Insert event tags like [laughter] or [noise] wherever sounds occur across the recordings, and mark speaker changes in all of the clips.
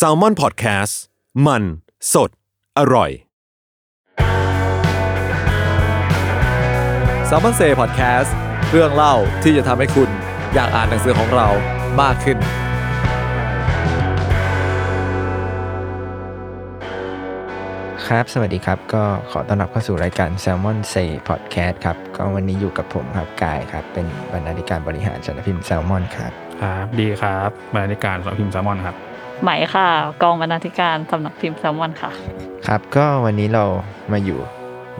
Speaker 1: s a l ม o n PODCAST มันสดอร่อย
Speaker 2: s ซ m ม o n Say Podcast เรื่องเล่าที่จะทำให้คุณอยากอ่านหนังสือของเรามากขึ้น
Speaker 3: ครับ สวัสดีครับ ก็ขอต้อนรับเข้าสู่รายการ Salmon Say Podcast ครับ ก็วันนี้อยู่กับผมครับกายครับ เป็นบรรณาธิการบริหารสำนักพิมพ์ Salmon ครับ
Speaker 4: ครับดีครับบรรณาธิการสำนักพิมพ์แซลมอนครับ
Speaker 5: ไหมค่ะ กองบรรณาธิการสำนักพิมพ์แซลมอนค่ะ
Speaker 3: ครับ ก็วันนี้เรามาอยู่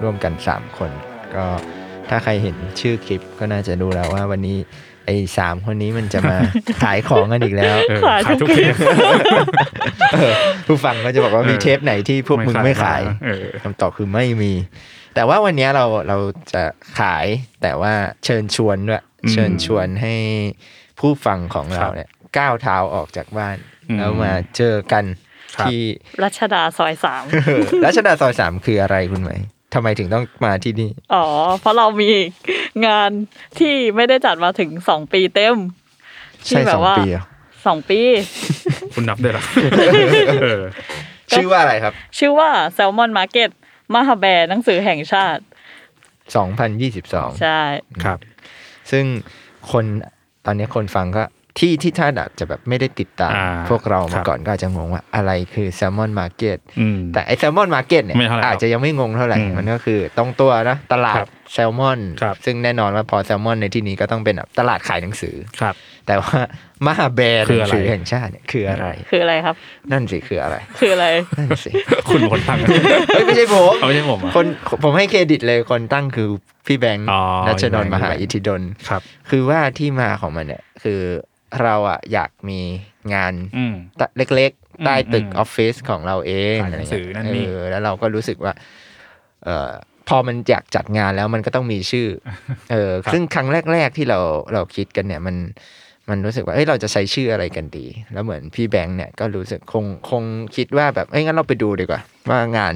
Speaker 3: ร่วมกัน 3 คน ก็ถ้าใครเห็นชื่อคลิปก็น่าจะรู้แล้วว่าวันนี้ไอ้สามคนนี้มันจะมา ขายของกันอีกแล้ว
Speaker 4: เออ
Speaker 5: ขายทุก
Speaker 4: ที
Speaker 5: เทป
Speaker 3: เออผู้ฟังก็จะบอกว่ามีเทปไหนที่พวกมึงไม่ขาย
Speaker 4: เออ
Speaker 3: คำตอบคือไม่มี แต่ว่าวันเนี้ยเราเราจะขายแต่ว่าเชิญชวนด้วย
Speaker 4: อืม
Speaker 3: เชิญชวนให้ผู้ฟังของเรา
Speaker 4: ครับ
Speaker 3: เนี่ยก้าวเท้าออกจากบ้าน
Speaker 4: อืม
Speaker 3: แล้วมาเจอกัน
Speaker 4: ครับ
Speaker 3: ที่
Speaker 5: รัชดาซอยสาม
Speaker 3: รัชดาซอยสามคืออะไรคุณไหมทำไมถึงต้องมาที่นี่
Speaker 5: อ๋อ เพราะเรามีงานที่ไม่ได้จัดมาถึงสองปีเต็ม ที่
Speaker 3: ใช่
Speaker 5: แบ
Speaker 3: สอ
Speaker 5: บ
Speaker 3: ง
Speaker 5: ว่า
Speaker 3: ปีเหรอ
Speaker 5: สองปี
Speaker 4: [laughs] คุณนับได้เหรอ [laughs] เออ
Speaker 3: ชื่อว่าอะไรครับ
Speaker 5: ชื่อว่าแซลมอนมาร์เก็ตมหาแบร์หนังสือแห่งชาติ ใช่
Speaker 4: ครับ
Speaker 3: 2022 ซึ่งคนตอนนี้คนฟังก็ที่ที่ถ้าดักจะแบบไม่ได้ติดตาม
Speaker 4: อ่า
Speaker 3: พวกเรา
Speaker 4: ครั
Speaker 3: มา
Speaker 4: บ
Speaker 3: ก่อนก็อาจจะงงว่าอะไรคือแซลมอนมาร์เก็ต
Speaker 4: อืม
Speaker 3: แต่ไอแซลมอนมาร์เก็ตเนี่ย
Speaker 4: ไม่เท่าไหร่
Speaker 3: อาจจะยังไม่งงเท่าไหร่
Speaker 4: อืม
Speaker 3: มันก็คือต้องตัวนะตลาด
Speaker 4: ครับ
Speaker 3: แซลมอน
Speaker 4: ครับ
Speaker 3: ซึ่งแน่นอนว่าพอแซลมอนในที่นี้ก็ต้องเป็นแบบตลาดขายหนังสือ
Speaker 4: ครับ [laughs]
Speaker 3: แต่ว่ามหาแบรนด์
Speaker 4: คือ
Speaker 3: หนัง
Speaker 4: อะไร
Speaker 3: สือแห่งชาติเนี่ยคืออะไร
Speaker 5: คืออะไรครับ
Speaker 3: นั่นสิคืออะไร
Speaker 5: คืออะไร
Speaker 3: นั่นสิ
Speaker 4: คุณคนตั้ง
Speaker 3: เฮ้ยไม่ใช่ผม
Speaker 4: [laughs] เอาไม่ใช่ผมอ่ะ
Speaker 3: คนผมให้เครดิตเลยคนตั้งคือพี่แบงค์
Speaker 4: อ๋อ
Speaker 3: รัชนน
Speaker 4: พี่
Speaker 3: ท์
Speaker 4: แบงค์
Speaker 3: มหาอิทธิดล
Speaker 4: ครับ
Speaker 3: คือว่าที่มาของมันเนี่ยคือเราอะอยากมีงาน
Speaker 4: อืม
Speaker 3: เล็ก
Speaker 4: อื
Speaker 3: ๆ
Speaker 4: ม
Speaker 3: ใต้ตึก
Speaker 4: อืม
Speaker 3: ออฟฟิศของเราเอง
Speaker 4: ขายหนังสือนั่นนี่
Speaker 3: เออแล้วเราก็รู้สึกว่าเออพอมันอยากจัดงานแล้วมันก็ต้องมี
Speaker 4: [laughs]
Speaker 3: ชื่อ เออซึ่งครั้งแรก ๆที่เราเราคิดกันเนี่ยมันมันรู้สึกว่าเอ้ยเราจะใช้ชื่ออะไรกันดี แล้วเหมือนพี่แบงค์เนี่ยก็รู้สึกคงคงคิดว่าแบบเอ้ยงั้นเราไปดูดีกว่า ว่างาน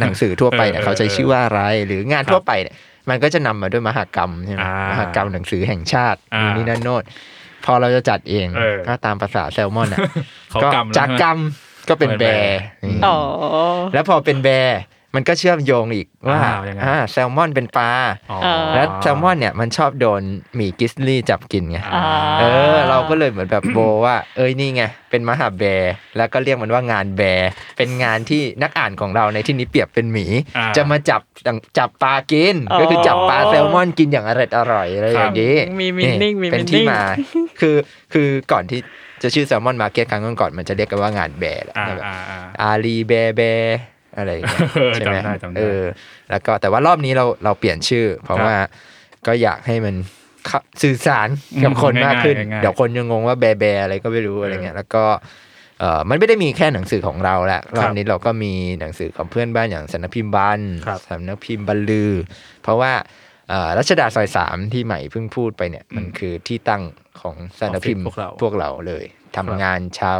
Speaker 3: หนังสือทั่วไปเนี่ยเขาใช้ชื่อว่าอะไร หรืองานทั่วไปเนี่ยมันก็จะนำมาด้วยมหากรรมใช่ไหม
Speaker 4: อ่าม
Speaker 3: มหากรรมหนังสือแห่งชาติ
Speaker 4: อ่า
Speaker 3: น
Speaker 4: นู่
Speaker 3: นี่นั่นโน้ตพอเราจะจัดเอง
Speaker 4: เออ
Speaker 3: ก็ตามภาษาแซลมอนอ่ะ
Speaker 4: เขา
Speaker 3: ก็
Speaker 4: กำแล้ว
Speaker 3: จาก
Speaker 4: ใช่ไหม
Speaker 3: กรรมก็เป็น
Speaker 4: เป็
Speaker 3: แบ
Speaker 4: นแบร์
Speaker 3: ร์นี่
Speaker 5: อ๋อ
Speaker 3: แล้วพอเป็นแบร์มันก็เชื่อมโยงอีกว่า
Speaker 4: อ้าวยังไง
Speaker 3: อ่าแซลมอนเป็นปลา
Speaker 4: อ๋อ
Speaker 3: แล้วแซลมอนเนี่ยมันชอบโดนหมีกริสลี่จับกินไง
Speaker 4: อ่า
Speaker 3: เออ เราก็เลยเหมือนแบบโบว่า เอ้ยนี่ไงเป็นมหาแบร์แล้วก็เรียกมันว่างานแบร์เป็นงานที่นักอ่านของเราในที่นี้เปรียบเป็นหมี
Speaker 4: อ่า
Speaker 3: จะมาจับจับปลากิน
Speaker 5: อ๋อ
Speaker 3: ก็คือจับปลาแซลมอนกินอย่างอร่อยอร่อยๆอะไรอย่างนี้
Speaker 5: มี meaning มี
Speaker 3: เป็นที่
Speaker 5: meaning
Speaker 3: มา คือคือก่อนที่จะชื่อแซลมอนมาร์เก็ตครั้งก่อนๆมันจะเรียกกันว่างานแบร์แหละ
Speaker 4: อ่า
Speaker 3: แบบ
Speaker 4: อ่าอ่า
Speaker 3: อารีแบร์แบร์อะไรอย่างเงี้ย
Speaker 4: เออ
Speaker 3: ใช่ไหม
Speaker 4: จำได้จำได้
Speaker 3: เออแล้วก็แต่ว่ารอบนี้เราเราเปลี่ยนชื่อ เพราะ
Speaker 4: ครับ
Speaker 3: ว่าก็อยากให้มันเข้าสื่อสารกับ
Speaker 4: อืม
Speaker 3: คนมากขึ้น
Speaker 4: ง่ายๆง่ายๆ
Speaker 3: เดี๋ยวคนยังงงว่าแบร์แบร์อะไรก็ไม่รู้อะไรเงี้ยแล้วก็เออมันไม่ได้มีแค่หนังสือของเราละร
Speaker 4: ครั
Speaker 3: อ
Speaker 4: บบ
Speaker 3: นี้เราก็มีหนังสือของเพื่อนบ้านอย่างสำนักพิมพ์บัน
Speaker 4: ครับ
Speaker 3: สำนักพิมพ์บรรลือ เพราะว่าเอ่อรัชดาซอยสามที่ใหม่เพิ่งพูดไปเนี่ย มันคือที่ตั้งของสารพิมพ์
Speaker 4: ออฟฟิศพวกเรา
Speaker 3: พวกเราเลย
Speaker 4: ครั
Speaker 3: ทำ
Speaker 4: บ
Speaker 3: งานเช้า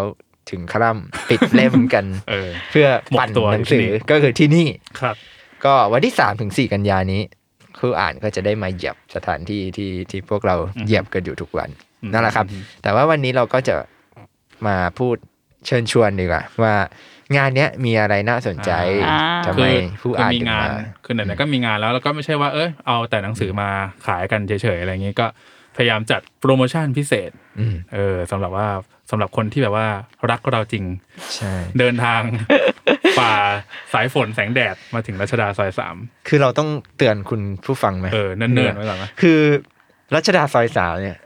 Speaker 3: ถึงค่ำปิดเล่มกัน
Speaker 4: เออ
Speaker 3: เพื่อปั่น
Speaker 4: หมกตัว
Speaker 3: หนังสือยู่
Speaker 4: ที่นี่
Speaker 3: ก็คือที่นี่
Speaker 4: ครับ
Speaker 3: ก็วันที่3ถึง4กันยานี้คืออ่านก็จะได้มาเหยียบสถานที่ที่ที่พวกเราเหยียบกันอยู่ทุกวัน
Speaker 4: อืม
Speaker 3: นั่นแหละครับ
Speaker 4: อืม
Speaker 3: แต่ว่าวันนี้เราก็จะมาพูดเชิญชวนดีกว่าว่างานเนี้ยมีอะไรน่าสนใจ
Speaker 5: อ่า
Speaker 3: ทำ
Speaker 4: คื
Speaker 3: ไมผู้อ่าน
Speaker 4: มี
Speaker 3: ถึง
Speaker 4: งาน
Speaker 3: มา
Speaker 4: คือไหนๆก็มีงานแล้วแล้วก็ไม่ใช่ว่าเอ้ยเอาแต่หนังสือมาขายกันเฉยๆอะไรอย่างงี้ก็พยายามจัดโปรโมชั่นพิเศษ
Speaker 3: อืม
Speaker 4: เออสำหรับว่าสำหรับคนที่แบบว่ารักเราจริง
Speaker 3: ใช่
Speaker 4: เดินทาง [laughs] ฝ่าสายฝนแสงแดดมาถึงรัชดาซอยสาม
Speaker 3: คือเราต้องเตือนคุณผู้ฟังไหม
Speaker 4: เออเนิ่นๆไว้ก่อนนะ
Speaker 3: คือรัชดาซอยสาวเนี่ย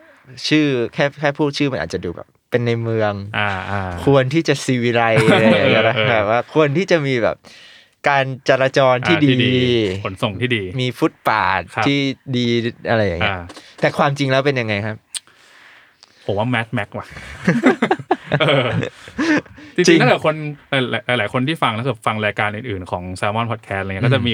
Speaker 3: ชื่อแค่แค่พูดชื่อมันอาจจะดูแบบเป็นในเมือง
Speaker 4: อ่าอ่า
Speaker 3: ควรที่จะซีวิไลซ์อะไรอย่างเงี้ยนะ
Speaker 4: เออเออ
Speaker 3: แบบว่าควรที่จะมีแบบการจราจรที่
Speaker 4: อ่าขนส่งที่ดี
Speaker 3: มีฟุตปาด
Speaker 4: ครับ
Speaker 3: ที่ดีอะไรอย่างเงี้
Speaker 4: อ่าย
Speaker 3: แต่ความจริงแล้วเป็นยังไงครับ
Speaker 4: ผมว่าแมทแม็ก [laughs] ว่ะเออจ
Speaker 3: จริ
Speaker 4: ริ
Speaker 3: ง
Speaker 4: งๆถ้าเกิดคนหลายหลายๆคนที่ฟังแล้วก็ฟังรายการอื่นๆของแซลมอนพอดแคสต์อะไรเงี้ยก็จะมี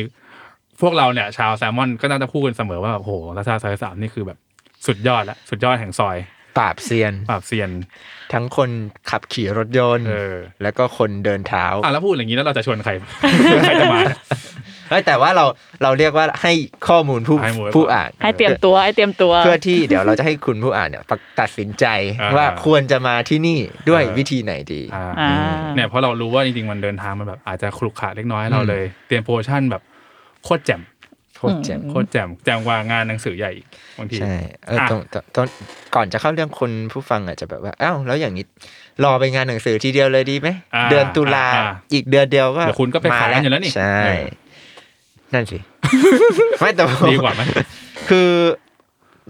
Speaker 4: พวกเราเนี่ยชาวแซลมอนก็น่าจะพูดกันเสมอว่าแบบโหรัชดาซอยสามนี่คือแบบสุดยอดละสุดยอดแห่งซอย
Speaker 3: ปราบเซียน
Speaker 4: ปราบเซียน
Speaker 3: ทั้งคนขับขี่รถยนต์
Speaker 4: เออ
Speaker 3: แล้วก็คนเดินเท้า
Speaker 4: [laughs] อ่ะแล้วพูดอย่างนี้แล้วเราจะชวนใคร ใครจะมา
Speaker 3: เฮ้ยแต่ว่าเราเราเรียกว่าให้ข้อมูลผู้
Speaker 4: ให้หมด
Speaker 3: ผู้อ่าน
Speaker 5: ให้เตรียมตัวให้เตรียมตัว
Speaker 3: เพื่อที่เดี๋ยวเราจะให้คุณผู้อ่านเนี่ยตัดสินใจ
Speaker 4: อ่า
Speaker 3: ว่าควรจะมาที่นี่ด้วย
Speaker 4: อ่า
Speaker 3: วิธีไหนดี
Speaker 4: อ่า
Speaker 5: อ่า
Speaker 4: เนี่ยเพราะเรารู้ว่าจริงๆมันเดินทางมันแบบอาจจะขรุขระเล็กน้อยเราเลย เตรียมโพชั่นแบบโคตรแจ่ม
Speaker 3: โคตรเจ็บ
Speaker 4: โคตรแจ่มแจ่มกว่างานหนังสือใหญ่อีกบางที
Speaker 3: ใช่เออ
Speaker 4: อ่ะ
Speaker 3: ตรงตรงตรงก่อนจะเข้าเรื่องคนผู้ฟังอาจจะแบบว่าอ้าวแล้วอย่างนี้รอไปงานหนังสือทีเดียวเลยดีไหม
Speaker 4: อ่า
Speaker 3: เดือนตุลา
Speaker 4: อ่า
Speaker 3: อีกเดือนเดียวก็
Speaker 4: เดี๋ยวคุณก็ไปขายกันอยู่แล้วนี่
Speaker 3: ใช่
Speaker 4: เออ
Speaker 3: นั่น
Speaker 4: [laughs]
Speaker 3: สิ ไม่แต่ว่
Speaker 4: ดีกว่าไหม
Speaker 3: คือ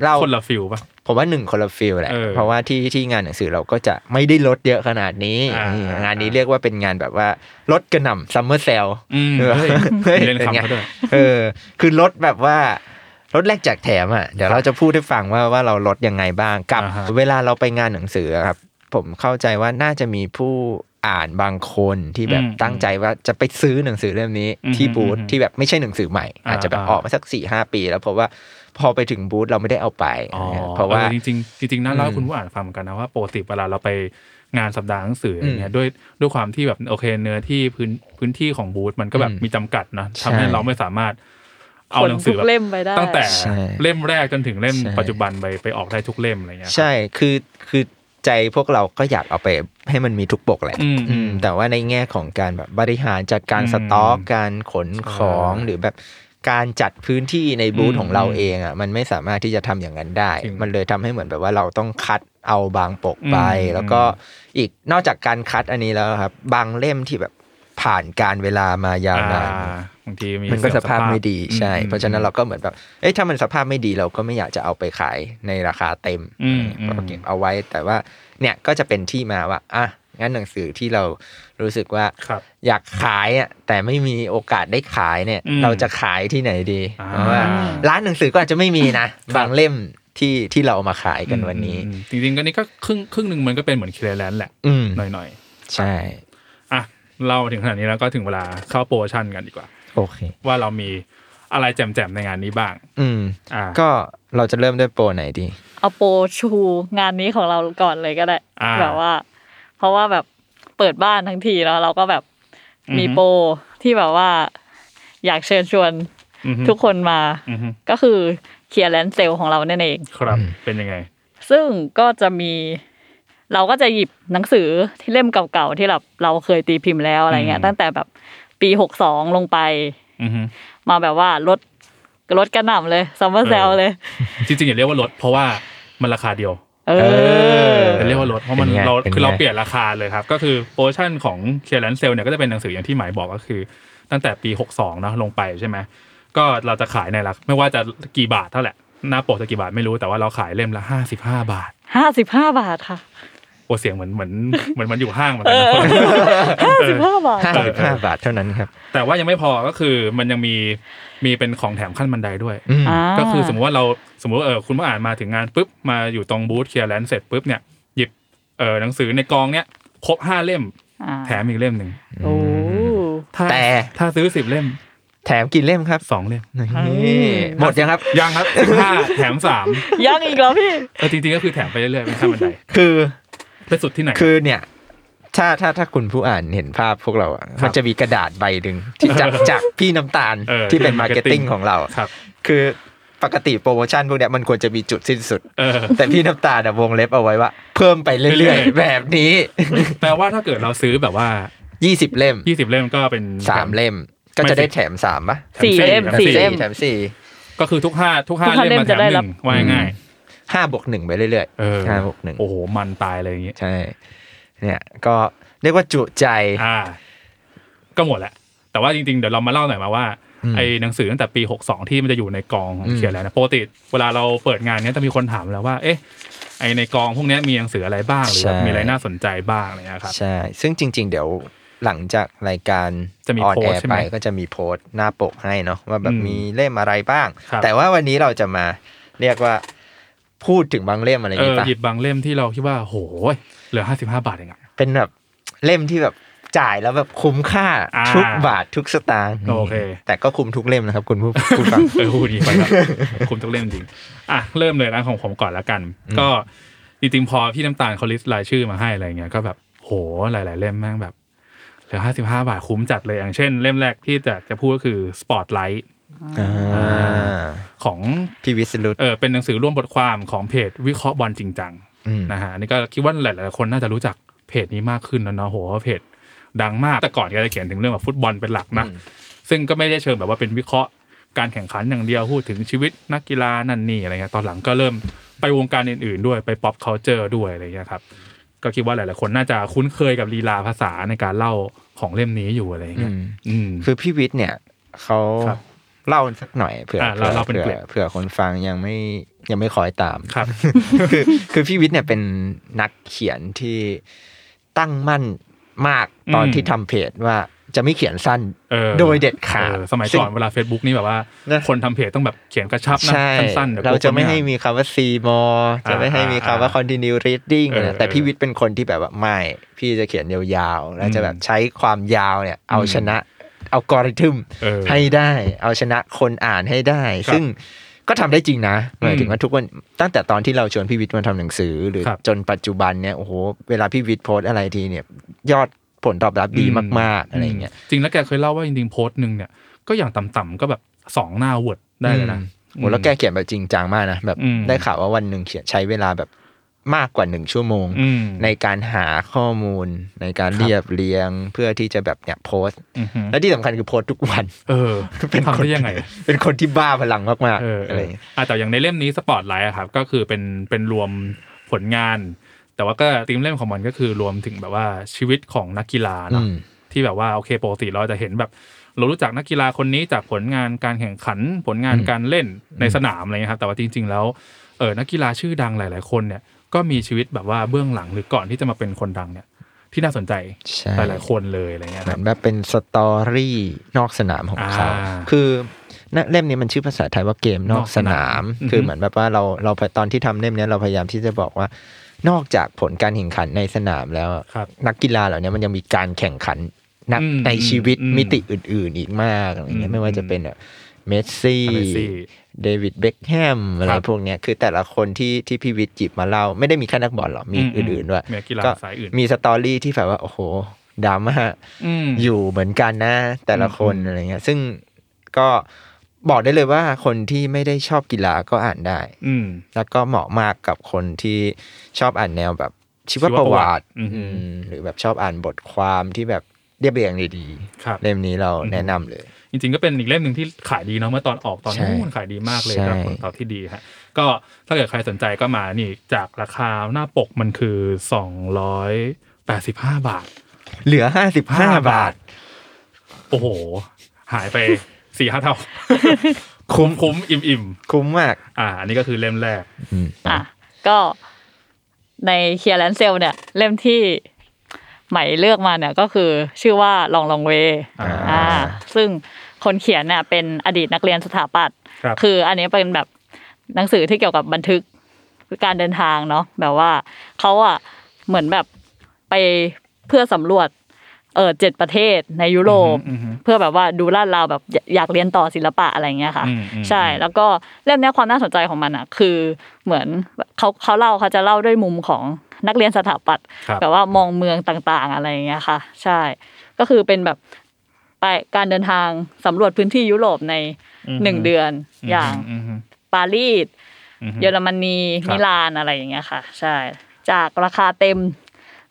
Speaker 3: เรา
Speaker 4: คนละฟิลป่ะ
Speaker 3: ผมว่าหนึ่งคนละฟิลแหละ
Speaker 4: เออ
Speaker 3: เพราะว่าที่ที่งานหนังสือเราก็จะไม่ได้ลดเยอะขนาดนี้
Speaker 4: อ่า
Speaker 3: นี่งานนี้เรียกว่าเป็นงานแบบว่าลดกระหน่ำซัมเมอร์เซล
Speaker 4: อืม
Speaker 3: เออ
Speaker 4: เฮ้ย
Speaker 3: เฮ้ย
Speaker 4: มีเล่น
Speaker 3: เป็นไง
Speaker 4: คำเขาด้วย
Speaker 3: [laughs] เออ คือลดแบบว่ารถแรกแจกแถมอ่ะ เดี๋ยวเราจะพูดให้ฟังว่าว่าเราลดยังไงบ้างกับ
Speaker 4: อ่าฮะ
Speaker 3: เวลาเราไปงานหนังสืออะครับ ผมเข้าใจว่าน่าจะมีผู้อ่านบางคนที่แบบ
Speaker 4: อืม
Speaker 3: ตั้งใจว่าจะไปซื้อหนังสือเล่มนี้
Speaker 4: อืม
Speaker 3: ที่บูธ
Speaker 4: อืม
Speaker 3: ที่แบบไม่ใช่หนังสือใหม่
Speaker 4: อ่า
Speaker 3: อาจจะแบบ
Speaker 4: อ่า
Speaker 3: ออกมาสักสี่ห้าปี แล้วเพราะว่าพอไปถึงบูธเราไม่ได้เอาไป
Speaker 4: อ๋อ
Speaker 3: เพราะว่า
Speaker 4: ออจริงๆจริงๆนะเล่าให้
Speaker 3: อืม
Speaker 4: คุณผู้อ่านฟังเหมือนกันนะว่าปกติเวลาเราไปงานสัปดาห์หนังสืออย่างเงี้
Speaker 3: อื
Speaker 4: ย
Speaker 3: ม
Speaker 4: ด้วยด้วยความที่แบบโอเคเนื้อที่พื้นพื้นที่ของบูธมันก็แบบ
Speaker 3: อืม
Speaker 4: มีจำกัดนะ
Speaker 3: ใช่
Speaker 4: ทำให้เราไม่สามารถเอาหนังสือ
Speaker 5: ขน
Speaker 4: แบ
Speaker 5: ทุก
Speaker 4: บ
Speaker 5: เล่มไปได้
Speaker 4: ตั้งแต่
Speaker 3: ใช่
Speaker 4: เล่มแรกจนถึงเล่ม
Speaker 3: ใช่
Speaker 4: ปัจจุบันไปไปออกได้ทุกเล่มอะไรเงี้ย
Speaker 3: ใช่ คือ คือใจพวกเราก็อยากเอาไปให้มันมีทุกปกแหละ
Speaker 4: อืม
Speaker 3: อืมแต่ว่าในแง่ของการแบบบริหารจัดการ
Speaker 4: อืม
Speaker 3: สต็อก การขนของ
Speaker 4: ใช่
Speaker 3: หรือแบบการจัดพื้นที่ในบูธ
Speaker 4: อืม
Speaker 3: ของเราเองอ่ะ มันไม่สามารถที่จะทำอย่างนั้นได้
Speaker 4: จริง
Speaker 3: มันเลยทำให้เหมือนแบบว่าเราต้องคัดเอาบางปกไป
Speaker 4: อืม
Speaker 3: แล้วก็อีกนอกจากการคัดอันนี้แล้วครับ บางเล่มที่แบบผ่านการเวลามายาวนาน
Speaker 4: าบางทีมี
Speaker 3: มันก็สภาพไม่ดี
Speaker 4: อืม
Speaker 3: ใช่
Speaker 4: อืม
Speaker 3: เพราะฉะนั้นเราก็เหมือนแบบ เอ้ยถ้ามันสภาพไม่ดีเราก็ไม่อยากจะเอาไปขายในราคาเต็ม
Speaker 4: อืม
Speaker 3: เราก็เก็บเอาไว้ แต่ว่าเนี่ยก็จะเป็นที่มาว่าอ่ะงั้นหนังสือที่เรารู้สึกว่า
Speaker 4: ครับ
Speaker 3: อยากขายอ่ะแต่ไม่มีโอกาสได้ขายเนี่ย
Speaker 4: อืม
Speaker 3: เราจะขายที่ไหนดี
Speaker 4: อ่า
Speaker 3: เพราะว่าร้านหนังสือก็อาจจะไม่มีนะ บางเล่มที่ที่เราเอามาขายกันวันนี้
Speaker 4: อืมจริงๆก็นี่ก็ครึ่งครึ่งหนึ่งมันก็เป็นเหมือนคลีแลนแหละ
Speaker 3: อืม
Speaker 4: หน่อย
Speaker 3: ใช่
Speaker 4: ๆอ่ะเล่าถึงขนาดนี้แล้วก็ถึงเวลาเข้าโปรโมชั่นกันดีกว่า
Speaker 3: โอเค
Speaker 4: ว่าเรามีอะไรแจมๆในงานนี้บ้าง
Speaker 3: อืม
Speaker 4: อ่า
Speaker 3: ก็เราจะเริ่มด้วยโปรไหนดี
Speaker 5: เอาโปรชูงานนี้ของเราก่อนเลยก็ได้
Speaker 4: อ่า
Speaker 5: แบบว่า เพราะว่าแบบเปิดบ้านทั้งทีเนาะเราก็แบบ
Speaker 4: อือฮึ
Speaker 5: มีโปรที่แบบว่า อยากเชิญชวน
Speaker 4: อือฮึ
Speaker 5: ทุกคนมา
Speaker 4: อือฮึ
Speaker 5: ก็คือเคลียร์แลนเซลของเรานั่นเอง
Speaker 4: ครับ
Speaker 3: อืม
Speaker 4: เป็นยังไง
Speaker 5: ซึ่งก็จะมี เราก็จะหยิบหนังสือที่เล่มเก่าๆที่แบบเราเคยตีพิมพ์แล้วอะไรเงี้
Speaker 4: อื
Speaker 5: ย
Speaker 4: ม
Speaker 5: ตั้งแต่แบบปีหกสองลงไป
Speaker 4: อือฮึ
Speaker 5: มาแบบว่าลดลดกระหน่ำเลยซัมเมอร์เซล
Speaker 4: เออ
Speaker 5: เลย
Speaker 4: จริงๆอย่าเรียกว่าลดเพราะว่ามันราคาเดียว
Speaker 5: เอ
Speaker 3: เอ
Speaker 5: อ
Speaker 3: อ
Speaker 4: อย่าเรียกว่าลดเพราะมัน
Speaker 3: เป็นไง
Speaker 4: เรา
Speaker 3: เป็นไง
Speaker 4: คือเราเปลี่ยนราคาเลยครับ ก็คือโปรโมชั่นของเคลียร์แลนเซลเนี่ยก็จะเป็นหนังสืออย่างที่หมายบอกก็คือ ตั้งแต่ปี 62เนอะลงไปใช่ไหมก็เราจะขายในราคาไม่ว่าจะกี่บาทเท่าแหละหน้าปกจะกี่บาทไม่รู้แต่ว่าเราขายเล่มละ 55 บาท
Speaker 5: ห้าสิบห้าบาทค่ะ
Speaker 4: โอเสียงเหมือนเหมือนเหมือนมันอยู่ห้างเหมือนกันนะ [laughs]
Speaker 5: ห้าสิบห้าบาท
Speaker 3: ห้าสิบห้าบาทเท่านั้นครับ
Speaker 4: แต่ว่ายังไม่พอก็คือมันยังมีมีเป็นของแถมขั้นบันไดด้วย
Speaker 3: อืม
Speaker 4: ก็คือสมมติว่าเราสมมติว่าเออคุณผู้อ่านมาถึงงานปุ๊บมาอยู่ตรงบูธเคลียร์แลนเสร็จปุ๊บเนี่ยหยิบเออหนังสือในกองเนี้ยครบห้าเล่ม
Speaker 5: อ่า
Speaker 4: แถมอีกเล่มหนึ่ง
Speaker 5: โอ้
Speaker 4: ถ้า
Speaker 3: แต่
Speaker 4: ถ้าซื้อสิบเล่ม
Speaker 3: แถมกี่เล่มครับ
Speaker 4: สองเล่ม
Speaker 3: นี่หมดยังครับ
Speaker 4: ยังครับสิบห้าแถมสาม
Speaker 5: ยังอีกเหรอพี่
Speaker 4: เออจริงๆก็คือแถมไปเรื่อยๆเป็นขั้นบันได
Speaker 3: คือ
Speaker 4: ไปสุดที่ไหน
Speaker 3: คือเนี่ย ถ้าถ้าถ้าคุณผู้อ่านเห็นภาพพวกเราอ่ะ มันจะมีกระดาษใบหนึ่งที่จากจากพี่น้ำตาล
Speaker 4: เออ
Speaker 3: ที่เป็น
Speaker 4: ที่เป็น
Speaker 3: มาร์เก็ตติ้ง
Speaker 4: marketing
Speaker 3: ของเรา
Speaker 4: ครับ
Speaker 3: คือปกติโปรโมชั่นพวกเนี้ยมันควรจะมีจุดสิ้นสุด
Speaker 4: เออ
Speaker 3: แต่พี่น้ำตาลอะวงเล็บเอาไว้ว่า เพิ่มไป
Speaker 4: เรื่
Speaker 3: เรื่อ
Speaker 4: อย ย
Speaker 3: ๆ แบบนี้
Speaker 4: แปลว่าถ้าเกิดเราซื้อแบบว่า
Speaker 3: ยี่สิบเล่ม
Speaker 4: ยี่สิบเล่มก็เป็น
Speaker 3: สามเล่ม ก็จะได้แถมสามปะ
Speaker 4: แถมสี่
Speaker 5: สี่เล่ม
Speaker 4: แถม
Speaker 5: สี่เล่ม
Speaker 3: แถมสี่
Speaker 4: ก็คือทุกห้าทุก
Speaker 5: ทุ
Speaker 4: ห้าก
Speaker 5: ห้า
Speaker 4: เล่ม
Speaker 5: เล่ม
Speaker 4: มาแถ
Speaker 5: จะ
Speaker 4: ม
Speaker 5: ได้
Speaker 4: ห
Speaker 5: รั
Speaker 4: นึ่
Speaker 5: บ
Speaker 4: งว่าง่าย
Speaker 3: ห้าบวกหนึ่งไปเรื่อย
Speaker 4: ๆเออ
Speaker 3: ๆห้าบวกหนึ่ง
Speaker 4: โอ้โหมันตายเลยอย่างเงี้ย
Speaker 3: ใช่ เนี่ยก็เรียกว่าจุใจ
Speaker 4: อ่า ก็หมดแหละ แต่ว่าจริงๆ เดี๋ยวเรามาเล่าหน่อยมาว่า
Speaker 3: อืม
Speaker 4: ไอ้หนังสือตั้งแต่ปี 62 ที่มันจะอยู่ในกองของ
Speaker 3: อืม
Speaker 4: เขียนแล้วนะปกติเวลาเราเปิดงานเนี้ยจะมีคนถามแล้วว่า เอ๊ะไอ้ในกองพวกเนี้ยมีหนังสืออะไรบ้างหรือแบบมีอะไรน่าสนใจบ้างอะไรเงี้ยครับ
Speaker 3: ใช่ ซึ่งจริง ๆ เดี๋ยวหลังจากรายการ
Speaker 4: จะมี
Speaker 3: ออน
Speaker 4: โพ
Speaker 3: แอร์
Speaker 4: สต์ใช่ไห
Speaker 3: ไป
Speaker 4: ม
Speaker 3: ก็จะมีโพสต์หน้าปกให้เนาะว่าแบบ
Speaker 4: อืม
Speaker 3: มีเล่มอะไรบ้าง
Speaker 4: ครับ
Speaker 3: แต่ว่าวันนี้เราจะมาเรียกว่าพูดถึงบางเล่มอะไรอ
Speaker 4: เอย่าง อ
Speaker 3: งี้ปะ
Speaker 4: หยิบบางเล่มที่เราคิดว่าโหยเหลือ 55 บาทเองอะ
Speaker 3: เป็นแบบเล่มที่แบบจ่ายแล้วแบบคุ้มค่า
Speaker 4: อ่า
Speaker 3: ทุกบาททุกสตางค์
Speaker 4: โอเค
Speaker 3: แต่ก็คุ้มทุกเล่มนะครับ คุณผู้ ผู้ฟัง
Speaker 4: เออพูดดีไปแล้วคุมทุกเล่มจริง อ่ะ เริ่มเลยร้านของผมก่อนละกัน ก็จริงๆพอพี่น้ำตาลเขาลิสต์รายชื่อมาให้อะไรเงี้ยก็แบบโหหลาย ๆ เล่มแม่งแบบ เหลือห้าสิบห้าบาทคุ้มจัดเลยอย่างเช่น เล่มแรกที่จะจะพูดก็คือ Spotlight
Speaker 3: อ่า
Speaker 4: ของ
Speaker 3: พี่วิสรุต
Speaker 4: เออเป็นหนังสือร่วมบทความของเพจวิเคราะห์บอลจริงจัง
Speaker 3: อืม
Speaker 4: นะฮะอันนี่ก็คิดว่าหลายๆคนน่าจะรู้จักเพจนี้มากขึ้นแล้วเนาะโหเพจดังมากแต่ก่อนก็จะเขียนถึงเรื่องแบบฟุตบอลเป็นหลักนะ
Speaker 3: อืม
Speaker 4: ซึ่งก็ไม่ได้เชิงแบบว่าเป็นวิเคราะห์การแข่งขันอย่างเดียวพูดถึงชีวิตนักกีฬานั่นนี่อะไรเงี้ยตอนหลังก็เริ่มไปวงการอื่นๆด้วยไป pop culture ด้วยอะไรเงี้ยครับก็คิดว่าหลายๆคนน่าจะคุ้นเคยกับลีลาภาษาในการเล่าของเล่มนี้อยู่อะไร
Speaker 3: อื
Speaker 4: เงี้ย
Speaker 3: ม
Speaker 4: อืม
Speaker 3: คือพี่วิทย์เนี่ยเขา
Speaker 4: ครับ
Speaker 3: เล่าสักหน่อยเผื่อ
Speaker 4: อ่ะเราเล่าเป็น
Speaker 3: เผื่
Speaker 4: เกล็
Speaker 3: อ
Speaker 4: ด
Speaker 3: เผื่อคนฟังยังไม่ยังไม่คอยตาม
Speaker 4: ครับ
Speaker 3: [laughs] คือคือพี่วิทย์เนี่ยเป็นนักเขียนที่ตั้งมั่นมากตอน
Speaker 4: อืม
Speaker 3: ที่ทำเพจว่าจะไม่เขียนสั้น
Speaker 4: เออ
Speaker 3: โดยเด็ดขาด
Speaker 4: เออสมัยก่อนเวลา Facebook นี่แบบว่า
Speaker 3: นะ
Speaker 4: คนทำเพจต้องแบบเขียนกระชับนะ
Speaker 3: ใช่
Speaker 4: สั้นๆดี๋ยวกลั
Speaker 3: เรา
Speaker 4: ว
Speaker 3: จะ
Speaker 4: คน
Speaker 3: ไม่
Speaker 4: อ่าน
Speaker 3: ให้มีคำว่า C more จะไม่ให้มีคำว่า
Speaker 4: อ่า
Speaker 3: continue reading
Speaker 4: เออ
Speaker 3: นะแต่
Speaker 4: เออ
Speaker 3: พี่วิทย์เป็นคนที่แบบว่าไม่ พี่จะเขียนยาวๆ แล้ว
Speaker 4: อืม
Speaker 3: จะแบบใช้ความยาวเนี่ย เอา
Speaker 4: อืม
Speaker 3: ชนะเอากริทึม
Speaker 4: เออ
Speaker 3: ให้ได้ เอาชนะคนอ่านให้ได้
Speaker 4: ครับ
Speaker 3: ซึ่งก็ทำได้จริงนะหมายถึ
Speaker 4: อื
Speaker 3: ง
Speaker 4: ม
Speaker 3: ว่าทุกวันตั้งแต่ตอนที่เราชวนพี่วิทย์มาทำหนังสือ หรือ
Speaker 4: ครับ
Speaker 3: จนปัจจุบันเนี่ยโอ้โหเวลาพี่วิทย์โพสต์อะไรทีเนี่ย ยอดผลตอบรับดี
Speaker 4: อืม
Speaker 3: มากๆอะไรอย่างเงี้ย
Speaker 4: จริงแล้วแกเคยเล่าว่าจริงๆโพสต์หนึ่งเนี่ยก็อย่างต่ำๆก็แบบสองหน้าเวิร์ดได้เลยนะ
Speaker 3: อืมโหแล้วแกเขียนแบบจริงจังมากนะแบบ
Speaker 4: อืม
Speaker 3: ได้ข่าวว่าวันหนึ่งเขียนใช้เวลาแบบมากกว่าหนึ่งชั่วโมง
Speaker 4: อืม
Speaker 3: ในการหาข้อมูลในการ
Speaker 4: ครับ
Speaker 3: เรียบเรียงเพื่อที่จะแบบเนี่ยโพสต์
Speaker 4: อือฮึ
Speaker 3: และที่สำคัญคือโพสต์ทุกวัน [laughs]
Speaker 4: เออ
Speaker 3: เป็น
Speaker 4: ทำ
Speaker 3: คน
Speaker 4: ได้ยังไง
Speaker 3: เป็นคนที่บ้าพลังมาก
Speaker 4: เอ
Speaker 3: ๆ
Speaker 4: อเอ
Speaker 3: อะไร
Speaker 4: อ
Speaker 3: อย่างเงี้ย
Speaker 4: อ่ะแต่อย่างในเล่มนี้สปอตไลท์ครับก็คือเป็นเป็นรวมผลงาน แต่ว่าก็ธีมเล่มของมันก็คือรวมถึงแบบว่าชีวิตของนักกีฬา
Speaker 3: อื
Speaker 4: เนาะ
Speaker 3: ม
Speaker 4: ที่แบบว่าโอเคปกติเราจะเห็นแบบ เรารู้จักนักกีฬาคนนี้จากผลงานการแข่งขันผลงาน
Speaker 3: อืม
Speaker 4: การเล่นในสนามอะไรเงี้ยครับแต่ว่าจริง ๆ แล้วเออนักกีฬาชื่อดังหลาย ๆ คนเนี่ยก็มีชีวิตแบบว่าเบื้องหลังหรือก่อนที่จะมาเป็นคนดังเนี่ยที่น่าสนใจ
Speaker 3: ใช่
Speaker 4: หลายๆคนเลยอะไรเงี้ย
Speaker 3: เหมื
Speaker 4: ค
Speaker 3: อ
Speaker 4: รับ
Speaker 3: นแบบเป็นสตอรี่นอกสนามของเขา
Speaker 4: อ่า
Speaker 3: คือณเล่มนี้มันชื่อภาษาไทยว่าเกมนอกสนาม
Speaker 4: นอกสนาม
Speaker 3: คือ
Speaker 4: ม
Speaker 3: เหมือนแบบว่าเราเราตอนที่ทำเล่มเนี้ยเราพยายามที่จะบอกว่า นอกจากผลการแข่งขันในสนามแล้ว
Speaker 4: ครับ
Speaker 3: นักกีฬาเหล่านี้มันยังมีการแข่งขันนัก
Speaker 4: อืม
Speaker 3: ในชีวิต
Speaker 4: อืม
Speaker 3: มิติอื่น ๆ อีกมากอะไรเงี้ย
Speaker 4: อืม
Speaker 3: ไม่ว่าจะเป็นแบบเมสซี่
Speaker 4: เมสซี่
Speaker 3: เดวิดเบคแฮมอะไร
Speaker 4: ครับ
Speaker 3: พวกเนี้ยคือแต่ละคนที่ที่พี่วิทย์จิบมาเล่า ไม่ได้มีแค่นักบอลหรอกมีอื่นๆด้วย
Speaker 4: มีกีฬา
Speaker 3: ก็
Speaker 4: สายอื่น
Speaker 3: มีสตอรี่ที่แบบว่า โอ้โหดราม่า
Speaker 4: อืม
Speaker 3: อยู่เหมือนกันนะ แต่ละคน
Speaker 4: อืม
Speaker 3: อะไรเงี้ย ซึ่งก็บอกได้เลยว่าคนที่ไม่ได้ชอบกีฬาก็อ่านได้
Speaker 4: อืม
Speaker 3: แล้วก็เหมาะมากกับคนที่ชอบอ่านแนวแบบชีวประวัติ
Speaker 4: อืม
Speaker 3: อืมหรือแบบชอบอ่านบทความที่แบบเรียบเรียงดี
Speaker 4: ครับ
Speaker 3: ๆเล่มนี้เรา
Speaker 4: อืม
Speaker 3: แนะนำเลย
Speaker 4: จริงๆก็เป็นอีกเล่มหนึ่งที่ขายดีเนาะเมื่อตอนออกตอน
Speaker 3: ใช่
Speaker 4: นู้นขายดีมากเลย
Speaker 3: ใช่
Speaker 4: ได้รับผลตอบที่ดีฮะก็ถ้าเกิดใครสนใจก็มานี่จากราคาหน้าปกมันคือสองร้อยแปดสิบห้าบาท
Speaker 3: เหลือห้าสิบห้าบาท
Speaker 4: โอ้โห หายไป [laughs] สี่ห้าเท่า คุ้มคุ้มอิ่มอิ่ม
Speaker 3: คุ้มมาก
Speaker 4: ๆ อ่า อันนี้ก็คือเล่มแรก
Speaker 3: อืม
Speaker 5: อ่ะก็ในเคลียร์แลนเซลเนี่ย เล่มที่ใหม่เลือกมาเนี่ยก็คือชื่อว่าลองลองเว
Speaker 4: อ่า
Speaker 5: อ่า ซึ่งคนเขียนเนี่ยเป็นอดีตนักเรียนสถาปัตย์
Speaker 4: ครับ
Speaker 5: คืออันนี้เป็นแบบหนังสือที่เกี่ยวกับบันทึกการเดินทางเนาะแบบว่าเขาอะเหมือนแบบไปเพื่อสำรวจเออเจ็ดประเทศในยุโรป
Speaker 4: อือฮึอือฮึ
Speaker 5: เพื่อแบบว่าดูลาดราวแบบอยอยากเรียนต่อศิลปะอะไรเงี้ยค่ะ
Speaker 4: อืมอืม
Speaker 5: ใช่
Speaker 4: อืม
Speaker 5: แล้วก็เล่มเนี้ยความน่าสนใจของมันอะคือเหมือนเขาเขาเล่าเขาจะเล่าด้วยมุมของนักเรียนสถาปัตย์
Speaker 4: ครับ
Speaker 5: แบบว่ามองเมืองต่างๆอะไรอย่างเงี้ยค่ะ ใช่ ก็คือเป็นแบบไปการเดินทางสำรวจพื้นที่ยุโรปใน
Speaker 4: อือฮึ
Speaker 5: หนึ่งเดือนอย่าง
Speaker 4: อืมอืม
Speaker 5: ปารีส
Speaker 4: อืม
Speaker 5: เยอรมนี
Speaker 4: ครับ
Speaker 5: มิลานอะไรอย่างเงี้ยค่ะ ใช่ จากราคาเต็ม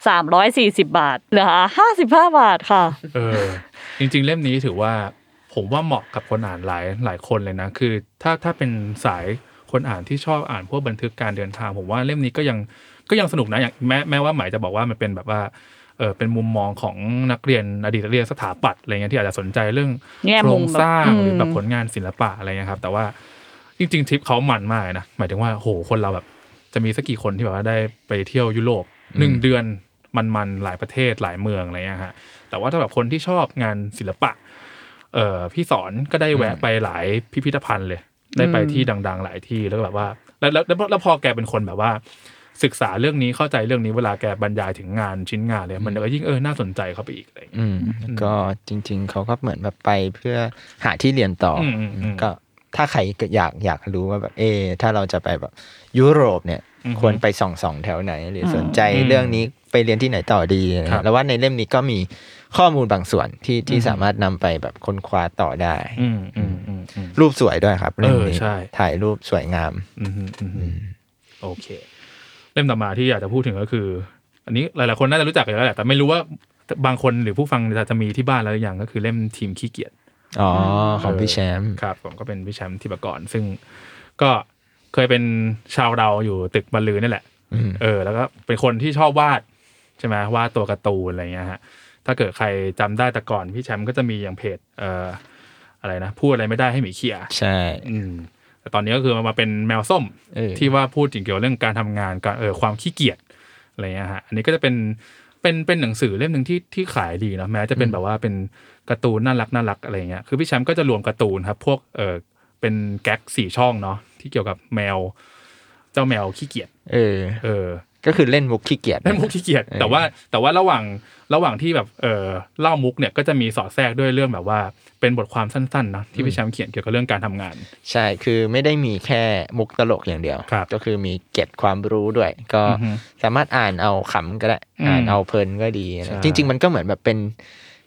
Speaker 5: 340 บาทเหลือ55 บาทค่ะ
Speaker 4: เออจริงๆ เล่มนี้ถือว่าผมว่าเหมาะกับคนอ่านหลายหลายคนเลยนะ คือถ้าถ้าเป็นสายคนอ่านที่ชอบอ่านพวกบันทึกการเดินทาง ผมว่าเล่มนี้ก็ยังก็ยังสนุกนะอย่างแม้แม้ว่าหมายจะบอกว่ามันเป็นแบบว่าเออเป็นมุมมองของนักเรียนอดีตนักเรียนสถาปัตย์อะไรเงี้ยที่อาจจะสนใจเรื่อง
Speaker 5: แง่
Speaker 4: โคร
Speaker 5: มุ
Speaker 4: ง
Speaker 5: ม
Speaker 4: สร้าง
Speaker 5: แบบ
Speaker 4: หรือแบบ
Speaker 5: อืม
Speaker 4: ผลงานศิลปะอะไรเงี้ยครับ แต่ว่าจริงๆทริปเขามันมากเลยนะหมายถึงว่าโหคนเราแบบจะมีสักกี่คนที่แบบว่าได้ไปเที่ยวยุโรปหนึ่งเดือนมันๆหลายประเทศหลายเมืองอะไรเงี้ยฮะ แต่ว่าถ้าแบบคนที่ชอบงานศิลปะ เอ่อพี่สอนก็ได้แวะไปหลายพิพิธภัณฑ์เลย ได้ไปที่ดัง ๆ หลายที่แล้วก็แบบว่า แล้วแล้วแล้วแล้วพอแกเป็นคนแบบว่า ศึกษาเรื่องนี้เข้าใจเรื่องนี้เวลาแกบรรยายถึงงานชิ้นงานเลยมันก็ยิ่งเออน่าสนใจเข้าไปอีกอะไรอย่างเงี้ย
Speaker 3: อืมก็จริง ๆ เขาก็เหมือนแบบไปเพื่อหาที่เรียนต่ออ
Speaker 4: มอืมอืม
Speaker 3: ก็ถ้าใครอยากอยากรู้ว่าแบบเออถ้าเราจะไปแบบยุโรปเนี่ย
Speaker 4: อือฮึ
Speaker 3: ควรไปส่องส่องๆแถวไหน หรืออ
Speaker 5: ม
Speaker 3: สนใจเรื่องนี้ไปเรียนที่ไหนต่อดีอะไร
Speaker 4: ครับ
Speaker 3: แล้วว่าในเล่มนี้ก็มีข้อมูลบางส่วนที่ที่
Speaker 4: อือฮึ
Speaker 3: สามารถนำไปแบบค้นคว้าต่อได้
Speaker 4: อืมอืมอืมอืม
Speaker 3: รูปสวยด้วยครับเล่ม
Speaker 4: เออ
Speaker 3: นี้
Speaker 4: ใช่
Speaker 3: ถ่ายรูปสวยงาม
Speaker 4: อืมฮึอืมฮึโอเค เล่มต่อมาที่อยากจะพูดถึงก็คือ อันนี้หลายๆคนน่าจะรู้จักอยู่แล้วแหละ แต่ไม่รู้ว่าบางคนหรือผู้ฟังจะมีที่บ้านแล้วหรือยังก็คือเล่มทีมขี้เกียจ
Speaker 3: อ๋อ ของพี่แชมป์
Speaker 4: ครับผมก็เป็นพี่แชมป์ที่ประกอนซึ่งก็เคยเป็นชาวเราอยู่ตึกบรรลือนี่แหละ
Speaker 3: อืม
Speaker 4: เออ แล้วก็เป็นคนที่ชอบวาดใช่ไหมวาดตัวการ์ตูนอะไรเงี้ยฮะถ้าเกิดใครจำได้แต่ก่อนพี่แชมป์ก็จะมีอย่างเพจเอ่ออะไรนะพูดอะไรไม่ได้ให้หมีเขีย
Speaker 3: ใช่
Speaker 4: อืมแต่ตอนนี้ก็คือมาเป็นแมวส้ม
Speaker 3: เออ
Speaker 4: ที่ว่าพูดถึงเกี่ยวเรื่องการทำงานการเออความขี้เกียจอะไรเงี้ยฮะอันนี้ก็จะเป็นเป็นเป็นหนังสือเล่มหนึ่งที่ที่ขายดีนะแม้จะเป็นแบบว่าเป็นการ์ตูนน่ารักน่ารักอะไรเงี้ยคือพี่แชมป์ก็จะรวมการ์ตูนครับพวกเออเป็นแก๊กสี่ช่องเนาะที่เกี่ยวกับแมว เจ้าแมวขี้เกียจ
Speaker 3: เออ
Speaker 4: เออ
Speaker 3: ก็คือเล่นมุกขี้เกียจ
Speaker 4: เล่นมุกขี้เกียจ
Speaker 3: เออ
Speaker 4: แต่ว่าแต่ว่าระหว่างระหว่างที่แบบเออเล่ามุกเนี่ยก็จะมีสอดแทรกด้วยเรื่องแบบว่าเป็นบทความสั้นๆนะที่พี่แชมป์เขียนเกี่ยวกับเรื่องการทำงาน
Speaker 3: ใช่ คือไม่ได้มีแค่มุกตลกอย่างเดียว
Speaker 4: ครับ
Speaker 3: ก็คือมีเก็บความรู้ด้วย ก็
Speaker 4: อือฮึ
Speaker 3: สามารถอ่านเอาขำก็ได้
Speaker 4: อืม
Speaker 3: อ่านเอาเพลินก็ดีนะ
Speaker 4: ใช่
Speaker 3: จริง ๆ มันก็เหมือนแบบเป็น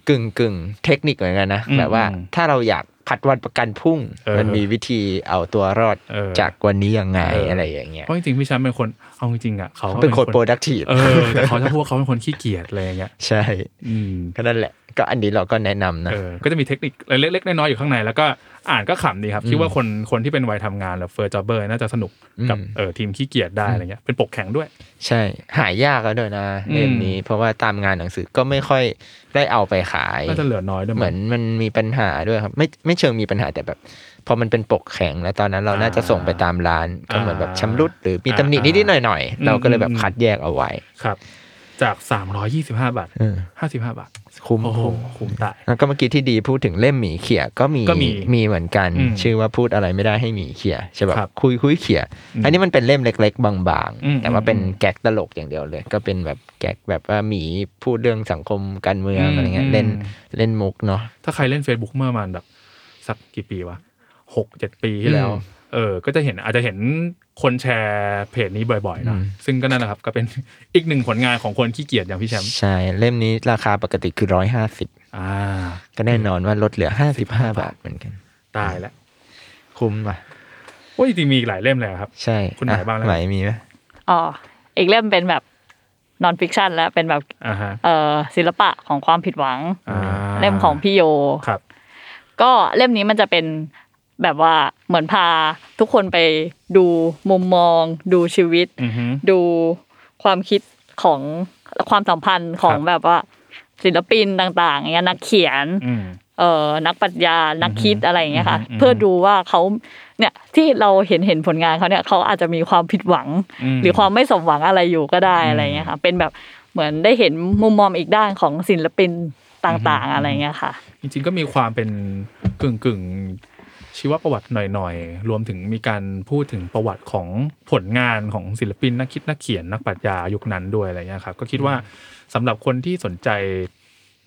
Speaker 3: กึ่งกึ่งๆเทคนิคเหมือนกันนะ
Speaker 4: อืม
Speaker 3: แบบว่า
Speaker 4: อืม
Speaker 3: ถ้าเราอยากผัดวันประกันพรุ่ง
Speaker 4: เออ
Speaker 3: มันมีวิธีเอาตัวรอด
Speaker 4: เออ
Speaker 3: จากวันนี้ยังไง
Speaker 4: เอออ
Speaker 3: อะไรอย่างเงี้ย
Speaker 4: เพราะจริงๆพี่แชมป์เป็นคนเอาจริงๆอ่ะเขาก็
Speaker 3: เป็นคน productive
Speaker 4: เออแต่เขาจะพูดว่าเขาเป็นคนขี้เกียจอะไรอย่างเงี้ย
Speaker 3: ใช่
Speaker 4: อืม
Speaker 3: ก็นั่นแหละ ก็อันนี้เราก็แนะนำนะ
Speaker 4: เออก็จะมีเทคนิคเล็กๆน้อยๆอยู่ข้างใน แล้วก็อ่านก็ขำดีครับ คิดว่าคนคนที่เป็นวัยทำงานหรือเฟอร์จอบเบอร์น่าจะสนุกกับ
Speaker 3: อืม
Speaker 4: เออทีมขี้เกียจได้อะไรเงี้ยเป็นปกแข็งด้วย
Speaker 3: ใช่ หายากแล้วด้วยนะ
Speaker 4: อืม
Speaker 3: เล่มนี้ เพราะว่าตามงานหนังสือก็ไม่ค่อยได้เอาไปขาย
Speaker 4: น่าจะเหลือน้อยด้วย
Speaker 3: เหมือนมันมีปัญหาด้วยครับ ไม่ไม่เชิงมีปัญหาแต่แบบพอมันเป็นปกแข็งแล้วตอนนั้นเราน่าจะส่งไปตามร้านก็เหมือนแบบชำรุดหรือมีตำหนินิดๆหน่อยๆ เราก็เลยแบบคัดแยกเอาไว้
Speaker 4: ครับ จาก 325 บาท
Speaker 3: เออ
Speaker 4: 55 บาท
Speaker 3: คุ้ม
Speaker 4: โอ้โห
Speaker 3: คุ้ม
Speaker 4: คุ้มตาย
Speaker 3: แล้วก็เมื่อกี้ที่ดีพูดถึงเล่มหมีเขียก็มี
Speaker 4: ก็มี
Speaker 3: มีเหมือนกัน
Speaker 4: อืม
Speaker 3: ชื่อว่าพูดอะไรไม่ได้ให้หมีเขียใช่แบบ
Speaker 4: ครับ
Speaker 3: คุยคุยเขีย อันนี้มันเป็นเล่มเล็ก ๆ บาง
Speaker 4: อืม
Speaker 3: ๆ แต่ว่าเป็น
Speaker 4: อืม
Speaker 3: แก๊กตลกอย่างเดียวเลย ก็เป็นแบบแก๊กแบบว่าหมีพูดเรื่องสังคมการเมือง
Speaker 4: อืม
Speaker 3: อะไรเงี้ยเล่น
Speaker 4: อืม
Speaker 3: เล่นมุกเนาะ
Speaker 4: ถ้าใครเล่น Facebook เมื่อประมาณแบบ สักกี่ปีวะหกเจ็ดปีที่แล้ว
Speaker 3: อืม
Speaker 4: เออ ก็จะเห็นอาจจะเห็นคนแชร์เพจนี้บ่อยๆเนอะ
Speaker 3: อืม
Speaker 4: ซึ่งก็นั่นแหละครับก็เป็น [laughs] อีกหนึ่งผลงานของคนขี้เกียจอย่างพี่แชมป์
Speaker 3: ใช่เล่มนี้ราคาปกติคือร้อยห้าสิบ
Speaker 4: อ่า
Speaker 3: ก็แน่นอนว่าลดเหลือ 55 บาทเหมือนกัน
Speaker 4: ตายแล้ว
Speaker 3: คุ้มป่ะ
Speaker 4: ว่าจริงๆมีอีกหลายเล่มเลยครับ
Speaker 3: ใช่
Speaker 4: คุณหมาย
Speaker 3: อ่ะ
Speaker 4: บ้างแล้ว
Speaker 3: หมายมีไหม
Speaker 5: อ๋ออีกเล่มเป็นแบบนอนฟิกชันแล้วเป็นแบบ
Speaker 4: อ่าฮะ
Speaker 5: เอ่อศิลปะของความผิดหวัง
Speaker 4: อ่า
Speaker 5: เล่มของพี่โย
Speaker 4: ครับ
Speaker 5: ก็เล่มนี้มันจะเป็นแบบว่าเหมือนพาทุกคนไปดูมุมมอง ดูชีวิต
Speaker 4: อือฮึ
Speaker 5: ดูความคิดของความสัมพันธ์ของ
Speaker 4: ครับ
Speaker 5: แบบว่า ศิลปินต่างๆอย่างเงี้ยนักเขียน
Speaker 4: อืม
Speaker 5: เอ่อนักปรัชญานักคิดอะไรอย่างเงี้ยค่ะ
Speaker 4: อืมอืม
Speaker 5: เพื่อดูว่าเขาเนี่ยที่เราเห็นเห็นผลงานเขาเนี่ยเขาอาจจะมีความผิดหวัง
Speaker 4: อืม
Speaker 5: หรือความไม่สมหวังอะไรอยู่ก็ได้
Speaker 4: อืม
Speaker 5: อะไรอย่างเงี้ยค่ะ เป็นแบบเหมือนได้เห็นมุมมองอีกด้านของศิลปินต่างๆ อะไรอย่างเงี้ยค่ะ
Speaker 4: จริงๆก็มีความเป็นกึ่งกึ่งๆชีวประวัติหน่อยๆ รวมถึงมีการพูดถึงประวัติของผลงานของศิลปินนักคิดนักเขียนนักปรัชญายุคนั้นด้วยอะไรเงี้ยครับ ก็คิดว่าสำหรับคนที่สนใจ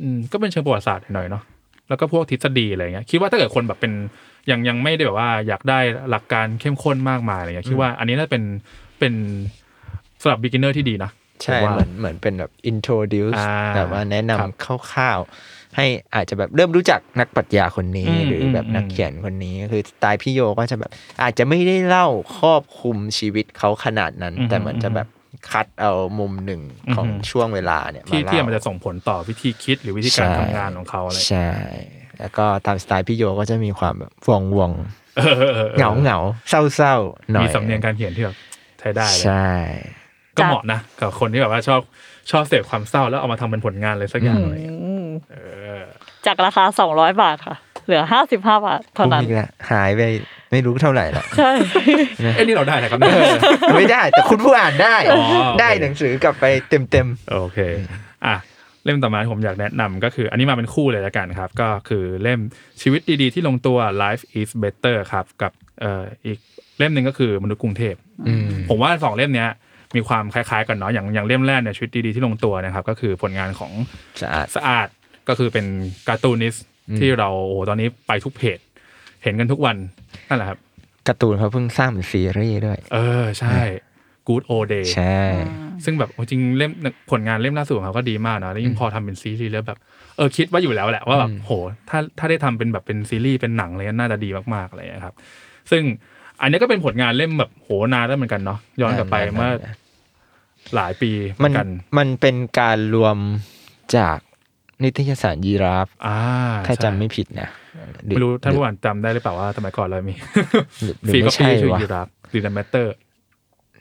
Speaker 4: อืมก็เป็นเชิงประวัติศาสตร์หน่อยๆเนาะแล้วก็พวกทฤษฎีอะไรเงี้ยคิดว่าถ้าเกิดคนแบบเป็นยังยังไม่ได้แบบว่าอยากได้หลักการเข้มข้นมากมายอะไรเงี้ยคิดว่าอันนี้น่าเป็นเป็นสำหรับ beginner ที่ดีนะ
Speaker 3: ใช่
Speaker 4: ผ
Speaker 3: เห
Speaker 4: มว่า
Speaker 3: มือนเหมือนเป็นแบบ introduce
Speaker 4: อ่า
Speaker 3: แบบว่าแนะน
Speaker 4: ครับ
Speaker 3: ำคร่าวๆ ให้อาจจะแบบเริ่มรู้จักนักปรัชญาคนนี้
Speaker 4: อืม
Speaker 3: หรือแบบ
Speaker 4: อืม
Speaker 3: นักเขียนคนนี้ คือสไตล์พี่โยก็จะแบบอาจจะไม่ได้เล่าครอบคลุมชีวิตเขาขนาดนั้น
Speaker 4: อืม
Speaker 3: แต่เหมือนจะแบบคัดเอามุมหนึ่งของ
Speaker 4: อืม
Speaker 3: ช่วงเวลาเนี่ยมา
Speaker 4: ที่
Speaker 3: เล่า
Speaker 4: ที่มันจะส่งผลต่อวิธีคิดหรือวิธีการ
Speaker 3: ใช่
Speaker 4: ทำงานของเขาอะไร
Speaker 3: ใช่ แล้วก็ตามสไตล์พี่โยก็จะมีความแบบวงวง
Speaker 4: เออออออ
Speaker 3: เหงาเหงาๆเศร้าเศร้าๆหน่อย
Speaker 4: มีสำเนียงการเขียนที่แบบใช้ได้เลย
Speaker 3: ใช่
Speaker 4: ก็เหมาะนะกับคนที่แบบว่าชอบชอบเสพความเศร้าแล้วเอามาทำเป็นผลงานเลยสักอย่างอะไรอย่างเงี้ยเออ
Speaker 5: จากราคา 200 บาทค่ะ เหลือ 55 บาทเท่า
Speaker 3: คุ้ม
Speaker 5: นั้น
Speaker 3: อีกแล้วหายไปไม่รู้เท่าไหร่ละ
Speaker 5: ใช่ [laughs]
Speaker 4: เอ้ยนี่เราได้นะครับเนี่ย
Speaker 3: [laughs] ไม่ได้ แต่คุณผู้อ่านได้
Speaker 4: อ๋อโอเค
Speaker 3: ได้หนังสือกลับไปเต็มเต็ม
Speaker 4: โอเคอ่ะเล่มต่อมาที่ผมอยากแนะนำก็คือ อันนี้มาเป็นคู่เลยละกันครับ ก็คือเล่มชีวิตดีๆที่ลงตัว life is better ครับ กับเอ่ออีกเล่มหนึ่งก็คือมนุษย์กรุงเทพ
Speaker 3: ๆอืม
Speaker 4: ผมว่าสองเล่มเนี้ยมีความคล้ายๆกันเนาะอย่างอย่างเล่มแรกเนี่ยชีวิตดีๆที่ลงตัวนะครับ ก็คือผลงานของ
Speaker 3: สะอาด
Speaker 4: สะอาดก็คือเป็นการ์ตูนิสต์ที่เราโอ้โหตอนนี้ไปทุกเพจ เห็นกันทุกวันนั่นแหละครับ
Speaker 3: การ์ตูนเขาเพิ่งสร้างเป็นซีรีส์ด้วย
Speaker 4: เออใช่ กู Good Old Day
Speaker 3: ใช่
Speaker 4: ซึ่งแบบโอ้จริงเล่มผลงานเล่มล่าสุดของเขาก็ดีมากนะแล้วยิ่งพอทำเป็นซีรีส์แล้วแบบเออคิดไว่าอยู่แล้วแหละว่าแบบโหถ้าถ้าได้ทำเป็นแบบเป็นซีรีส์เป็นหนังอะไรก็น่าจะดีมากๆอะไรอย่างเงี้ยครับ ซึ่งอันนี้ก็เป็นผลงานเล่มแบบโหนานแล้วเหมือนกันเนาะย้อนกลับไป
Speaker 3: นานๆ
Speaker 4: เมื่อหลายปีเหมื
Speaker 3: มั
Speaker 4: อน นกัน
Speaker 3: มันเป็นการรวมจากนิตยสารยีราฟ
Speaker 4: อ่า
Speaker 3: ถ้าจำ
Speaker 4: ใช่
Speaker 3: ไม่ผิดนะหอ
Speaker 4: ไม่รู้ท่าน
Speaker 3: หอ
Speaker 4: ผู้อ่านจำได้หรือเปล่าว่าสมัยก่อนเรามี
Speaker 3: หรือหรือ
Speaker 4: ฟรีก็
Speaker 3: ไม่ใช่
Speaker 4: ฟรีชื่อ
Speaker 3: วะ
Speaker 4: ยูรับดีนัมแมตเตอร์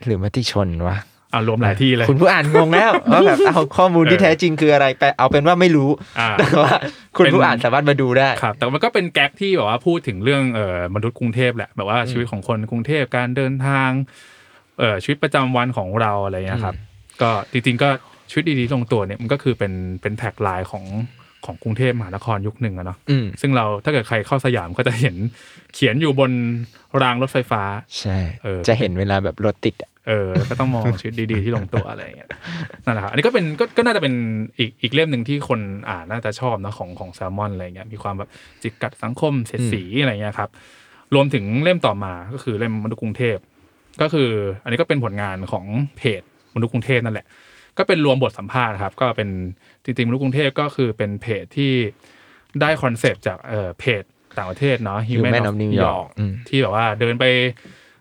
Speaker 3: หรือมติชนวะ
Speaker 4: อ่ารวมหลายที่เลย
Speaker 3: คุณผู้อ่านงง
Speaker 4: [laughs]
Speaker 3: แล้วว่าแบบเอาข้อมูลที่
Speaker 4: เออ
Speaker 3: แท้จริงคืออะไรไปเอาเป็นว่าไม่รู้
Speaker 4: อ่า
Speaker 3: แต่ว่าคุณ
Speaker 4: เป็น
Speaker 3: ผู้อ่านสามารถมาดูได้
Speaker 4: ครับแต่มันก็เป็นแก๊กที่แบบว่าพูดถึงเรื่องเอ่อมนุษย์กรุงเทพแหละแบบว่าชีวิตของคนกรุงเทพการเดินทางเอ่อชีวิตประจำวันของเราอะไรเงี้ยครับ ก็จริงๆก็ชีวิตดีๆตรงตัวเนี่ยมันก็คือเป็นเป็นแท็กไลน์ของของกรุงเทพมหานครยุคหนึ่งอะเนาะ
Speaker 3: อืม
Speaker 4: ซึ่งเราถ้าเกิดใครเข้าสยามก็จะเห็นเขียนอยู่บนรางรถไฟฟ้า
Speaker 3: ใช่
Speaker 4: เออ
Speaker 3: จะเห็นเวลาแบบรถติดอะ
Speaker 4: เออก็ต้องมอง ชีวิตดีๆที่ลงตัวอะไรอย่างเงี้ย [laughs] นั่นแหละครับอันนี้ก็เป็นก็ก็น่าจะเป็นอีกอีกเล่มหนึ่งที่คนอ่านน่าจะชอบนะของของแซลมอนอะไรเงี้ยมีความแบบจิกกัดสังคมเสียดสีอะไรเงี้ยครับ รวมถึงเล่มต่อมาก็คือเล่มมนุษย์กรุงเทพก็คือ อันนี้ก็เป็นผลงานของเพจมนุษย์กรุงเทพนั่นแหละ ก็เป็นรวมบทสัมภาษณ์ครับ ก็เป็นจริงๆมนุษย์กรุงเทพก็คือเป็นเพจที่ได้คอนเซปต์จากเอ่อเพจต่างประเทศเนาะ
Speaker 3: อยู่
Speaker 4: Human
Speaker 3: แม่
Speaker 4: of
Speaker 3: น้ำนิวยอร์ก
Speaker 4: York
Speaker 3: อืม
Speaker 4: ที่แบบว่าเดินไป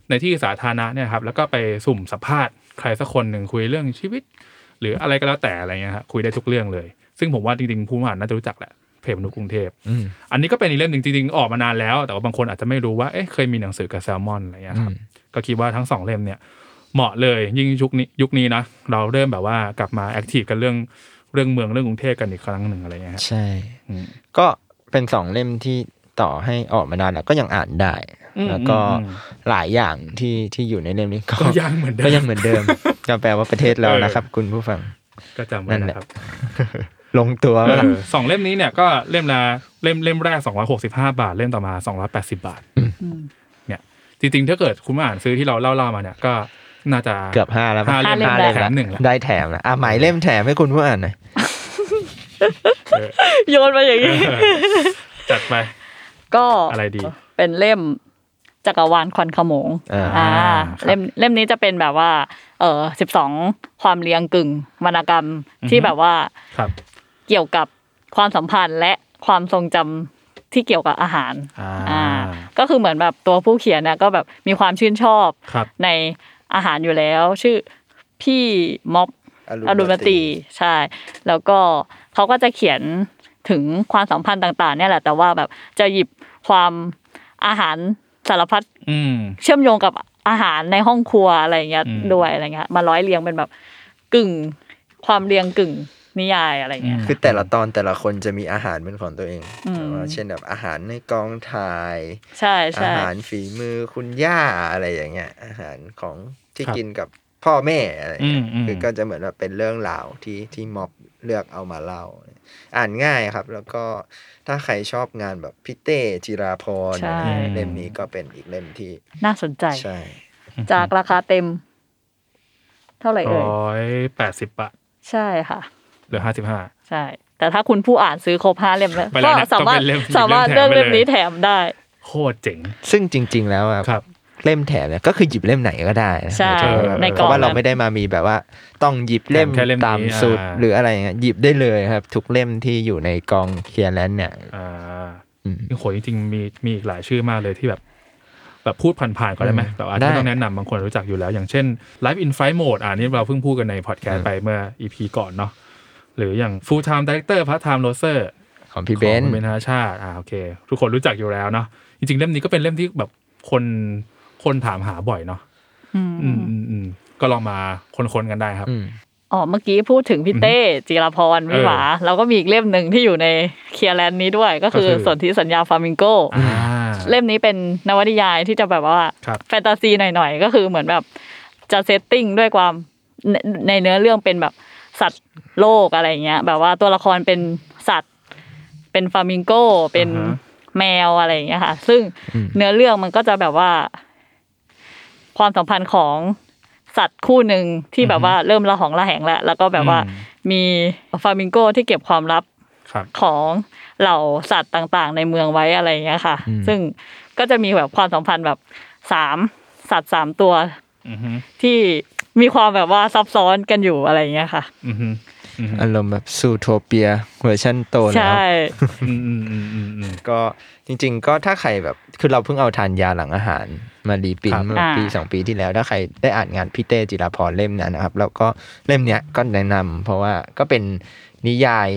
Speaker 4: ในที่สาธารณะเนี่ยครับแล้วก็ไปสุ่มสัมภาษณ์ใครสักคนหนึ่งคุยเรื่องชีวิต หรืออะไรก็แล้วแต่อะไรเงี้ยครับคุยได้ทุกเรื่องเลย ซึ่งผมว่าจริงๆผู้อ่านน่าจะรู้จักแหละเพจมนุษย์กรุงเทพ
Speaker 3: อืม
Speaker 4: อันนี้ก็เป็นอีกเล่มหนึ่งจริงๆออกมานานแล้ว แต่ว่าบางคนอาจจะไม่รู้ว่าเอ๊ะเคยมีหนังสือกับแซลมอนอะไรเงี้ยครับก็คิดว่าทั้งสองเล่มเนี่ย เหมาะเลยยิ่งยุคนี้ยุคนี้นะเราเริ่มแบบว่ากลับมาแอคทีฟกันเรื่องเรื่องเมืองเรื่องกรุงเทพกันอีกครั้งหนึ่งอะไรเงี้ยครับ
Speaker 3: ใช่
Speaker 4: อืม
Speaker 3: ก็เป็นสองเล่มที่ต่อให้ออกมานานแล้วก็ยังอ่านได้ แล้วก็
Speaker 4: อืมอืม
Speaker 3: หลายอย่างที่ที่อยู่ในเล่มนี้ก็
Speaker 4: ก็ยังเหมือนเดิ
Speaker 3: ก็
Speaker 4: ม
Speaker 3: ยังเหมือนเดิ
Speaker 4: [laughs]
Speaker 3: ม ก็แปลว่าประเทศเรา
Speaker 4: เออ
Speaker 3: นะครับ คุณผู้ฟัง
Speaker 4: ก็จำไว้
Speaker 3: นั่นแหละ
Speaker 4: นะครับ
Speaker 3: ลงตัว
Speaker 4: เอ
Speaker 3: ปะล่ะ
Speaker 4: อสองเล่มนี้เนี่ยก็เล่มละเล่มเล่มแรก 265 บาท เล่มต่อมา 280 บาทเนี่ยจริงๆถ้าเกิดคุณมาอ่านซื้อที่เราเล่าเล่าๆมาเนี่ยก็น่าจะ
Speaker 3: เกือบห้าแล้วปะ
Speaker 4: ห้าเล่ม
Speaker 5: ห้าเล่ม
Speaker 4: แถมหนึ่งละ
Speaker 3: ได้แถมแล้วอ่ะหมายเล่มแถมให้คุณผู้อ่านหน่อย
Speaker 5: โยนมาอย่างนี้
Speaker 4: เออจัดไป
Speaker 5: ก็
Speaker 4: อะไรดี
Speaker 5: เป็นเล่มจักรวาลควันขโมง
Speaker 3: อ่า
Speaker 5: อ่า
Speaker 4: ครับ
Speaker 5: เล่มเล่มนี้จะเป็นแบบว่า เออสิบสองความเรียงกึ่งวรรณกรรม
Speaker 4: อือฮึ
Speaker 5: ที่แบบว่า
Speaker 4: ครับ
Speaker 5: เกี่ยวกับความสัมพันธ์และความทรงจำที่เกี่ยวกับอาหาร
Speaker 4: อ่า
Speaker 5: อ่า ก็คือเหมือนแบบตัวผู้เขียนเนี่ยก็แบบมีความชื่นชอบ
Speaker 4: ครับ
Speaker 5: ในอาหารอยู่แล้ว ชื่อพี่ม็อบ อรุณมตรีใช่ แล้วก็เขาก็จะเขียนถึงความสัมพันธ์ต่าง ๆ เนี่ยแหละ แต่ว่าแบบจะหยิบความอาหารสารพัด
Speaker 4: อืม
Speaker 5: เชื่อมโยงกับอาหารในห้องครัวอะไรเงี้ย
Speaker 4: อืม
Speaker 5: ด้วยอะไรเงี้ยมาร้อยเรียงเป็นแบบกึ่งความเรียงกึ่งนิยายอะไรเงี้ย
Speaker 3: คือแต่ละตอนแต่ละคนจะมีอาหารเป็นของตัวเอง
Speaker 5: อืม
Speaker 3: แบบว่าเช่นแบบอาหารในกองถ่าย
Speaker 5: ใช่
Speaker 3: อา
Speaker 5: ใช่
Speaker 3: หารฝีมือคุณย่าอะไรอย่างเงี้ย อาหารของที่
Speaker 4: ครับ
Speaker 3: กินกับพ่อแม่อะไรอย่างเงี้ย
Speaker 4: อืมอืม
Speaker 3: คือก็จะเหมือนแบบเป็นเรื่องราวที่ที่ม็อบเลือกเอามาเล่า อ่านง่ายครับ แล้วก็ถ้าใครชอบงานแบบพี่เต้จิราพร
Speaker 5: ใช่
Speaker 3: เล่มนี้ก็เป็นอีกเล่มที่
Speaker 5: น่าสนใจ
Speaker 3: ใช่
Speaker 5: จากราคาเต็ม เท่าไหร่เอ่ย
Speaker 4: ร้อยแปดสิบบาท
Speaker 5: ใช่ค่ะ
Speaker 4: เหลือห้าสิบห้า
Speaker 5: ใช่ แต่ถ้าคุณผู้อ่านซื้อครบห้าเล่มแล้ว
Speaker 4: ไปแล้
Speaker 5: ก็
Speaker 4: วนะ
Speaker 5: สามารถ
Speaker 4: ต้องเป็นเล่ม
Speaker 5: สามารถ
Speaker 4: เล่
Speaker 5: เลือก
Speaker 4: มแถมไปเลย
Speaker 5: เล่มนี้แถมได้
Speaker 4: โคตรเจ๋ง
Speaker 3: ซึ่งจริง ๆ แล้วอะ
Speaker 4: ครับ
Speaker 3: เล่มแถมเนี่ยก็คือหยิบเล่มไหนก็ได้นะ
Speaker 5: ใช่ในก
Speaker 3: เพ
Speaker 5: ล่อง
Speaker 3: ราะว่าเรา
Speaker 5: นั้น
Speaker 3: ไม่ได้มามีแบบว่าต้องหยิบเล่ม
Speaker 4: แค่เล่มนี้
Speaker 3: ตามสุด
Speaker 4: อ่า
Speaker 3: หรืออะไรอย่างเงี้ยหยิบได้เลยครับ ทุกเล่มที่อยู่ในกองเคลียร์แลนด์เนี่ย
Speaker 4: อ่า
Speaker 3: อืม
Speaker 4: โหจริงๆมีมีอีกหลายชื่อมากเลยที่แบบ แบบพูดผ่านๆก่อนได้ไหม
Speaker 3: อืม
Speaker 4: แต่อาจจะ
Speaker 3: ได้
Speaker 4: ต้องแนะนำบางคนรู้จักอยู่แล้ว อย่างเช่น Live in Flight Mode อ่านี่เราเพิ่งพูดกันในพอดแคสต์ไปเมื่อ EP ก่อนเนาะหรืออย่าง Full Time Director Part Time Roser
Speaker 3: ของพี่
Speaker 4: ข
Speaker 3: เบ
Speaker 4: อง
Speaker 3: นซ์
Speaker 4: คุณเบนทาชาติอ่าโอเค ทุกคนรู้จักอยู่แล้วเนาะจริงๆ เล่มนี้ก็เป็นเล่มที่แบบคนคนถามหาบ่อยเนาะ
Speaker 5: อืม
Speaker 4: อืมอืมอืมก็ลองมาคนๆกันได้ครับ
Speaker 3: อืม
Speaker 5: อ๋อเมื่อกี้พูดถึงพี่เต้จิรพรวิหวาเราก็มีอีกเล่มหนึ่งที่อยู่ในเคียร์แลนด์นี้ด้วย ก็คือ
Speaker 4: ก็คือ
Speaker 5: สนธิสัญญาฟามิงโก
Speaker 4: อ่า
Speaker 5: เล่มนี้เป็นนวนิยายที่จะแบบว่า
Speaker 4: ครับ
Speaker 5: แฟนตาซีหน่อยๆ ก็คือเหมือนแบบจะเซตติ้งด้วยความในในเนื้อเรื่องเป็นแบบสัตว์โลกอะไรอย่างเงี้ย แบบว่าตัวละครเป็นสัตว์ เป็นฟามิงโกเป็น
Speaker 4: อ่าฮะ
Speaker 5: แมวอะไรอย่างเงี้ยค่ะ ซึ่งเนื้อเรื่องมันก็จะแบบว่า ความสัมพันธ์ของสัตว์คู่หนึ่งที่แบบว่าเริ่มระหองระแหงแล้ว แล้วก็แบบว่า
Speaker 4: อืม
Speaker 5: มีฟามิงโกที่เก็บความลับ
Speaker 4: ครับ
Speaker 5: ของเหล่าสัตว์ต่างๆ ในเมืองไว้อะไรอย่างเงี้ยค่ะ
Speaker 3: อืม
Speaker 5: ซึ่งก็จะมีแบบความสัมพันธ์แบบสามสัตว์สามตัว
Speaker 4: อือฮึ
Speaker 5: ที่ มีความแบบว่าซับซ้อนกันอยู่อะไรอย่างเงี้ยค่ะ
Speaker 4: อืมฮึอืมฮึ
Speaker 3: อารมณ์แบบซูโทเปียเวอร์ชันโตแล้ว
Speaker 5: ใช่
Speaker 4: อืมอืมอืมอืมอืม
Speaker 3: ก็จริง ๆ ก็ถ้าใครแบบคือเราเพิ่งเอาทานยาหลังอาหาร มารีปริน
Speaker 4: ครับ
Speaker 3: เมื่อปี
Speaker 5: อ่า
Speaker 3: สองปีที่แล้ว ถ้าใครได้อ่านงานพี่เต้จิราพรเล่มนั้นนะครับ แล้วก็เล่มเนี้ยก็แนะนำเพราะว่าก็เป็นนิยาย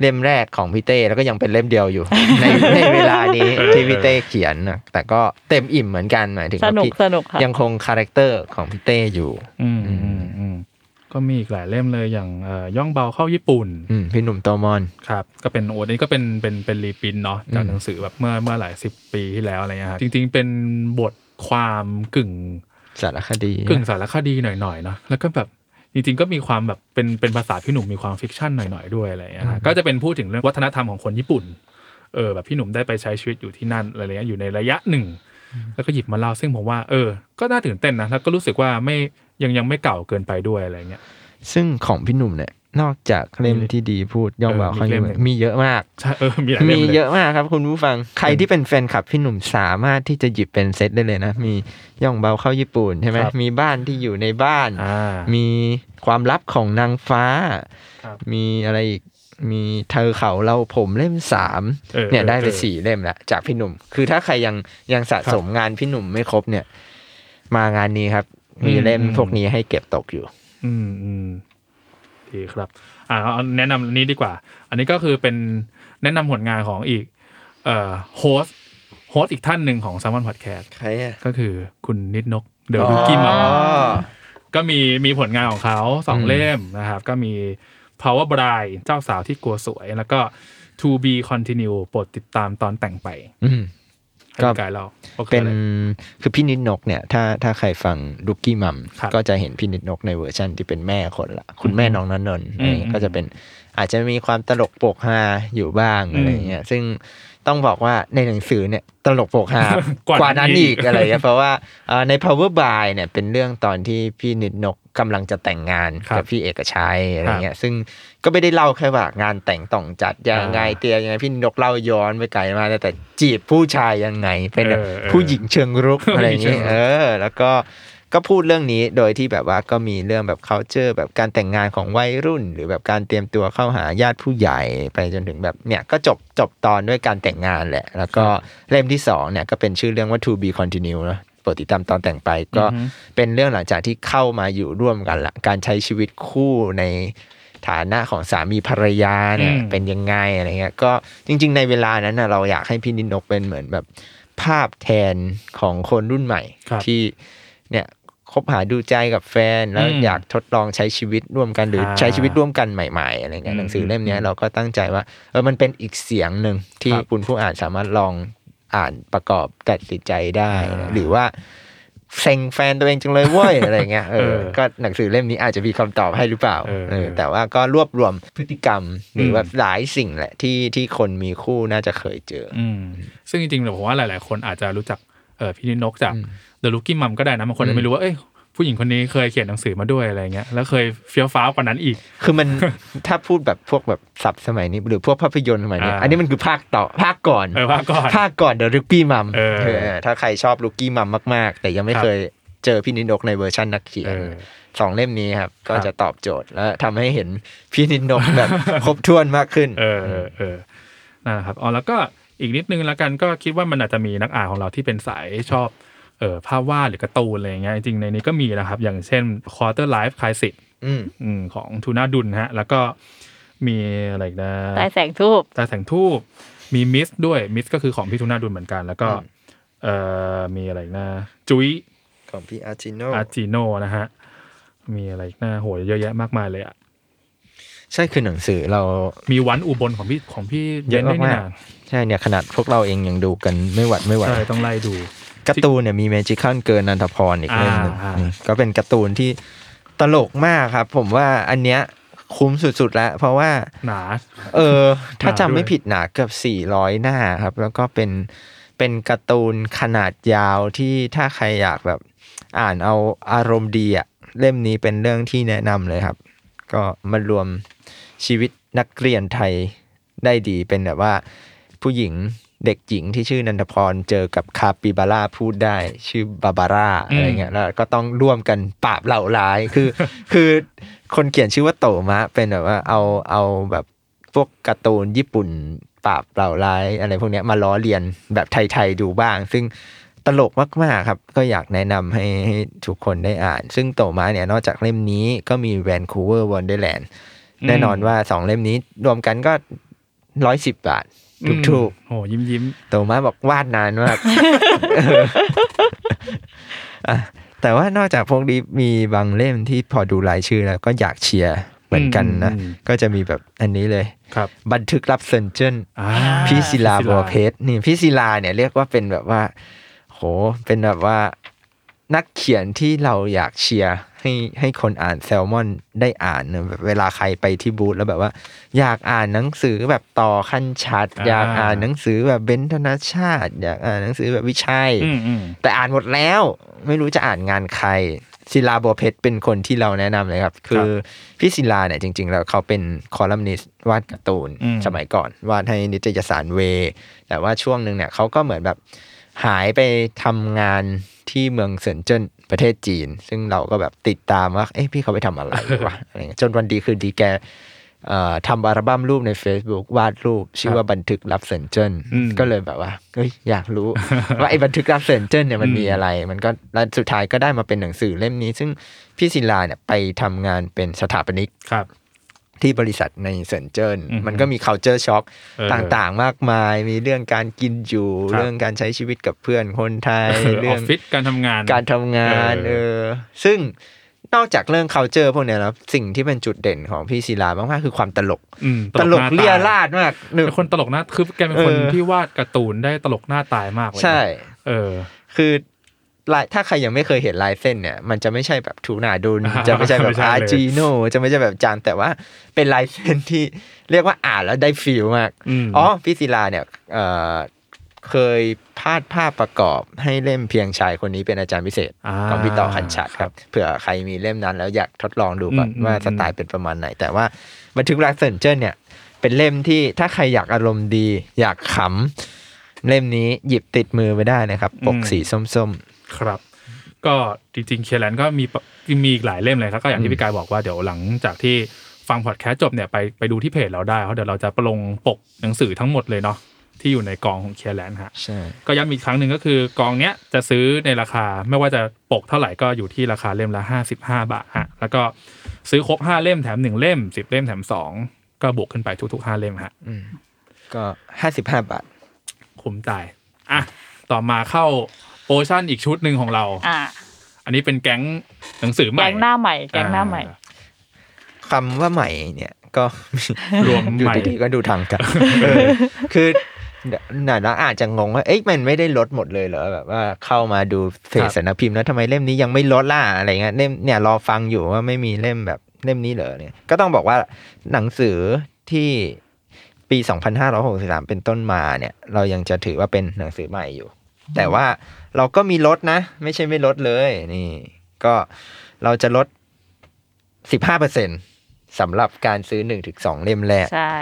Speaker 3: เล่มแรกของพี่เต้แล้วก็ยังเป็นเล่มเดียว
Speaker 5: [laughs]
Speaker 3: อยู่ ในในเวลานี้ที่พี่เต้เขียนนะแต่ก็เต็มอิ่มเหมือนกันหมายถึง
Speaker 5: ส
Speaker 3: ว่า
Speaker 5: นุก
Speaker 3: พี่
Speaker 5: สนุกค่ะ
Speaker 3: ยังคงคาแรคเตอร์ของพี่เต้อยู่
Speaker 4: อืมอืมอืมก็มีอีกหลายเล่มเลยอย่างเอ่อย่องเบาเข้าญี่ปุ่น
Speaker 3: อืมพี่หนุ่มโตมอน
Speaker 4: ครับ ก็เป็นโอ้นี่ก็เป็นเป็นเป็นรีปรินท์เนาะจากหนังสือแบบเมื่อเมื่อหลายสิบปีที่แล้วอะไรเงี้ยครับจริง ๆ เป็นบทความกึ่ง
Speaker 3: สารคดี
Speaker 4: กึ่งสารคดีหน่อยๆเนาะแล้วก็แบบจริงๆก็มีความแบบเป็นเป็นภาษาพี่หนุ่มมีความฟิกชันหน่อยๆด้วยอะไรอย่างเงี้ยฮะก็จะเป็นพูดถึงเรื่องวัฒนธรรมของคนญี่ปุ่นเออแบบพี่หนุ่มได้ไปใช้ชีวิตอยู่ที่นั่นอะไรเงี้ยอยู่ในระยะหนึ่ง แล้วก็หยิบมาเล่าซึ่งผมว่าเออ ก็น่าตื่นเต้นนะแล้วก็รู้สึกว่าไม่ยังยังไม่เก่าเกินไปด้วยอะไรเงี้ย
Speaker 3: ซึ่งของพี่หนุ่มเนี่ยนอกจากเล่มที่ดีพูดย่องเบา
Speaker 4: เออมี
Speaker 3: เข้า
Speaker 4: เล่
Speaker 3: ญี่
Speaker 4: ม
Speaker 3: ปุ่น
Speaker 4: หนึ่ง
Speaker 3: มีเยอะมาก
Speaker 4: ใช่เออมีหลายเล่
Speaker 3: มี
Speaker 4: มเล
Speaker 3: เย
Speaker 4: ย
Speaker 3: อะมากครับคุณผู้ฟังใครที่เป็นแฟนคลับพี่หนุ่มสามารถที่จะหยิบเป็นเซตได้เลยนะ มีย่องเบาเข้าญี่ปุ่นใช่ไหม
Speaker 4: ครับ
Speaker 3: มีบ้านที่อยู่ในบ้าน
Speaker 4: อ่ามี
Speaker 3: มีความลับของนางฟ้า
Speaker 4: ครับ
Speaker 3: มีอะไรอีกมีเธอเขาเราผมเล่มสาม
Speaker 4: เออ
Speaker 3: เนี่ย
Speaker 4: เออ
Speaker 3: ได้ไป
Speaker 4: เออ
Speaker 3: สี่เล่มแล้วจากพี่หนุ่ม คือถ้าใครยังยังสะสมงานพี่หนุ่มไม่ครบเนี่ย มางานนี้ครับ มี
Speaker 4: อืม
Speaker 3: เล่ม
Speaker 4: อืม
Speaker 3: พวกนี้ให้เก็บตกอยู่
Speaker 4: อืมอืมดีครับ อ่าเอาแนะนำอันนี้ดีกว่า อันนี้ก็คือเป็นแนะนำผลงานของอีกเอ่อโฮสโฮสอีกท่านหนึ่งของ s ซ m มอนพอดแคส
Speaker 3: ใครอ่ะ
Speaker 4: ก็คือคุณนิดนกเดอะวิกกี้มา
Speaker 3: อ๋อ
Speaker 4: ก็มีมีผลงานของเขาสอง
Speaker 3: อืม
Speaker 4: เล่มนะครับ ก็มี Power Bride เจ้าสาวที่กลัวสวย แล้วก็ To Be Continue โปรดติดตามตอนแต่งไป
Speaker 3: อืม
Speaker 4: ให้
Speaker 3: ก็
Speaker 4: พี่กายเราโอเค
Speaker 3: เป็น
Speaker 4: เลย
Speaker 3: คือพี่นิดนกเนี่ยถ้าถ้าใครฟังลูกกี้มัม
Speaker 4: ครับ
Speaker 3: ก็จะเห็นพี่นิดนกในเวอร์ชั่นที่เป็นแม่คนละ คุณแม่น้องนันนนท์อะไรเงี้ยก็จะเป็นอาจจะมีความตลกโปกฮาอยู่บ้างอะไรเงี้ยซึ่งต้องบอกว่าในหนังสือเนี่ยตลกโปก
Speaker 4: [laughs]
Speaker 3: ฮา กว่านั้นอีกอะไรเงี้ยเพราะว่าเอ่อใน power by เนี่ยเป็นเรื่องตอนที่พี่นิดนกกำลังจะแต่งงาน
Speaker 4: ครับ
Speaker 3: กับพี่เอกชัยอะไร
Speaker 4: ครับ
Speaker 3: เงี้ยซึ่งก็ไม่ได้เล่าแค่ว่างานแต่งต่องจัดยังไง
Speaker 4: อ่า
Speaker 3: เตรียมยังไงพี่นิดนกเล่าย้อนไปไกลมากเลยแต่จีบผู้ชายยังไงเป็นแบบ
Speaker 4: เออเออ
Speaker 3: ผู้หญิง เชิงรุก อะไรอย่าง
Speaker 4: เชิ
Speaker 3: นี้
Speaker 4: งรุก
Speaker 3: เออ แล้วก็ก็พูดเรื่องนี้โดยที่แบบว่าก็มีเรื่องแบบ culture แบบการแต่งงานของวัยรุ่น หรือแบบการเตรียมตัวเข้าหาญาติผู้ใหญ่ไปจนถึงแบบเนี่ยก็จบจบตอนด้วยการแต่งงานแหละ แล้วก็เล่มที่สองเนี่ยก็เป็นชื่อเรื่องว่า to be continue นะโปรดติดตามตอนแต่งไปก็เป็นเรื่องหลังจากที่เข้ามาอยู่ร่วมกันละการใช้ชีวิตคู่ในฐานะของสามีภรรยาเนี่ย
Speaker 4: อืม
Speaker 3: เป็นยังไงอะไรเงี้ยก็จริง ๆ ในเวลานั้นนะเราอยากให้พี่นิดนกเป็นเหมือนแบบ ภาพแทนของคนรุ่นใหม่
Speaker 4: ครับ
Speaker 3: ที่เนี่ยคบหาดูใจกับแฟน แล้ว
Speaker 4: อืม
Speaker 3: อยากทดลองใช้ชีวิตร่วมกันหรืออาใช้ชีวิตร่วมกันใหม่ๆอะไรเงี้ย
Speaker 4: อื
Speaker 3: ห
Speaker 4: ม
Speaker 3: นังสือเล่มเนี้ย
Speaker 4: อืม
Speaker 3: เราก็ตั้งใจว่าเออมันเป็นอีกเสียงหนึ่งที่
Speaker 4: ครับ
Speaker 3: คุณผู้อ่านสามารถลองอ่านประกอบตัดสินใจได้นะ
Speaker 4: อ่า
Speaker 3: หรือว่าเซ็งแฟนตัวเองจังเลยเว้ย อะไรเงี้ยเอ
Speaker 4: เอ
Speaker 3: อ
Speaker 4: อ
Speaker 3: ก็หนังสือเล่มนี้อาจจะมีคำตอบให้หรือเปล่า
Speaker 4: เออ
Speaker 3: เออแต่ว่าก็รวบรวมพฤติกรรมหรืออ
Speaker 4: ม
Speaker 3: แบบหลายสิ่งแหละที่ที่คนมีคู่น่าจะเคยเจอ
Speaker 4: อืมซึ่งจริงๆเนี่ยผมว่าหลายๆ คนอาจจะรู้จักเออพี่นิดนกจาก The Rookie Mom ก็ได้นะบางคนอาจจะไม่รู้ว่าเอ้ยผู้หญิงคนนี้เคยเขียนหนังสือมาด้วยอะไรเงี้ยแล้วเคยเฟี้ยวฟ้าวกว่านั้นอีก
Speaker 3: คือ
Speaker 4: [laughs]
Speaker 3: มัน ถ้าพูดแบบพวกแบบสับสมัยนี้ หรือพวกภาพยนตร์สมัยนี้
Speaker 4: อ่า
Speaker 3: อันนี้มันคือภาคต่อภาคก่อน
Speaker 4: เออว่าก่อน
Speaker 3: ภาคก่อนเดอะลูกี้มัม
Speaker 4: เออ
Speaker 3: ถ้าใครชอบลูกี้มัมมาก ๆ แต่ยังไม่
Speaker 4: ครับ
Speaker 3: เคยเจอพี่นินกในเวอร์ชันนักเขียน
Speaker 4: เออ
Speaker 3: สองเล่มนี้ครับ ก็
Speaker 4: ครับ
Speaker 3: จะตอบโจทย์และทำให้เห็นพี่นินกแบบ ครบถ้วนมากขึ้น
Speaker 4: เออเออเออนั่นแหละครับอ๋อแล้วก็อีกนิดนึงแล้วกันก็คิดว่ามันอาจจะมีนักอ่านของเราที่เป็นสายชอบเออภาพวาดหรือการ์ตูนอะไรอย่างเงี้ยจริงๆในนี้ก็มีนะครับ อย่างเช่น Quarter Life Crisis
Speaker 3: อืม
Speaker 4: อืมของทูน่าดุนฮะ แล้วก็มีอะไรอีกนะ
Speaker 5: ใต้แสงทูบ
Speaker 4: ใตาแสงทูบมีมิสด้วยมิสก็คือของพี่ทูน่าดุนเหมือนกัน แล้วก็
Speaker 3: อืม
Speaker 4: เอ่อมีอะไรอีกนะจุ้ย
Speaker 3: ของพี่อาจิโน
Speaker 4: อาร์จิโนนะฮะ มีอะไรอีกนะโหเยอะแยะมากมายเลยอ่ะ
Speaker 3: ใช่คือหนังสือเรา
Speaker 4: มีวันอุบลของพี่ของพี่
Speaker 3: เยอะ
Speaker 4: บนซ์ด้วยนี่
Speaker 3: มาก
Speaker 4: นะ
Speaker 3: ใช่เนี่ยขนาดพวกเราเองยังดูกันไม่หวัดไม่ไหว
Speaker 4: ใช่ต้องไล่ดู
Speaker 3: การ์ตูนเนี่ยมีเมจิคัลเกินนันทพรอีกเล่มหนึง
Speaker 4: อ่า
Speaker 3: นี่ก็เป็นการ์ตูนที่ตลกมากครับ ผมว่าอันเนี้ยคุ้มสุดๆแล้ว เพราะว่า
Speaker 4: หนา
Speaker 3: เออ ถ้า
Speaker 4: หนา
Speaker 3: จำไม่
Speaker 4: ด้วย
Speaker 3: ผิดหนาเกือบ400 หน้าครับ แล้วก็เป็นเป็นการ์ตูนขนาดยาวที่ถ้าใครอยากแบบอ่านเอาอารมณ์ดีอะเล่มนี้เป็นเรื่องที่แนะนำเลยครับ ก็มารวมชีวิตนักเรียนไทยได้ดีเป็นแบบว่า ผู้หญิง เด็กหญิงที่ชื่อนันทพรเจอกับคาปิบาร่าพูดได้ชื่อบาบาร่า
Speaker 4: อืม
Speaker 3: อะไรเงี้ยแล้วก็ต้องร่วมกันปราบเหล่าร้ายคือ คือคนเขียนชื่อว่าโตมะ เป็นแบบว่าเอาเอาแบบพวกการ์ตูนญี่ปุ่นปราบเหล่าร้ายอะไรพวกเนี้ยมาล้อเลียนแบบไทยๆดูบ้าง ซึ่งตลกมากๆครับ ก็อยากแนะนำให้ให้ทุกคนได้อ่าน ซึ่งโตมาเนี่ยนอกจากเล่มนี้ก็มี Vancouver Wonderland
Speaker 4: อืม
Speaker 3: แน่นอนว่าสองเล่มนี้รวมกันก็ร้อยสิบบาท
Speaker 4: อืม
Speaker 3: ถูก
Speaker 4: โอ้ยิ้มยิ้ม
Speaker 3: ๆโตมาบอกวาดนานมาก อ่ะ [laughs] แต่ว่านอกจากพวกนี้มีบางเล่มที่พอดูรายชื่อแล้วก็อยากเชียร์เหมือนกันนะ
Speaker 4: อืม
Speaker 3: ก็จะมีแบบอันนี้เลย
Speaker 4: ครับ
Speaker 3: บันทึกรับเซนเจน
Speaker 4: อ่า
Speaker 3: พี่ศิลาบัวเพชรนี่พี่ศิลาเนี่ยเรียกว่าเป็นแบบว่า โหเป็นแบบว่านักเขียนที่เราอยากเชียร์ให้ให้คนอ่านแซลมอนได้อ่านเนอะแบบเวลาใครไปที่บูธแล้วแบบว่า อยากอ่านหนังสือแบบต่อขั้นชัด อยากอ่านหนังสือแบบเบนซ์ธนชาติ อยากอ่านหนังสือแบบวิชัย
Speaker 4: อืมอืม
Speaker 3: แต่อ่านหมดแล้วไม่รู้จะอ่านงานใครศิลาบัวเพชรเป็นคนที่เราแนะนำเลยครับ คือพี่ศิลาเนี่ยจริง ๆ แล้วเขาเป็นคอลัมนิสต์วาดการ์ตูนสมัยก่อน วาดให้นิตยสารเว แต่ว่าช่วงหนึ่งเนี่ยเขาก็เหมือนแบบหายไปทำงานที่เมืองเซินเจิ้นประเทศจีน ซึ่งเราก็แบบติดตามว่าเอ๊ะพี่เขาไปทำอะไรว [laughs] ะ อะไรเงี้ยจนวันดีคือดีแกเอ่อทำอัลบั้มรูปใน Facebook วาดรูป ชื่อว่าบันทึกรับเซินเจิ้นก็เลยแบบว่าเอ้ยอยากรู้ [laughs] ว่าไอ้บันทึกรับเซินเจิ้นเนี่ยมันมีอะไร มันก็แล้วสุดท้ายก็ได้มาเป็นหนังสือเล่มนี้ ซึ่งพี่ศิลาเนี่ยไปทำงานเป็นสถาปนิก
Speaker 4: ครับ
Speaker 3: ที่บริษัทในเซินเจิ้น
Speaker 4: อือฮึ
Speaker 3: มันก็มี culture shock
Speaker 4: เออ
Speaker 3: ต่างๆ มากมาย มีเรื่องการกินอยู่
Speaker 4: ครับ
Speaker 3: เรื่องการใช้ชีวิตกับเพื่อนคนไทย
Speaker 4: เอออ
Speaker 3: เรื่
Speaker 4: อฟฟิศการทำงาน
Speaker 3: การทำงาน
Speaker 4: เออ
Speaker 3: เออซึ่งนอกจากเรื่อง culture พวกเนี้ยแล้วสิ่งที่เป็นจุดเด่นของพี่ศิลามากๆคือความตลก
Speaker 4: อืม
Speaker 3: ตลก
Speaker 4: หน้าา
Speaker 3: เลียราดมากหนึ่ง
Speaker 4: เป็นคนตลกหน้าคือแกเป็นคน
Speaker 3: เออ
Speaker 4: ที่วาดการ์ตูนได้ตลกหน้าตายมากเลยนะ
Speaker 3: ใช่
Speaker 4: เออ
Speaker 3: คือลายถ้าใครยังไม่เคยเห็นลายเส้นเนี่ย มันจะไม่ใช่แบบทูนาดุน
Speaker 4: อ่า
Speaker 3: จะไม่ใช่แบ
Speaker 4: ไม่
Speaker 3: บ
Speaker 4: ใช่เลย
Speaker 3: อาร์จีโนจะไม่ใช่แบบจานแต่ว่าเป็นลายเส้นที่เรียกว่าอ่านแล้วได้ฟีลมาก
Speaker 4: ม
Speaker 3: อ๋อพี่ศิลาเนี่ยเอ่อเคยพาดภาพประกอบให้เล่มเพียงชายคนนี้เป็นอาจารย์พิเศษ
Speaker 4: อ่า
Speaker 3: ของพี่ต่อขันฉัดครับ เผื่อใครมีเล่มนั้นแล้วอยากทดลองดูก่อน
Speaker 4: อืม
Speaker 3: ว่า
Speaker 4: อืม
Speaker 3: สไตล์เป็นประมาณไหน แต่ว่าบันทึกรักเซนเจอร์เนี่ย เป็นเล่มที่ถ้าใครอยากอารมณ์ดี อยากขำเล่มนี้หยิบติดมือไปได้นะครับปกสีส้ม
Speaker 4: ครับ ก็จริงๆ เคแลนก็มีปะมีอีกหลายเล่มเลยครับก็อย่างที่พี่กายบอกว่าเดี๋ยวหลังจากที่ฟังพอดแคสต์จบเนี่ยไปไปดูที่เพจเราได้เพราะเดี๋ยวเราจะประลงปกหนังสือทั้งหมดเลยเนาะที่อยู่ในกองของเคแลนฮะ
Speaker 3: ๆ ใช่
Speaker 4: ก็ย้ำอีกครั้งหนึ่งก็คือกองเนี้ยจะซื้อในราคาไม่ว่าจะปกเท่าไหร่ก็อยู่ที่ราคาเล่มละ 55 บาทฮะแล้วก็ซื้อครบ 5 เล่มแถม 1 เล่ม 10 เล่มแถม 2 ก็บวกขึ้นไปทุกๆ 5 เล่มฮะ
Speaker 3: ก็ห้าสิบห้าบาท
Speaker 4: คุ้มใจายอ่ะต่อมาเข้าโปรโมชั่นอีกชุดหนึ่งของเรา
Speaker 5: อ่า
Speaker 4: อันนี้เป็นแก๊งหนังสือใหม่
Speaker 5: แก๊งหน้าใหม่ แก๊งหน้าใหม่
Speaker 3: คำว่าใหม่เนี่ยก็
Speaker 4: [laughs] รวม
Speaker 3: อยู่
Speaker 4: ใหม่
Speaker 3: ดีๆก็ดูทางกัน เออคือหน่าละอาจจะงงว่า เอ๊ะมันไม่ได้ลดหมดเลยเหรอแบบว่าเข้ามาดูเพจ
Speaker 4: ครับ
Speaker 3: สำนักพิมพ์แล้วทำไมเล่มนี้ยังไม่ลดล่ะอะไรเงี้ยเล่มเนี่ยรอฟังอยู่ว่าไม่มีเล่มแบบเล่มนี้เหรอเนี่ย ก็ต้องบอกว่าหนังสือที่ปี 2563 เป็นต้นมาเนี่ย เรายังจะถือว่าเป็นหนังสือใหม่อยู่ แต่ว่าเราก็มีลดนะ ไม่ใช่ไม่ลดเลยนี่ ก็เราจะลด 15%สำหรับการซื้อ 1-2 เล่มแรก
Speaker 5: ใช่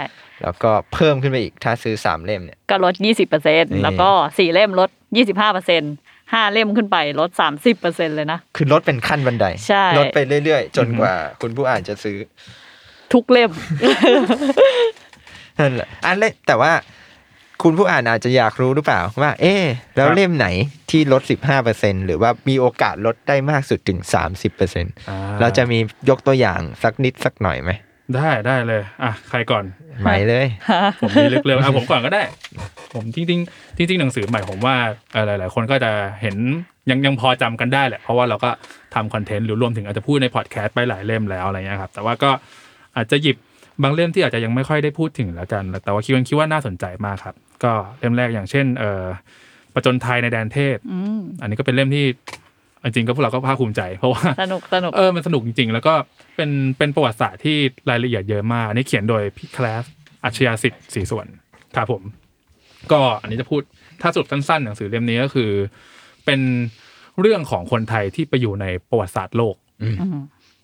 Speaker 3: แล้วก็เพิ่มขึ้นไปอีกถ้าซื้อสามเล่มเนี่ย
Speaker 5: ก็ลด 20%แล้วก็สี่เล่มลด 25% 5 เล่มขึ้นไปลด 30%เลยนะ
Speaker 3: คือลดเป็นขั้นบันได
Speaker 5: ใช่
Speaker 3: ลดไปเรื่อยๆ จนกว่าคุณผู้อ่านจะซื้อ
Speaker 5: ทุกเล่
Speaker 3: [laughs]
Speaker 5: ม
Speaker 3: นั่นแหละอันเล่แต่ว่าคุณผู้อ่านอาจจะอยากรู้หรือเปล่าว่า เอ๊ะแล้ว
Speaker 4: ครับ
Speaker 3: เล่มไหนที่ลด 15%หรือว่ามีโอกาสลดได้มากสุดถึง 30%
Speaker 4: อ่
Speaker 3: เราจะมียกตัวอย่างสักนิดสักหน่อยไหม
Speaker 4: ได้ได้เลยอ่ะใครก่อน
Speaker 3: ไหมเลย
Speaker 4: ผมมีเลือกเร็วอ่ะผมก่อนก็ได้ ผมจริงๆจริงๆหนังสือใหม่ผมว่าเอ่อหลาย ๆ คนก็จะเห็นยังยังพอจำกันได้แหละ เพราะว่าเราก็ทำคอนเทนต์หรือรวมถึงอาจจะพูดในพอดแคสต์ไปหลายเล่มแล้วอะไรเงี้ยครับ แต่ว่าก็อาจจะหยิบบางเล่มที่อาจจะยังไม่ค่อยได้พูดถึงแล้วกัน แต่ว่าคิดว่าคิดว่าน่าสนใจมากครับ ก็เล่มแรกอย่างเช่น เอ่อประจนไทยในแดนเทพอันนี้ก็เป็นเล่มที่จริงๆก็พวกเราก็ภาคภูมิใจ เพราะว่า
Speaker 5: สนุกสนุก
Speaker 4: เออ มันสนุกจริงๆ แล้วก็เป็นเป็นประวัติศาสตร์ที่รายละเอียดเยอะมาก อันนี้เขียนโดยพี่แคลสอัชยาสิทธิ์สีส่วนครับผม ก็อันนี้จะพูดถ้าสรุปสั้นๆ หนังสือเล่มนี้ก็คือ เป็นเรื่องของคนไทยที่ไปอยู่ในประวัติศาสตร์โลก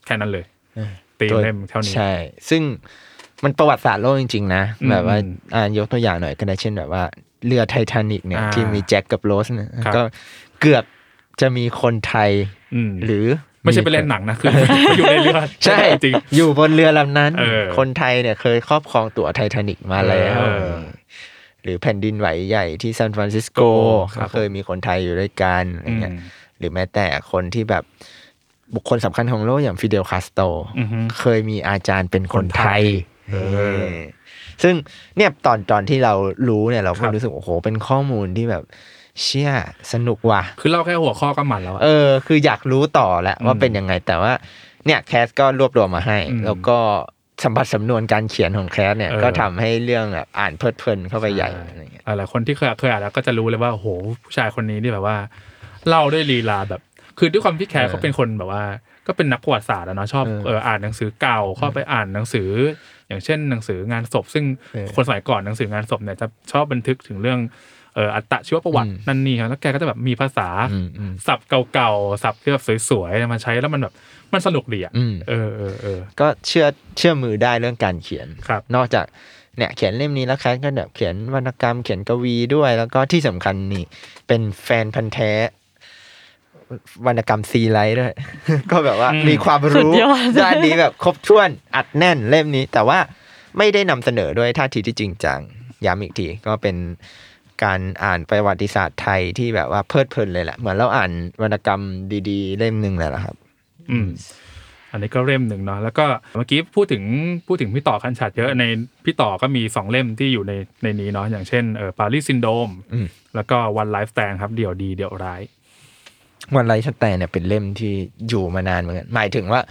Speaker 4: แค่นั้นเลยตีเล่มเท่านี้
Speaker 3: ใช่ ซึ่งมันประวัติศาสตร์โลกจริง ๆ นะ
Speaker 4: อืม
Speaker 3: แบบว่าอ่านยกตัวอย่างหน่อยก็ได้เช่นแบบว่า เรือไททานิกเนี่ย
Speaker 4: อ่า
Speaker 3: ที่มีแจ็คกับโรสเนี่ย
Speaker 4: ครับ
Speaker 3: ก็เกือบจะมีคนไทย
Speaker 4: อืม
Speaker 3: หรือ
Speaker 4: ไม่ใช่ไปเล่นหนัง
Speaker 3: [laughs]
Speaker 4: นะคือ อยู่ในเรือ
Speaker 3: ใช่
Speaker 4: จริง
Speaker 3: อยู่บนเรือลำนั้น
Speaker 4: เออ
Speaker 3: คนไทยเนี่ยเคยครอบครองตั๋วไททานิกมาแล้ว
Speaker 4: เออ
Speaker 3: หรือแผ่นดินไหวใหญ่ที่ซานฟรานซิสโก
Speaker 4: ครับ
Speaker 3: ก็เคยมีคนไทยอยู่ด้วยกันอะไรเงี้ย
Speaker 4: อืม
Speaker 3: หรือแม้แต่คนที่แบบบุคคลสำคัญของโลกอย่างฟิเดลคาสโตร
Speaker 4: อือฮึ
Speaker 3: เคยมีอาจารย์เป็นคนไทย
Speaker 4: คนไทยเออ
Speaker 3: เออซึ่งเนี่ยตอนตอนที่เรารู้เนี่ยเรา
Speaker 4: ครั
Speaker 3: ก็
Speaker 4: บ
Speaker 3: รู้สึก โอ้โห เป็นข้อมูลที่แบบเชี่ยสนุกว่ะ
Speaker 4: คือเล่าแค่หัวข้อก็หมันแล้วอะ
Speaker 3: เออ คืออยากรู้ต่อแหละ
Speaker 4: อืม
Speaker 3: ว่าเป็นยังไง แต่ว่าเนี่ยแคสก็รวบรวมมาให้
Speaker 4: อืม
Speaker 3: แล้วก็สัมผัสสำนวนการเขียนของแคสเนี่ย
Speaker 4: เออ
Speaker 3: ก็ทำให้เรื่องแบบอ่านเพลิดเพลินเข้าไปใหญ่อะไรเงี้ย
Speaker 4: หลายๆคนที่เคยเคยอ่านแล้วก็จะรู้เลยว่าโอ้โหผู้ชายคนนี้นี่แบบว่า เล่าด้วยลีลาแบบ คือด้วยความที่แคร์เขาเป็นคนแบบว่า ก็เป็นนักประวัติศาสตร์อะเนาะชอบ
Speaker 3: เออ
Speaker 4: เอออ่านหนังสือเก่าเข้าไปอ่านหนังสือ อย่างเช่น หนังสืองานศพ ซึ่ง
Speaker 3: เออ
Speaker 4: คนสมัยก่อนหนังสืองานศพเนี่ยจะชอบบันทึกถึงเรื่องเอออัตชีวประวัติ
Speaker 3: อืม
Speaker 4: นั่นนี่ครับแล้วแกก็จะแบบมีภาษา
Speaker 3: อืมอืม
Speaker 4: ศัพท์เก่าๆศัพท์ที่แบบสวยๆมาใช้แล้วมันแบบมันสนุกดีอ่ะ
Speaker 3: อืม
Speaker 4: เออเออเออ
Speaker 3: ก็เชื่อเชื่อมือได้เรื่องการเขียน
Speaker 4: ครับ
Speaker 3: นอกจากเนี่ยเขียนเล่มนี้แล้วแคทก็แบบเขียนวรรณกรรมเขียนกวีด้วย แล้วก็ที่สำคัญนี่ เป็นแฟนพันธ์แท้ วรรณกรรมซีไลท์ด้วย [laughs] ก็แบบว่า
Speaker 4: อืม
Speaker 3: มีความรู้
Speaker 5: สุดยอด
Speaker 3: ด้านนี้แบบครบถ้วนอัดแน่นเล่มนี้ แต่ว่าไม่ได้นำเสนอด้วยท่าทีที่จริงจังย้ำอีกที ก็เป็นการอ่านประวัติศาสตร์ไทยที่แบบว่าเพลิดเพลินเลยแหละเหมือนเราอ่านวรรณกรรมดีๆ เล่มหนึ่งเลยละครับ
Speaker 4: อืม อันนี้ก็เล่มหนึ่งเนาะแล้วก็เมื่อกี้พูดถึงพูดถึงพี่ต่อคันฉัดเยอะในพี่ต่อก็มีสองเล่มที่อยู่ในในนี้เนาะอย่างเช่นเออปารีสซินโดม
Speaker 3: อืม
Speaker 4: แล้วก็ One Life Stand ครับเดี่ยวดีเดี่ยวร้าย
Speaker 3: วันไลฟ์สแตนเนี่ยเป็นเล่มที่อยู่มานานเหมือนกันหมายถึงว่า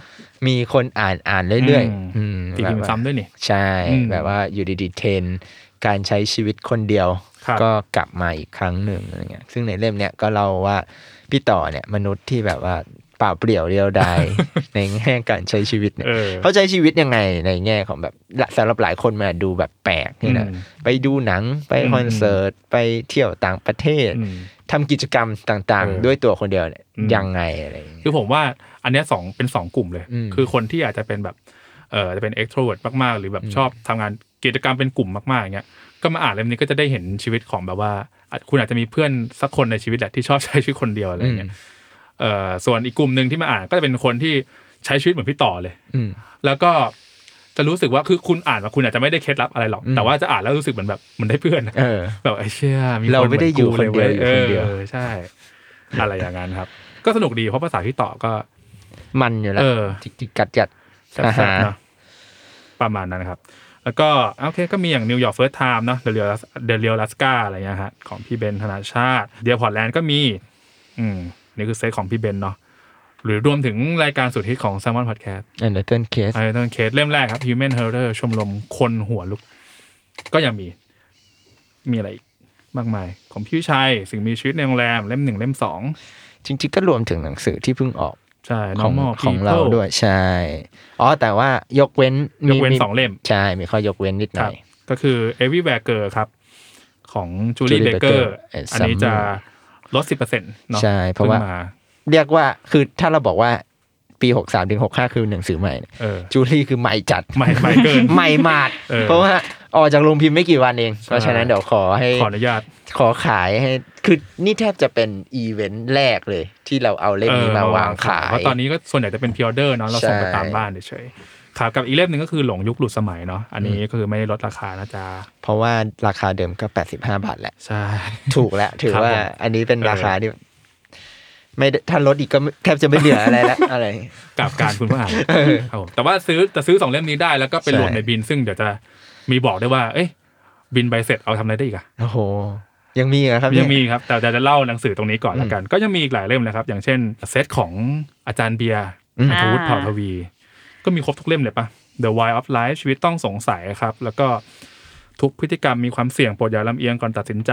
Speaker 3: มีคนอ่านอ่านเรื่อย
Speaker 4: อืม
Speaker 3: ๆอืม
Speaker 4: ตี
Speaker 3: แบบ
Speaker 4: พิมพ์
Speaker 3: ว่า
Speaker 4: ซ้ำด้วยนี่
Speaker 3: ใช่
Speaker 4: อืม
Speaker 3: แบบว่าอยู่ดีๆเทรนด์การใช้ชีวิตคนเดียว
Speaker 4: ครับ
Speaker 3: ก็กลับมาอีกครั้งหนึ่งอะไรเงี้ยซึ่งในเล่มเนี่ยก็เล่าว่าพี่ต่อเนี่ยมนุษย์ที่แบบว่าเปล่าเปลี่ยวเดียว
Speaker 4: [laughs]
Speaker 3: ดาย ในแง่การใช้ชีวิตเนี่ย
Speaker 4: เออ
Speaker 3: เขาใช้ชีวิตยังไงในแง่ของแบบสำหรับหลายคนมาดูแบบแปลกเนี่ยนะ
Speaker 4: อืม
Speaker 3: ไปดูหนังไป
Speaker 4: อืม
Speaker 3: คอนเสิร์ตไปเที่ยวต่างประเทศ
Speaker 4: อืม
Speaker 3: ทำกิจกรรมต่าง
Speaker 4: เออ
Speaker 3: ๆ ด้วยตัวคนเดียวเนี่ย
Speaker 4: อืม
Speaker 3: ยังไงอะไรอย่างเงี้ย
Speaker 4: คือผมว่าอันเนี้ยสองเป็นสองกลุ่มเลย
Speaker 3: อืม
Speaker 4: คือคนที่อาจจะเป็นแบบเออจะเป็น extrovert มากๆ หรือแบบ
Speaker 3: อืม
Speaker 4: ชอบทำงานกิจกรรมเป็นกลุ่มมากๆอย่างเงี้ยก็มาอ่านเล่มนี้ก็จะได้เห็นชีวิตของแบบว่าอาจคุณอาจจะมีเพื่อนสักคนในชีวิตแหละที่ชอบใช้ชีวิตคนเดียวอะไรอย่างเงี้ยเออส่วนอีกกลุ่มหนึ่งที่มาอ่านก็จะเป็นคนที่ใช้ชีวิตเหมือนพี่ต่อเลย
Speaker 3: อืม
Speaker 4: แล้วก็จะรู้สึกว่าคือคุณอ่านมาคุณอาจจะไม่ได้เคล็ดลับอะไรหรอก
Speaker 3: อืม
Speaker 4: แต่ว่าจะอ่านแล้วรู้สึกเหมือนแบบมันได้เพื่อน
Speaker 3: เออ
Speaker 4: แบบไอ้เชี่ยมี
Speaker 3: เรา
Speaker 4: คน
Speaker 3: ไม่ได้อยู่
Speaker 4: หมื
Speaker 3: คนเดียวอยู่คนเดียว
Speaker 4: ออใช่ อะไรอย่างนั้นครับ ก็สนุกดีเพราะภาษาพี่ต่อก็
Speaker 3: มันอยู่แล้ว
Speaker 4: เออ
Speaker 3: จิกกัดจัด
Speaker 4: แซ่บ
Speaker 3: อ่าฮะ
Speaker 4: ๆเนอะประมาณนั้นครับ แล้วก็โอเคก็มีอย่างนิวยอร์กเฟิร์สไทม์เนาะเดลิเอลเดลิเอลลัสกาอะไรเงี้ยฮะของพี่เบนธนาชาติเดียพอร์ตแลนด์ก็มี อืมนี่คือเซตของพี่เบนเนาะหรือรวมถึงรายการสุดฮิตของ s ซ l m o n Podcast
Speaker 3: อันเดอร์เทนเคส
Speaker 4: ไอต้นเคสเล่มแรกครับ Human Horror ชมรมคนหัวลุก ก็ยังมี มีอะไรอีกมากมาย ของพี่วิชัยสิ่งมีชีวิตในโรงแรมเล่มหนึ่งเล่มสอง
Speaker 3: จริงๆก็รวมถึงหนังสือที่เพิ่งออก
Speaker 4: ใช่
Speaker 3: ของ
Speaker 4: Normal
Speaker 3: ของเรา
Speaker 4: People
Speaker 3: ด้วยใช่ อ๋อ แต่ว่ายกเว้น
Speaker 4: ยกเว้น
Speaker 3: มี
Speaker 4: สองเล่ม
Speaker 3: ใช่ มีข้อยกเว้นนิดห
Speaker 4: ค
Speaker 3: น่
Speaker 4: รั
Speaker 3: อบ ย
Speaker 4: ก็คือ Everywhere Girl ครับ ของจูลี่
Speaker 3: Julie
Speaker 4: เบเกอ
Speaker 3: Baker
Speaker 4: ร์
Speaker 3: and
Speaker 4: อันนี้จะ
Speaker 3: Summer
Speaker 4: ลดสิบเปอร์เซ็นต์เนาะ
Speaker 3: ใช่เพราะว่า
Speaker 4: ขึ้นม
Speaker 3: เรียกว่าคือถ้าเราบอกว่าปีหกสามถึงหกห้าคือหนังสือใหม่เนี่ย
Speaker 4: เออ
Speaker 3: จูลี่คือใหม่จัด
Speaker 4: ใหม่ใหม่เกิน
Speaker 3: ใหม่มาด
Speaker 4: เออ
Speaker 3: เพราะว่าออกจากโรงพิมพ์ไม่กี่วันเองเพราะฉะนั้นเดี๋ยวขอให้
Speaker 4: ขออนุญาต
Speaker 3: ขอขายให้ คือนี่แทบจะเป็นอีเวนต์แรกเลย ที่เราเอาเล่มนี้มาวางขาย
Speaker 4: เพราะตอนนี้ก็ส่วนใหญ่จะเป็นพิออเดอร์เนาะเราส่งไป
Speaker 3: ใช่
Speaker 4: ตามบ้านเฉยๆครับกับอีกเล่มหนึ่งก็คือหลงยุคหลุดสมัยเนาะอันนี้ก็คือไม่ได้ลดราคานะจ๊ะ
Speaker 3: เพราะว่าราคาเดิมก็ 85 บาทแหละ
Speaker 4: ใช่
Speaker 3: ถูกแล้ว ถือ
Speaker 4: ครับ
Speaker 3: ว่า
Speaker 4: ผม
Speaker 3: อันนี้เป็น
Speaker 4: เออ
Speaker 3: ราคาที่ไม่ได้ถ้าลดอีกก็ไม่แทบจะไม่เหลืออะไรแล้ว [laughs] อะไร
Speaker 4: กับการคุณผู้อ่านครับผมแต่ว่าซื้อแต่ซื้อสองเล่มนี้ได้แล้วก็ไป
Speaker 3: ใช่
Speaker 4: รวมในบินซึ่งเดี๋ยวจะมีบอกได้วยว่า เอ้ยบินใบเสร็จเอาทำอะไรได้อีกอะ
Speaker 3: โอ้โห ยังมีเหรอครับเนี่
Speaker 4: ยังมีครับ แต่เดี๋ยวจะเล่าหนังสือตรงนี้ก่อนละกัน ก็ยังมีอีกหลายเล่มนะครับ อย่างเช่นเซตของอาจารย์เบียร์
Speaker 3: อืม
Speaker 4: อัธวุฒิเผ่าทวี ก็มีครบทุกเล่มเลยปะ The Why of Life ชีวิตต้องสงสัยครับ แล้วก็ทุกพฤติกรรมมีความเสี่ยงโปรดอย่าลำเอียงก่อนตัดสินใจ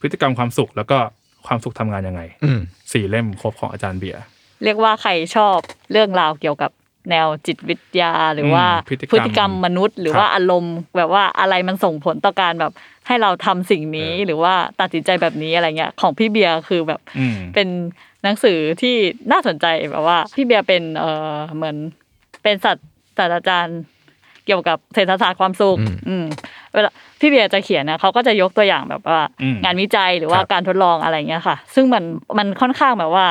Speaker 4: พฤติกรรมความสุขแล้วก็ความสุขทำงานยังไง
Speaker 3: อืม
Speaker 4: สี่เล่มครบของอาจารย์เบียร์
Speaker 5: เรียกว่าใครชอบเรื่องราวเกี่ยวกับแนวจิตวิทยาหรือว่า
Speaker 4: อืมพฤติกรรม
Speaker 5: พฤติกรรมมนุษย์ หรือว่า
Speaker 4: ครับ
Speaker 5: อารมณ์แบบว่าอะไรมันส่งผลต่อการแบบให้เราทำสิ่งนี้
Speaker 4: เออ
Speaker 5: หรือว่าตัดสินใจแบบนี้อะไรเงี้ยของพี่เบียร์คือแบบ
Speaker 4: อืม
Speaker 5: เป็นหนังสือที่น่าสนใจแบบว่าพี่เบียร์เป็นเออเหมือนเป็นศาสตราจารย์เกี่ยวกับเศรษฐศาสตร์ความสุข อืมเอ เวลาพี่เบียร์จะเขียนนะเขาก็จะยกตัวอย่างแบบว่า
Speaker 4: อืม
Speaker 5: งานวิจัยหรือว่า
Speaker 4: ครับ
Speaker 5: การทดลองอะไรเงี้ยค่ะ ซึ่งมันมันค่อนข้างแบบว่า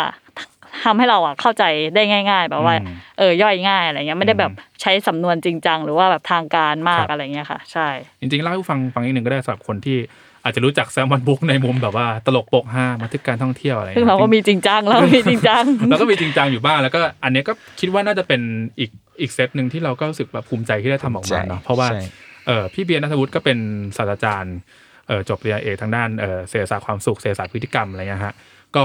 Speaker 5: ทำให้เราอ่ะเข้าใจได้ง่าย ๆ แบบว่า
Speaker 4: อืม
Speaker 5: เออย่อยง่ายอะไรเงี้ยไม่ได้แบบใช้สำนวนจริงจังหรือว่าแบบทางการมา
Speaker 4: ค
Speaker 5: ก
Speaker 4: รับ
Speaker 5: อะไรเงี้ยค่ะ ใช่
Speaker 4: จริงๆเล่าให้ฟังฟังอีกหนึ่งก็ได้สำหรับคนที่อาจจะรู้จักแซมมอนบุ๊กในมุมแบบว่าตลกโปกฮาบันทึกการท่องเที่ยวอะไร
Speaker 5: ซึ่งเราก็มีจริงจังเรามีจริง
Speaker 4: [laughs]
Speaker 5: จัง
Speaker 4: แล้วก็มีจริงจังอยู่บ้างแล้วก็อันเนี้ยก็คิดว่าน่าจะเป็นอีกอีกเซตหนึ่งที่เราก็รู้สึกแบบภูมิใจที่ได้ทำออกมาเนาะเพราะว่า
Speaker 3: ใช่
Speaker 4: เออพี่เบียร์นัทวุฒิก็เป็นศาสตราจารย์เออจบปริญญาเอกทางด้านเออเศรษฐศาสตร์ความสุขเศรษฐศาสตร์พฤติกรรมอะไรเงี้ยฮะก็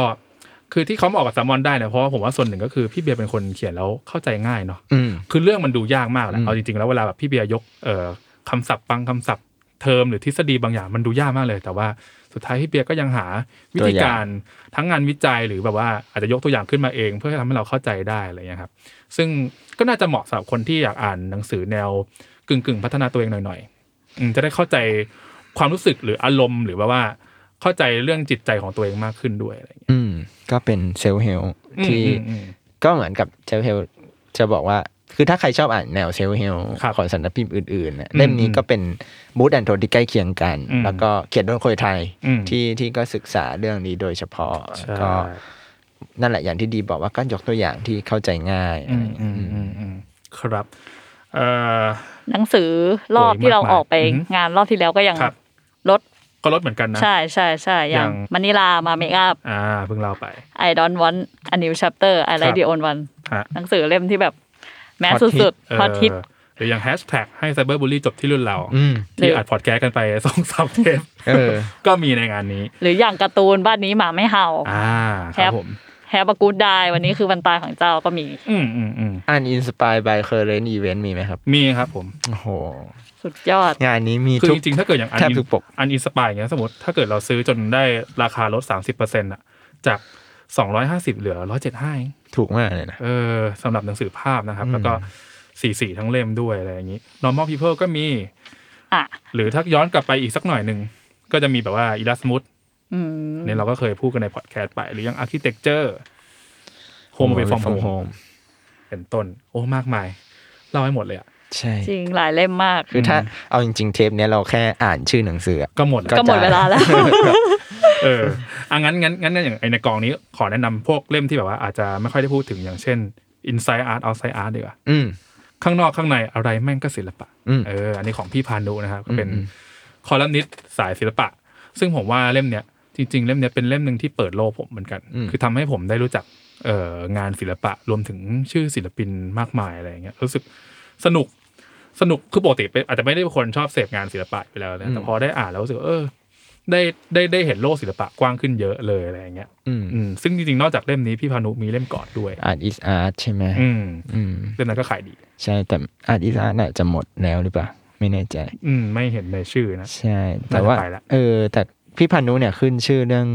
Speaker 4: คือที่เขามาออกกับแซมมอนได้เนี่ยเพราะว่าผมว่าส่วนหนึ่งก็คือพี่เบียร์เป็นคนเขียนแล้วเข้าใจง่ายเนาะ
Speaker 3: อืม
Speaker 4: คือเรื่องมันดูยากมากแหละ
Speaker 3: อืม
Speaker 4: เอาจริงๆแล้วเวลาแบบพี่เบียร์ยกเออคำศัพท์บางคำศัพท์เทอมหรือทฤษฎีบางอย่างมันดูยากมากเลย แต่ว่าสุดท้ายพี่เบียร์ก็ยังหาวิธีการทั้งงานวิจัยหรือแบบว่าอาจจะยกตัวอย่างขึ้นมาเอง เพื่อให้ทำให้เราเข้าใจได้อะไรเงี้ยครับ ซึ่งก็น่าจะเหมาะสำหรับคนที่อยากอ่านหนังสือแนวกึ่งกึ่งๆพัฒนาตัวเองหน่อยๆอืมจะได้เข้าใจความรู้สึกหรืออารมณ์ หรือแบบว่าเข้าใจเรื่องจิตใจของตัวเองมากขึ้นด้วยอะไรอย่างเงี้ย
Speaker 3: อืม ก็เป็นเซลล์เฮลที่
Speaker 4: อืมอืม
Speaker 3: ก็เหมือนกับเชลเฮลจะบอกว่า คือถ้าใครชอบอ่านแนวเชลเฮล
Speaker 4: ครับ
Speaker 3: ของสำนักพิมพ์อื่นๆน่ะ
Speaker 4: อืม
Speaker 3: เล่มนี้ก็เป็นมูดแอนโทนที่ใกล้เคียงกัน
Speaker 4: อืม
Speaker 3: แล้วก็เขียนโดยคนไทย
Speaker 4: อืม
Speaker 3: ที่ที่ก็ศึกษาเรื่องนี้โดยเฉพาะ
Speaker 4: ใช่
Speaker 3: ก็นั่นแหละอย่างที่ดีบอกว่าก็ยกตัวอย่างที่เข้าใจง่าย
Speaker 4: อื
Speaker 3: อะไร
Speaker 4: ม
Speaker 3: อย่าง
Speaker 4: อื
Speaker 3: เงี้ย
Speaker 4: มอืมอืมครับเออ
Speaker 5: หนังสือรอบ
Speaker 4: โอ้ย
Speaker 5: ที่เรา
Speaker 4: มากมาย
Speaker 5: ออกไป
Speaker 4: อือหือง
Speaker 5: านรอบที่แล้วก็ยัง
Speaker 4: ครับ
Speaker 5: ลด
Speaker 4: ก็ลดเหมือนกันนะ
Speaker 5: ใช่ใช่ใช่อย่าง
Speaker 4: ยัง
Speaker 5: มานิลามาเมคอัพ
Speaker 4: อ่าเพิ่งเล่าไป
Speaker 5: ไอดอนวันอันนิวชัปเตอร์ไอไล
Speaker 4: ครับ
Speaker 5: ท์ดีโอนวัน
Speaker 4: ฮะ
Speaker 5: หนังสือเล่มที่แบบแมส
Speaker 4: ฮอตฮิ
Speaker 5: สุด
Speaker 4: ต
Speaker 5: ๆฮอตฮิต
Speaker 4: เหรืออย่างแฮชแท็กให้ไซเบอร์บูลลี่จบที่รุ่นเรา
Speaker 3: อืม
Speaker 5: หรื
Speaker 4: ที่
Speaker 5: ออั
Speaker 4: อัดพอดแคสต์กันไปสองสามเทป
Speaker 3: เออ
Speaker 4: ก็มีในงานนี้
Speaker 5: หรืออย่างการ์ตูนบ้านนี้หมาไม่เห่า
Speaker 4: อ่าค
Speaker 5: แฮ
Speaker 4: รับ
Speaker 5: ป
Speaker 4: ผม
Speaker 5: แฮปปกูดได้วันนี้คือวันตายของเจ้าก็มี
Speaker 4: อืมอืมอืม
Speaker 3: อ่านอินสปายบายเคอร์เรนอีเวนต์มีไหมครับ
Speaker 4: มีครับผม
Speaker 3: โอ้โห
Speaker 5: สุดยอด
Speaker 3: งานนี้มี
Speaker 4: คือ
Speaker 3: ทุก
Speaker 4: จริงๆ ถ้าเกิดอย่างอัน
Speaker 3: แทบ
Speaker 4: อิน
Speaker 3: ทุกปก
Speaker 4: อันอินสปายอย่างเงี้ยสมมติถ้าเกิดเราซื้อจนได้ราคาลด 30%อ่ะจาก 250 เหลือ 175
Speaker 3: ถูกมากเลยนะ
Speaker 4: เออสำหรับหนังสือภาพนะครับ
Speaker 3: อืม
Speaker 4: แล้วก็สีสีทั้งเล่มด้วยอะไรอย่างนี้ normal people ก็มี
Speaker 5: อ่ะ
Speaker 4: หรือถ้าย้อนกลับไปอีกสักหน่อยหนึ่ง ก็จะมีแบบว่าอิลัสมุด
Speaker 5: อืม
Speaker 4: เนี่ยเราก็เคยพูดกันในพอดแคสต์ไป หรือยังอาร์คิเต็กเจอร์โฮม
Speaker 3: Away
Speaker 4: เ o ฟอร์ม
Speaker 3: from
Speaker 4: โฮม
Speaker 3: home
Speaker 4: เป็นต้น โอ้มากมาย เล่าให้หมดเลยอ่ะ
Speaker 3: ใช่
Speaker 5: จริงหลายเล่มมาก
Speaker 3: คือถ้าเอาจริงๆเทปเนี้ยเราแค่อ่านชื่อหนังสืออะ
Speaker 4: ก็หมดแล้ว
Speaker 5: ก็หมดเวลาแล้ว [laughs]
Speaker 4: เอออ่ะงั้นงั้นงั้นอย่างไอในกองนี้ขอแนะนำพวกเล่มที่แบบว่าอาจจะไม่ค่อยได้พูดถึงอย่างเช่น inside art outside art ดีกว่า
Speaker 3: อืม
Speaker 4: ข้างนอกข้างในอะไรแม่งก็ศิลปะ
Speaker 3: อืม
Speaker 4: เอออันนี้ของพี่พานุนะครับก็เป็น
Speaker 3: อืม
Speaker 4: คอลัมนิสต์สายศิลปะ ซึ่งผมว่าเล่มเนี้ยจริง ๆ เล่มเนี้ยเป็นเล่มหนึ่งที่เปิดโลกผมเหมือนกัน คือทำให้ผมได้รู้จักเอ่องานศิลปะรวมถึงชื่อศิลปินมากมายอะไรอย่างเงี้ยรู้สึกสนุกสนุกคือปกติเป็นอาจจะไม่ได้เป็นคนชอบเสพงานศิลปะไปแล้วนะแต่พอได้อ่านแล้วรู้สึกว่าเออ ได้ได้ได้เห็นโลกศิลปะกว้างขึ้นเยอะเลยอะไรอย่างเงี้ย
Speaker 3: อืม
Speaker 4: อืม ซึ่งจริงๆ นอกจากเล่มนี้พี่พานุมีเล่มกอดด้วย
Speaker 3: อ่านอิสอาร์ตใช่ไหม
Speaker 4: อืม
Speaker 3: อืม
Speaker 4: เล่มนั้นก็ขายดี
Speaker 3: ใช่แต่อาร์ตอิสอาร์ตน่ะจะหมดแล้วหรือเปล่า ไม่แน่ใจ
Speaker 4: อืม ไม่เห็นในชื่อนะ
Speaker 3: ใช่ แต่ว่า
Speaker 4: น่าจะไปละ
Speaker 3: เออ แต่พี่พานุเนี่ยขึ้นชื่อเรื่อง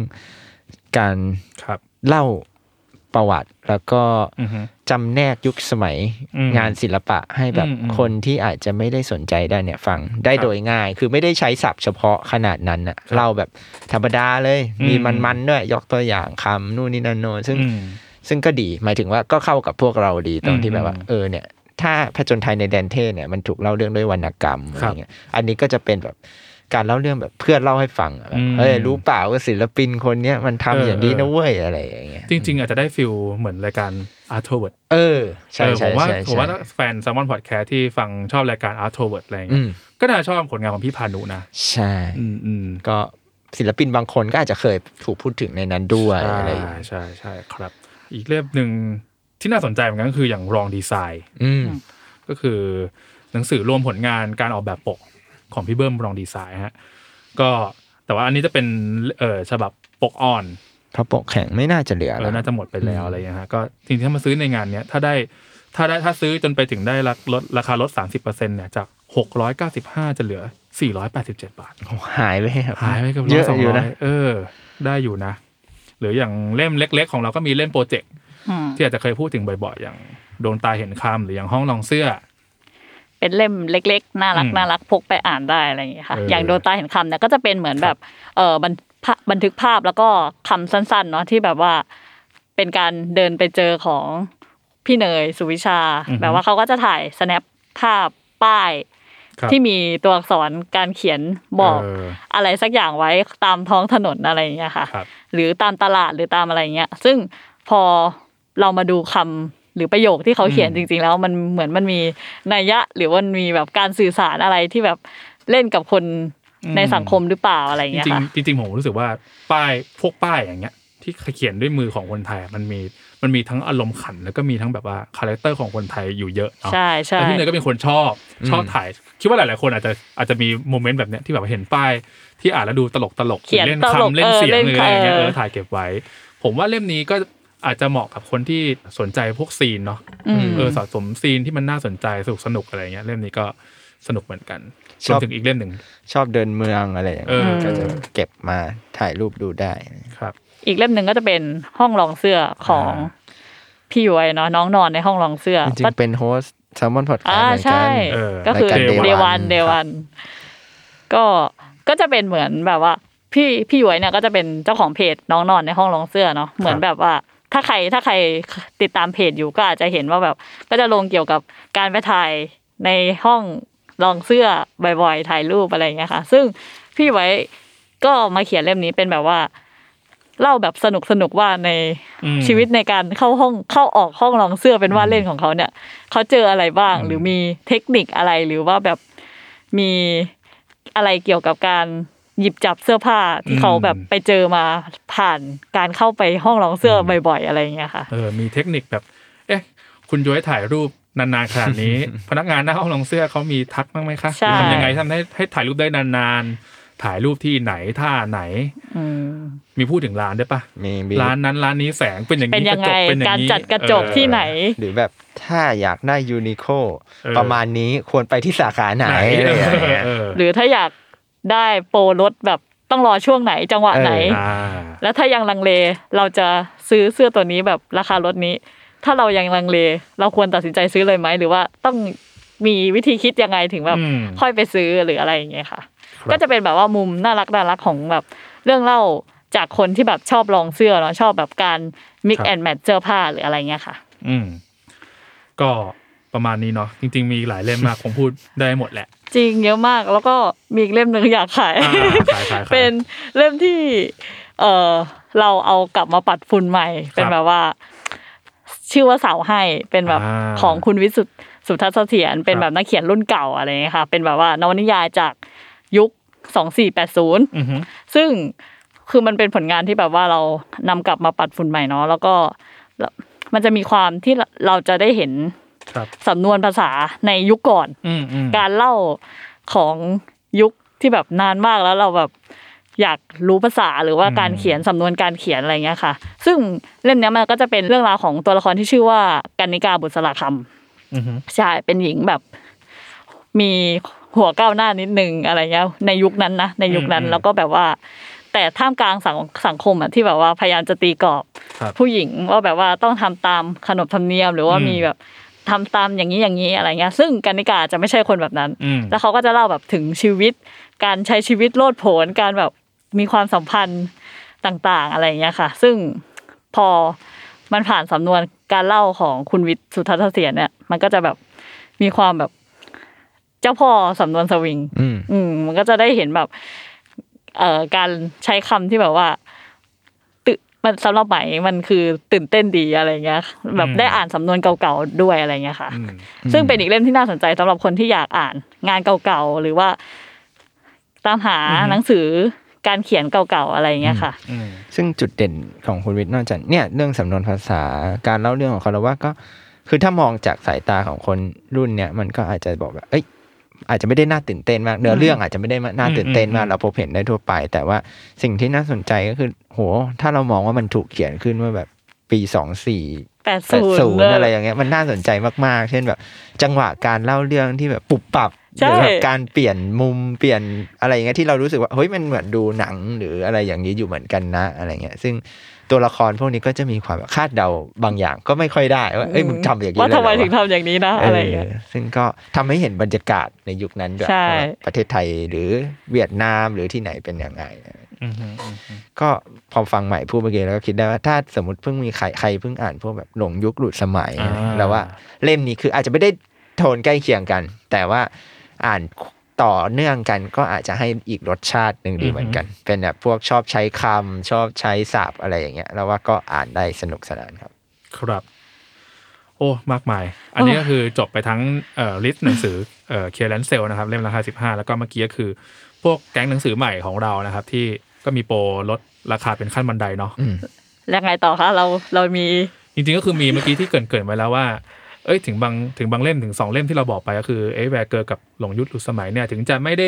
Speaker 3: การ
Speaker 4: ครับ
Speaker 3: เล่าประวัติ แล้วก็
Speaker 4: อือฮึ
Speaker 3: จำแนกยุคสมัย
Speaker 4: อืม
Speaker 3: งานศิลปะให้แบบ
Speaker 4: อืมอืม
Speaker 3: คนที่อาจจะไม่ได้สนใจได้เนี่ยฟังได้
Speaker 4: ครับ
Speaker 3: โดยง่าย คือไม่ได้ใช้ศัพท์เฉพาะขนาดนั้นอะเล่าแบบธรรมดาเลย
Speaker 4: อืม
Speaker 3: มีมันๆด้วยยกตัวอย่างคำนู่นนี่นั่นโน้นซึ่ง
Speaker 4: อืม
Speaker 3: ซึ่งก็ดีหมายถึงว่าก็เข้ากับพวกเราดีตรง
Speaker 4: อืม
Speaker 3: ที่แบบว่า
Speaker 4: อืม
Speaker 3: เออเนี่ย ถ้าผจญภัยในแดนเทศเนี่ยมันถูกเล่าเรื่องด้วยวรรณกรรมอะ
Speaker 4: ค
Speaker 3: ไร
Speaker 4: รับ
Speaker 3: เงี้ยอันนี้ก็จะเป็นแบบการเล่าเรื่องแบบเพื่อนเล่าให้ฟังอะแบบ
Speaker 4: อืม
Speaker 3: เฮ้ยรู้เปล่าว่าศิลปินคนเนี้ยมันทำ
Speaker 4: เอออ
Speaker 3: อย่างนี้นะเว้ยอะไรอย่างเงี้ย
Speaker 4: จริง ๆ อาจจะได้ฟิลเหมือนรายการ Art t o w a r d
Speaker 3: เออใช่
Speaker 4: ผ
Speaker 3: ใช่
Speaker 4: มว่า
Speaker 3: ใช่
Speaker 4: ผม
Speaker 3: ใช่
Speaker 4: ว่าแฟน s ซ l m o n Podcast ที่ฟังชอบรายการ Art t o w a r d อะไรอย่าง
Speaker 3: อื
Speaker 4: เงี้ย
Speaker 3: ม
Speaker 4: ก็น่าชอบผลงานของพี่พานุนะ
Speaker 3: ใช่
Speaker 4: อืมอืม
Speaker 3: ก็ศิลปินบางคนก็อาจจะเคยถูกพูดถึงในนั้นด้วย
Speaker 4: ใช่
Speaker 3: อะไรอย่างเงี้ย
Speaker 4: ใช่ใช่ครับ อีกเล่มหนึ่งที่น่าสนใจเหมือนกันก็คืออย่างรองดีไซน์
Speaker 3: อืม
Speaker 4: ก็คือหนังสือรวมผลงานการออกแบบปกของพี่เบิ้มรองดีไซน์ฮะก็แต่ว่าอันนี้จะเป็นเออฉบับปกอ่อน
Speaker 3: เพราะปกแข็งไม่น่าจะเหลือ
Speaker 4: แล้วน่าจะหมดไปแล้วอะไรอย่างเงี้ยฮะก็จริงๆถ้ามาซื้อในงานเนี้ยถ้าได้ถ้าได้ถ้าซื้อจนไปถึงได้ราคาลดราคาลด 30%เนี่ยจาก 695 จะเหลือ 487 บาท
Speaker 3: โอ้หายไปครับ
Speaker 4: หายไปเกับ
Speaker 3: เย
Speaker 4: ร้อย
Speaker 3: อะ
Speaker 4: สอง
Speaker 3: อยู่
Speaker 4: ร้อ
Speaker 3: นะ
Speaker 4: ยเออ ได้อยู่นะ หรืออย่างเล่มเล็ก ๆ ของเราก็มีเล่มโปรเจกต์
Speaker 5: อืม
Speaker 4: ที่อาจจะเคยพูดถึงบ่อยๆ อย่างดวงตาเห็นคำหรืออย่างห้องลองเสื้อ
Speaker 5: เป็นเล่มเล็กๆ น่ารัก
Speaker 4: อืม
Speaker 5: น่ารักพกไปอ่านได้อะไรอย่างเงี้ยค่ะ
Speaker 4: เอออ
Speaker 5: อย่างโดนตาเห็นคำเนี่ยก็จะเป็นเหมือนแบบเออบันพะบันทึกภาพแล้วก็คำสั้นๆเนาะที่แบบว่า เป็นการเดินไปเจอของพี่เนยสุวิชา
Speaker 4: อือฮึ
Speaker 5: แบบว่าเขาก็จะถ่าย snap ภาพป้าย
Speaker 4: ครับ
Speaker 5: ที่มีตัวอักษรการเขียนบอก
Speaker 4: เ
Speaker 5: อะไรสักอย่างไว้ตามท้องถนนอะไรอย่างเงี้ยค่ะ
Speaker 4: ครับ
Speaker 5: หรือตามตลาดหรือตามอะไรอย่างเงี้ย ซึ่งพอเรามาดูคำหรือประโยคที่เขาเขียน
Speaker 4: อืม
Speaker 5: จริง ๆ แล้วมันเหมือนมันมีนัยยะ หรือว่ามันมีแบบการสื่อสารอะไรที่แบบเล่นกับคนในสังคมหรือเปล่าอะไรอย่างเงี้ย
Speaker 4: จริงๆ
Speaker 5: ค่ะ
Speaker 4: จริงๆผมรู้สึกว่าป้ายพวกป้ายอย่างเงี้ย ที่เขียนด้วยมือของคนไทยอะมันมีมันมีทั้งอารมณ์ขัน แล้วก็มีทั้งแบบว่าคาแรคเตอร์ของคนไทยอยู่เยอะเนาะ
Speaker 5: ใช่ใช่
Speaker 4: แล้วพี่เนยก็เป็นคนชอบชอบถ่าย คิดว่าหลาย ๆ คนอาจจะอาจจะมีโมเมนต์แบบเนี้ยที่แบบว่าเห็นป้ายที่อ่านแล้วดูตลกตลก
Speaker 5: เขียน
Speaker 4: เล่น
Speaker 5: ตลก
Speaker 4: คำเล่น
Speaker 5: เออ
Speaker 4: เสียง
Speaker 5: เล่น
Speaker 4: หรืออะไรอย่างเงี้ย
Speaker 5: เอ
Speaker 4: เอ
Speaker 5: อ
Speaker 4: อถ่ายเก็บไว้ ผมว่าเล่มนี้ก็อาจจะเหมาะกับคนที่สนใจพวกซีนเนาะ
Speaker 5: อืม
Speaker 4: เออสะสมซีนที่มันน่าสนใจสนุกสนุกอะไรเงี้ยเล่มนี้ก็สนุกเหมือนกัน
Speaker 3: ช
Speaker 4: รว
Speaker 3: อ
Speaker 4: ม
Speaker 3: บ
Speaker 4: ถึงอีกเล่มหนึ่ง
Speaker 3: ชอบเดินเมืองอะไรอย่างเงี้ย
Speaker 4: เออ
Speaker 3: ก็จะเก็บมาถ่ายรูปดูได้
Speaker 4: ครับ
Speaker 5: อีกเล่มหนึ่งก็จะเป็นห้องรองเสื้อขอ
Speaker 4: อ
Speaker 5: ง
Speaker 4: ่า
Speaker 5: พี่ย้อยเนาะน้องนอนในห้องรองเสื้อ
Speaker 3: จริงๆเป็นโฮสต์แซลมอนพอดแคส
Speaker 5: อ่า
Speaker 3: ต์เหมือนกั
Speaker 5: ใช่
Speaker 3: น
Speaker 4: เออ
Speaker 5: ก็คือ
Speaker 3: รายการ Day
Speaker 5: เด
Speaker 3: One
Speaker 5: วันเด
Speaker 3: ครับ
Speaker 5: วัน ก็ก็จะเป็นเหมือนแบบว่า พี่พี่ย้อยเนี่ยก็จะเป็นเจ้าของเพจน้องนอนในห้องรองเสื้อเนาะเหมือนแบบว่า ถ้าใครถ้าใครติดตามเพจอยู่ก็อาจจะเห็นว่าแบบ ก็จะลงเกี่ยวกับการไปถ่ายในห้องรองเสื้อบ่อยๆถ่ายรูปอะไรอย่างเงี้ยค่ะ ซึ่งพี่ไว้ก็มาเขียนเล่มนี้เป็นแบบว่า เล่าแบบสนุกสนุกๆว่าใน
Speaker 4: อืม
Speaker 5: ชีวิตในการเข้าห้องเข้าออกห้องรองเสื้อเป็นว่าเล่นของเขาเนี่ยเขาเจออะไรบ้าง หรือมีเทคนิคอะไรหรือว่าแบบมีอะไรเกี่ยวกับการหยิบจับเสื้อผ้าที่เขาแบบไปเจอมาผ่านการเข้าไปห้องรองเสื้ออบ่อย ๆ อะไรอย่างเงี้ยค่ะ
Speaker 4: เออมีเทคนิคแบบ เอ๊ะ คุณย้อยถ่ายรูปนานๆขนาด
Speaker 5: [laughs]
Speaker 4: นี้ พนักงานหน้าห้องลงเสื้อเขามีทักบ้างไหมคะ
Speaker 5: ใช่
Speaker 4: ทำยังไงทำให้ให้ถ่ายรูปได้นานๆ ถ่ายรูปที่ไหนท่าไหน
Speaker 5: อืม
Speaker 4: มีพูดถึงร้านด้วยปะ
Speaker 3: มีมี
Speaker 4: ร้านนั้นร้านนี้แสงเป็นอย่าง
Speaker 5: เป็น
Speaker 4: นี้
Speaker 5: ยังไง
Speaker 4: กะจเป็นอย่
Speaker 5: การ
Speaker 4: งนี้
Speaker 5: จัดกระจก
Speaker 4: เออ
Speaker 5: ที่ไหน
Speaker 3: หรือแบบถ้าอยากได้ยูนิโค
Speaker 4: เออ
Speaker 3: ประมาณนี้ควรไปที่สาขาไหน
Speaker 4: ไหน
Speaker 3: อะไรอย่าง
Speaker 4: เอ
Speaker 3: เงี้
Speaker 4: อย เออ
Speaker 5: หรือถ้าอยากได้โปรลดแบบต้องรอช่วงไหนจังหวะไหน
Speaker 3: เอ
Speaker 4: อ่า
Speaker 5: แล้วถ้ายังลังเลเราจะซื้อเสื้อตัวนี้แบบราคาลดนี้ ถ้าเรายังลังเล เราควรตัดสินใจซื้อเลยไหมหรือว่าต้องมีวิธีคิดยังไงถึงแบบ
Speaker 4: อืม
Speaker 5: ค่อยไปซื้อหรืออะไรอย่างเงี้ยค่ะ
Speaker 4: ครับ
Speaker 5: ก็จะเป็นแบบว่ามุมน่ารักน่ารักของแบบเรื่องเล่าจากคนที่แบบชอบลองเสื้อเนาะชอบแบบการ mix and match เสื้อผ้าหรืออะไรเงี้ยค่ะ
Speaker 4: อืมก็ประมาณนี้เนาะจริง ๆ มีหลายเล่มมากคงพูดได้หมดแหละ
Speaker 5: จริงเยอะมากแล้วก็มีอีกเล่มหนึ่งอยากขาย
Speaker 4: อ่าขายขายขาย
Speaker 5: เป็นเล่มที่เออเราเอากลับมาปัดฝุ่นใหม่ เป็นแบบว่า ชื่อว่าเสาให้เป็นแบบ
Speaker 4: อ่า
Speaker 5: ของคุณวิสุทธ์สุทัศน์เสถียรเป็น
Speaker 4: ครับ
Speaker 5: แบบนักเขียนรุ่นเก่าอะไรเงี้ยค่ะ เป็นแบบว่านวนิยายจากยุค 2480
Speaker 4: อือฮึ
Speaker 5: ซึ่งคือมันเป็นผลงานที่แบบว่าเรานำกลับมาปัดฝุ่นใหม่เนาะแล้วก็มันจะมีความที่เราจะได้เห็น
Speaker 4: ครับ
Speaker 5: สำนวนภาษาในยุคก่อน
Speaker 4: อืมอืม
Speaker 5: การเล่าของยุคที่แบบนานมากแล้วเราแบบอยากรู้ภาษาหรือว่าการเขียนสำนวนการเขียนอะไรเงี้ยค่ะ ซึ่งเล่มเนี้ยมันก็จะเป็นเรื่องราวของตัวละครที่ชื่อว่ากันนิกาบุษราค
Speaker 4: อือฮึ
Speaker 5: ำใช่เป็นหญิงแบบมีหัวก้าวหน้านิดนึงอะไรเงี้ยในยุคนั้นนะในยุคนั้นแล้วก็แบบว่า แต่ท่ามกลางสังสังคมอ่ะที่แบบว่าพยายามจะตีกรอบ
Speaker 4: ครับ
Speaker 5: ผู้หญิงว่าแบบว่าต้องทำตามขนบธรรมเนียม หรือว่า
Speaker 4: อืม
Speaker 5: มีแบบทำตามอย่างนี้อย่างนี้อะไรเงี้ย ซึ่งกันนิกาจะไม่ใช่คนแบบนั้น
Speaker 4: อืม
Speaker 5: แล้วเขาก็จะเล่าแบบถึงชีวิต การใช้ชีวิตโลดโผนการแบบมีความสัมพันธ์ต่างๆ อะไรอย่างเงี้ยค่ะ ซึ่งพอมันผ่านสำนวนการเล่าของคุณวิทย์สุทัศน์เสถียรเนี่ย มันก็จะแบบมีความแบบเจ้าพ่อสำนวนสวิง
Speaker 3: อืม
Speaker 5: อืมมันก็จะได้เห็นแบบ เอ่อการใช้คำที่แบบว่า ตื่นมันสำหรับไหมมันคือตื่นเต้นดีอะไรเงี้ย แบบ
Speaker 4: อืม
Speaker 5: ได้อ่านสำนวนเก่าๆด้วยอะไรเงี้ยค่ะ
Speaker 4: อืม
Speaker 5: ซึ่งเป็นอีกเล่มที่น่าสนใจสำหรับคนที่อยากอ่านงานเก่าๆ หรือว่า ตามหา
Speaker 4: อือฮึ
Speaker 5: หนังสือการเขียนเก่าๆ อะไรอย่างเงี้ยค่ะ
Speaker 4: อืม
Speaker 3: ซึ่งจุดเด่นของคุณวิทย์นอกจากเนี่ยเรื่องสำนวนภาษาการเล่าเรื่องของเขาแล้วว่าก็คือถ้ามองจากสายตาของคนรุ่นเนี่ยมันก็อาจจะบอกแบบเอ้ยอาจจะไม่ได้น่าตื่นเต้นมากเนื้อเรื่องอาจจะไม่ได้น่าตื่นเต้นมาก
Speaker 4: อืม
Speaker 3: เราพบเห็นได้ทั่วไป แต่ว่าสิ่งที่น่าสนใจก็คือโหถ้าเรามองว่ามันถูกเขียนขึ้นว่าแบบปีสองสี่
Speaker 5: แปด
Speaker 3: แป
Speaker 5: ศู
Speaker 3: ด
Speaker 5: น
Speaker 3: ศูน
Speaker 5: ย์
Speaker 3: ย์อะไรอย่างเงี้ยมันน่าสนใจมากๆ เช่นแบบ จังหวะการเล่าเรื่องที่แบบปรับปรับห
Speaker 5: ใช่
Speaker 3: รือแบบการเปลี่ยนมุมเปลี่ยนอะไรอย่างเงี้ยที่เรารู้สึกว่าเฮ้ยมันเหมือนดูหนังหรืออะไรอย่างนี้อยู่เหมือนกันนะอะไรเงี้ย ซึ่งตัวละครพวกนี้ก็จะมีความแบบคาดเดาบางอย่างก็ไม่ค่อยได้ว่าเอ้ยมึงทำอย่างนี้
Speaker 5: ว่า
Speaker 3: เลย
Speaker 5: ทำไมถึง
Speaker 3: เหรอวะ
Speaker 5: ทำอย่างนี้นะ
Speaker 3: เอ
Speaker 5: อะไร
Speaker 3: อ
Speaker 5: เงี้ย
Speaker 3: ซึ่งก็ทำให้เห็นบรรยากาศในยุคนั้นด้วย
Speaker 5: ใช่
Speaker 3: ว่าประเทศไทยหรือเวียดนามหรือที่ไหนเป็นยังไง
Speaker 4: อืมอืมอืม
Speaker 3: ก็พอฟังใหม่พูดเมื่อกี้แล้วก็คิดได้ว่าถ้าสมมติเพิ่งมีใครใครเพิ่งอ่านพวกแบบหลงยุคหลุดสมัย
Speaker 4: อ่า
Speaker 3: แล้วว่าเล่มนี้คืออาจจะไม่ได้โทนใกล้เคียงกัน แต่ว่า อ่านต่อเนื่องกันก็อาจจะให้อีกรสชาติหนึ่งดีเหมือนกัน เป็นแบบพวกชอบใช้คำชอบใช้ศัพท์อะไรอย่างเงี้ย แล้วว่าก็อ่านได้สนุกสนานครับ
Speaker 4: ครับ โอ้มากมาย อันนี้ก็คือจบไปทั้งเอ่อลิสต์หนังสือเอ่อเคลียร์แลนเซลนะครับ เล่มราคาสิบห้าแล้วก็เมื่อกี้ก็คือ พวกแก๊งหนังสือใหม่ของเรานะครับ ที่ก็มีโปรลดราคาเป็นขั้นบันไดเนาะ
Speaker 5: แล้วไงต่อคะเราเรามี
Speaker 4: จริงๆก็คือมีเมื่อกี้ที่เกรินเกินๆไว้แล้วว่า เอ้ยถึงบางถึงบางเล่มถึงสองเล่มที่เราบอกไปก็คือเอ้แวร์เกอร์กับหลงยุทธหลุดสมัยเนี่ยถึงจะไม่ได้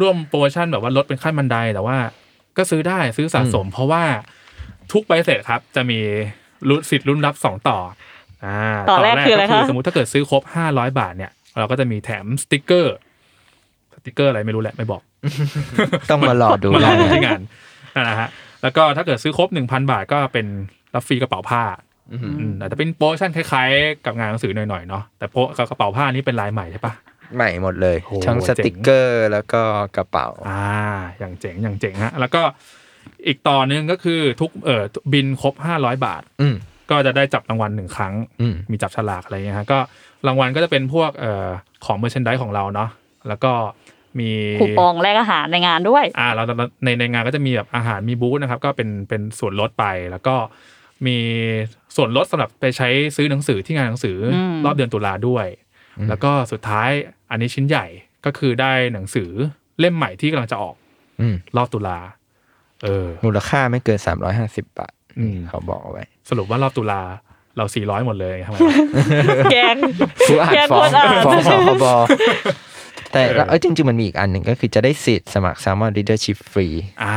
Speaker 4: ร่วมโปรโมชั่นแบบว่าลดเป็นขั้นบันไดแต่ว่าก็ซื้อได้ซื้อสะสม เพราะว่าทุกใบเสร็จครับ จะมีรุ่นสิทธิ์รุ่นรับสองต่ออ่า
Speaker 5: ต่อแรกคืออะไร
Speaker 4: ก็
Speaker 5: คะ
Speaker 4: สมมติถ้าเกิดซื้อครบห้าร้อยบาทเนี่ย เราก็จะมีแถมสติกเกอร์สติกเกอร์อะไรไม่รู้แหละ
Speaker 5: [laughs]
Speaker 4: ไม่บอก
Speaker 3: ต้องมารอดู
Speaker 4: [laughs] มาลอง
Speaker 3: ได้
Speaker 4: ที่งานนั่นแหละฮะ แล้วก็ถ้าเกิดซื้อครบ 1,000 บาทก็เป็นรับฟรีกระเป๋าผ้าอืมอาจจะเป็นโปรโมชั่นคล้ายๆ กับงานหนังสือหน่อยๆเนาะแต่โปรกับกระเป๋าผ้านี่เป็นลายใหม่ใช่ปะ
Speaker 3: ใหม่หมดเลย
Speaker 4: โอ้
Speaker 3: ทั้งส
Speaker 4: เจ๋ง
Speaker 3: ติกเกอร์แล้วก็กระเป๋า
Speaker 4: อ่า อย่างเจ๋งอย่างเจ๋งฮะ แล้วก็อีกต่อหนึงก็คือทุกเอ่อบินครบ 500 บาท
Speaker 3: อืม
Speaker 4: ก็จะได้จับรางวัลหนึ่งครั้ง
Speaker 3: อืม
Speaker 4: มีจับฉลากอะไรเงี้ยฮะก็รางวัลก็จะเป็นพวกเอ่อของเมอร์เชนดของเราเนาะแล้วก็มี
Speaker 5: คูปองแลกอาหารในงานด้วย
Speaker 4: อ่าเราเราในในงานก็จะมีแบบอาหารมีบูธนะครับ ก็เป็นเป็นส่วนลดไปแล้วก็มีส่วนลดสำหรับไปใช้ซื้อหนังสือที่งานหนังสืออ
Speaker 5: ม
Speaker 4: รอบเดือนตุลาด้วย แล้วก็สุดท้ายอันนี้ชิ้นใหญ่ก็คือได้หนังสือเล่มใหม่ที่กำลังจะออก
Speaker 3: อืม
Speaker 4: รอบตุลาเออ
Speaker 3: มูลค่าไม่เกิน 350 บาท
Speaker 4: อืม
Speaker 3: เขาบอกเอาไว้
Speaker 4: สรุปว่ารอบตุลาเรา 400 หมดเลยทำไม
Speaker 5: แกง
Speaker 3: ผู้อ่าน
Speaker 5: แก
Speaker 3: ฟ้อ
Speaker 5: ค
Speaker 3: ง
Speaker 5: นอ่าน
Speaker 3: ฟ้องสคบแต่
Speaker 4: เออ
Speaker 3: แล้วเอ้ยจริง ๆ มันมีอีกอันหนึ่งก็คือจะได้สิทธิ์สมัคร Salmon Leadership Free
Speaker 4: อ่า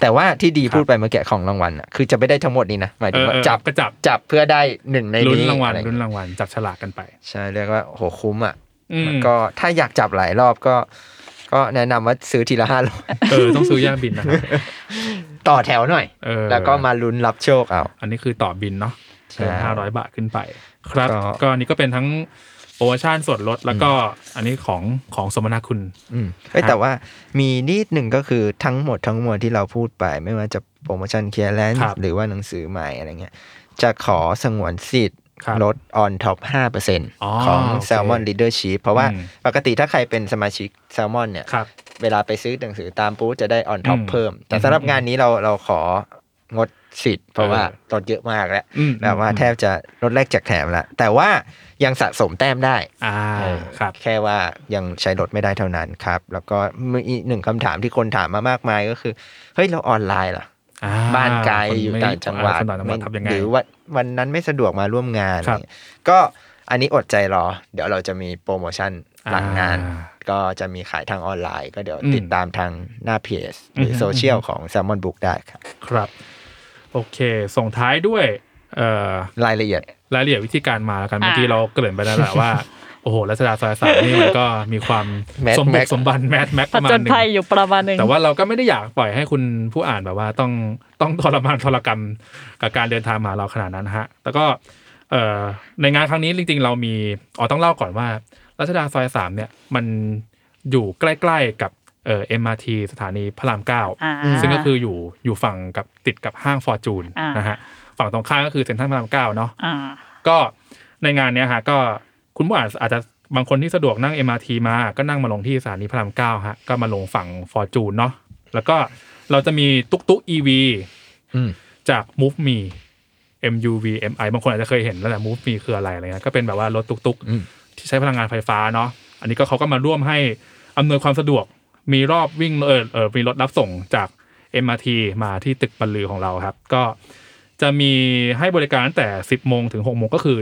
Speaker 3: แต่ว่าที่ดี
Speaker 4: ครับ
Speaker 3: พูดไปเมื่อกี้ของรางวัลอ่ะคือจะไม่ได้ทั้งหมดนี่นะ หมายถึงว่า
Speaker 4: เออเออ
Speaker 3: จับ
Speaker 4: ก็จับ
Speaker 3: จับเพื่อได้หนึ่งใน
Speaker 4: ลุ้น
Speaker 3: นี้
Speaker 4: รางวัล
Speaker 3: อะไรอย่
Speaker 4: ลุ้น
Speaker 3: เย
Speaker 4: รางวัลจับฉลากกันไป
Speaker 3: ใช่เรียกว่าโหคุ้มอ่ะ
Speaker 4: อืม
Speaker 3: แล้วก็ถ้าอยากจับหลายรอบก็ ก็แนะนำว่าซื้อทีละห้าร้อย
Speaker 4: เออต้องซื้อแยกบินนะครับ
Speaker 3: ต่อแถวหน่อย
Speaker 4: เออ
Speaker 3: แล้วก็มาลุ้นรับโชคเอา
Speaker 4: อันนี้คือต่อบินเนาะ
Speaker 3: ใช่
Speaker 4: เกินห้าร้อยบาทขึ้นไป ครับ
Speaker 3: ก็
Speaker 4: ก็อันนี้ก็เป็นทั้งโปรโมชั่นส่วนลดแล้วก็อันนี้ของของสมนาคุณ
Speaker 3: อืมเอ้ย
Speaker 4: ครับ
Speaker 3: แต่ว่ามีนิดหนึ่งก็คือทั้งหมดทั้งมวลที่เราพูดไป ไม่ว่าจะโปรโมชั่นเคลียร์แลน
Speaker 4: ครับ
Speaker 3: หรือว่าหนังสือใหม่อะไรเงี้ย จะขอสงวนสิทธิ์
Speaker 4: ครับ
Speaker 3: ลด on top
Speaker 4: อ๋อ
Speaker 3: 5%ของ
Speaker 4: โอเค
Speaker 3: Salmon Leadership เพราะว่า
Speaker 4: อืม
Speaker 3: ปกติถ้าใครเป็นสมาชิก Salmon เนี่ย
Speaker 4: ครับ
Speaker 3: เวลาไปซื้อหนังสือตามปูธจะได้ on top
Speaker 4: อืม
Speaker 3: เพิ่ม แต่สำหรับงานนี้เราเราของดสิทธิ์ เพราะว่า
Speaker 4: เออ
Speaker 3: ลดเยอะมากแล้ว
Speaker 4: อืม
Speaker 3: แบบว่า
Speaker 4: อืม
Speaker 3: แทบจะลดแลกแจกแถมแล้ว แต่ว่ายังสะสมแต้มได้
Speaker 4: อ่า
Speaker 3: เออ
Speaker 4: ครับ
Speaker 3: แค่ว่ายังใช้รถไม่ได้เท่านั้นครับ แล้วก็มีอีกหนึ่งคำถามที่คนถามมามากมายก็คือ เฮ้ย เราออนไลน์เหรอ
Speaker 4: อ่
Speaker 3: บ้านไกล
Speaker 4: คน
Speaker 3: อยู่
Speaker 4: ไม่
Speaker 3: ต่างจังหวัด
Speaker 4: คนต่างจังหวัดทำยังไง
Speaker 3: หรือว่าวันนั้นไม่สะดวกมาร่วมงาน
Speaker 4: ครั
Speaker 3: อะ
Speaker 4: บ
Speaker 3: ไรเงี้ยก็อันนี้อดใจรอ เดี๋ยวเราจะมีโปรโมชั่นหลังงาน
Speaker 4: อ่า
Speaker 3: ก็จะมีขายทางออนไลน์ ก็เดี๋ยว
Speaker 4: อืม
Speaker 3: ติดตามทางหน้าเพจหรืออ
Speaker 4: ม
Speaker 3: โซเชียลของ s ซ l m o n Book ได้ครับ
Speaker 4: ครับ โอเค ส่งท้ายด้วยเอ่อ
Speaker 3: รายละเอียด
Speaker 4: รายละเอียดวิธีการมาแล้วกัน
Speaker 5: อ่า
Speaker 4: เมื่อกี้เราเกริ่นไปแล้วแหละว่า โอ้โหรัชดาซอยสามนี่มันก็มีความ
Speaker 3: แมท
Speaker 4: สมบุ
Speaker 3: แม็
Speaker 4: ก
Speaker 3: ก
Speaker 4: สมบันแมทแม็ก
Speaker 5: ผ
Speaker 4: ประมาณ
Speaker 5: จ
Speaker 4: ห
Speaker 5: ญ
Speaker 4: นึ่ง
Speaker 5: ภัยอยู่ประมาณหนึ่ง
Speaker 4: แต่ว่าเราก็ไม่ได้อยากปล่อยให้คุณผู้อ่านแบบว่าต้องต้อง [laughs] ทรมานทรกรรมกับการเดินทางมาหาเราขนาดนั้นฮะ แล้วก็เอ่อในงานครั้งนี้จริง ๆ เรามีอ๋อต้องเล่าก่อนว่า รัชดาซอยสามเนี่ยมันอยู่ใกล้ๆกับเอ่อ MRT สถานีพระรามเก้า
Speaker 5: อ่า
Speaker 4: ซึ่งก็คืออยู่อยู่ฝั่งกับติดกับห้างฟอร์จูน
Speaker 5: อ่าน
Speaker 4: นะฮะฝั่งตรงข้ามก็คือเซ็นทรัลพระรามเก้าเนาะ
Speaker 5: อ่า
Speaker 4: ก็ในงานเนี้ยฮะก็คุณผู้อ่านอาจจะบางคนที่สะดวกนั่ง MRT มาก็นั่งมาลงที่สถานีพระรามเก้าฮะก็มาลงฝั่งฟอร์จูนเนาะแล้วก็เราจะมีตุ๊กตุ๊ก EV
Speaker 3: อืม
Speaker 4: จาก Move Me MUV MI บางคนอาจจะเคยเห็นแล้วแหละ Move Me คืออะไรอะไรเงี้ยก็เป็นแบบว่ารถตุ๊กตุ๊ก
Speaker 3: อืม
Speaker 4: ที่ใช้พลังงานไฟฟ้าเนาะอันนี้ก็เขาก็มาร่วมให้อำนวยความสะดวกมีรอบวิ่งเออเออมีรถรับส่งจาก MRT มาที่ตึกบรรลือของเราครับ ก็จะมีให้บริการตั้งแต่ 10โมงถึง6โมงก็คือ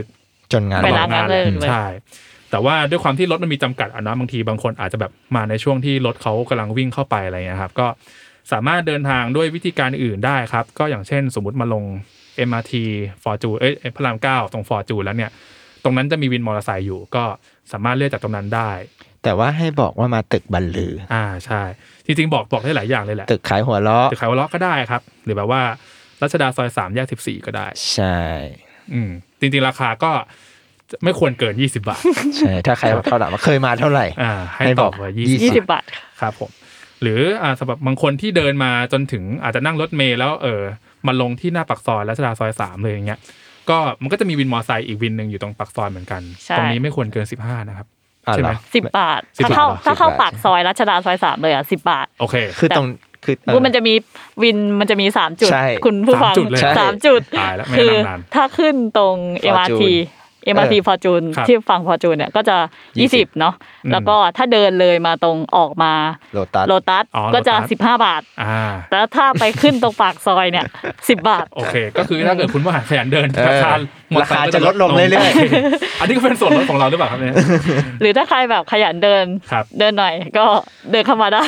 Speaker 3: จนงาน
Speaker 5: ไปรับ
Speaker 4: เล
Speaker 5: เลิกเลย
Speaker 4: ใช่ แต่ว่าด้วยความที่รถมันมีจำกัดอะนะบางทีบางคนอาจจะแบบมาในช่วงที่รถเขากำลังวิ่งเข้าไปอะไรเงี้ยครับ ก็สามารถเดินทางด้วยวิธีการอื่นได้ครับ ก็อย่างเช่น สมมติมาลง MRT ฟอร์จูเอ้ยพระรามเก้าตรงฟอร์จูแล้วเนี่ย ตรงนั้นจะมีวินมอเตอร์ไซค์อยู่ ก็สามารถเลือกจากตรงนั้นได้
Speaker 3: แต่ว่าให้บอกว่ามาตึกบรรลือ
Speaker 4: อ่าใช่ จริงๆบอกบอกได้หลายอย่างเลยแหละ
Speaker 3: ตึกขายหัวเราะ
Speaker 4: ตึกขายวอลล็อกก็ได้ครับ หรือแบบว่ารัชดาซอยสามแยกสิบสี่ก็ได้
Speaker 3: ใช่
Speaker 4: อืมจริงๆราคาก็ไม่ควรเกินยี่สิบบา
Speaker 3: [laughs]
Speaker 4: ท
Speaker 3: ใช่ถ้าใครเท่าไหร่มาเคยมาเท่าไหร่
Speaker 4: อ่าให้
Speaker 3: ให้บ
Speaker 4: ตอ
Speaker 3: อบ ก
Speaker 4: ว่า
Speaker 3: 20
Speaker 4: ยี่
Speaker 5: ยี่
Speaker 4: สิ
Speaker 5: สิ
Speaker 4: บ
Speaker 5: บบาท
Speaker 4: ครับผม หรืออ่าสำหรับบางคนที่เดินมาจนถึงอาจจะนั่งรถเมล์แล้วเออมาลงที่หน้าปากซอยรัชดาซอยสามเลยอย่างเงี้ย ก็มันก็จะมีวินมอไซค์อีกวินหนึ่งอยู่ตรงปากซอยเหมือนกัน
Speaker 5: ใช่
Speaker 4: ตรงนี้ไม่ควรเกินสิบห้านะครับ
Speaker 3: อ่ะ
Speaker 4: ใช่
Speaker 3: เหร
Speaker 4: ไหม
Speaker 3: อ
Speaker 5: สิบบาท
Speaker 4: สิบ
Speaker 5: ถ้าเข้า
Speaker 4: บาทเหรอ
Speaker 5: ถ้าเข้า
Speaker 3: สิบบาท
Speaker 5: ปากซอยรัชดาซอยสามเลยอ่ะสิบบาท
Speaker 4: โอเค
Speaker 3: คือตรงคือเออ
Speaker 5: ว่ามันจะมีวินมันจะมีสามจุด
Speaker 3: ใช่
Speaker 5: คุณผู้ฟัง
Speaker 4: สามจุดเลย
Speaker 3: ใช่
Speaker 5: สามจุด
Speaker 4: ตายแล้วไม่
Speaker 5: คื
Speaker 4: ได้นั่งนาน
Speaker 5: ถ้าขึ้นตรง MRT
Speaker 3: Fortune
Speaker 5: MRT
Speaker 3: เออ
Speaker 5: Fortune
Speaker 4: ครับ
Speaker 5: ที่ฝั่ง Fortune เนี่ยก็จะ
Speaker 3: ยี่สิบ
Speaker 5: 20 เนาะ
Speaker 4: อืม
Speaker 5: แล้วก็ถ้าเดินเลยมาตรงออกมา
Speaker 3: โลตัส
Speaker 5: โลตัส
Speaker 4: อ๋อ
Speaker 5: ก็จะ
Speaker 4: โลตัส
Speaker 5: 15 บาท
Speaker 4: อ่า
Speaker 5: แล้วถ้าไปขึ้นตรงปากซอย
Speaker 4: [laughs]
Speaker 5: เนี่ย 10 บาท
Speaker 4: โอเค ก็คือถ้าเกิดคุณว่าหาขยันเดิน
Speaker 3: เออ
Speaker 4: ราคาหมด
Speaker 3: ราคาจะลดลงเรื่อย
Speaker 4: ๆอันนี้ก็เป็นส่วนลดของเราหรือเปล่าครับเนี่ย
Speaker 5: หรือถ้าใครแบบขยันเดิน
Speaker 4: ครับ
Speaker 5: เดินหน่อยก็เดินเข้ามาได้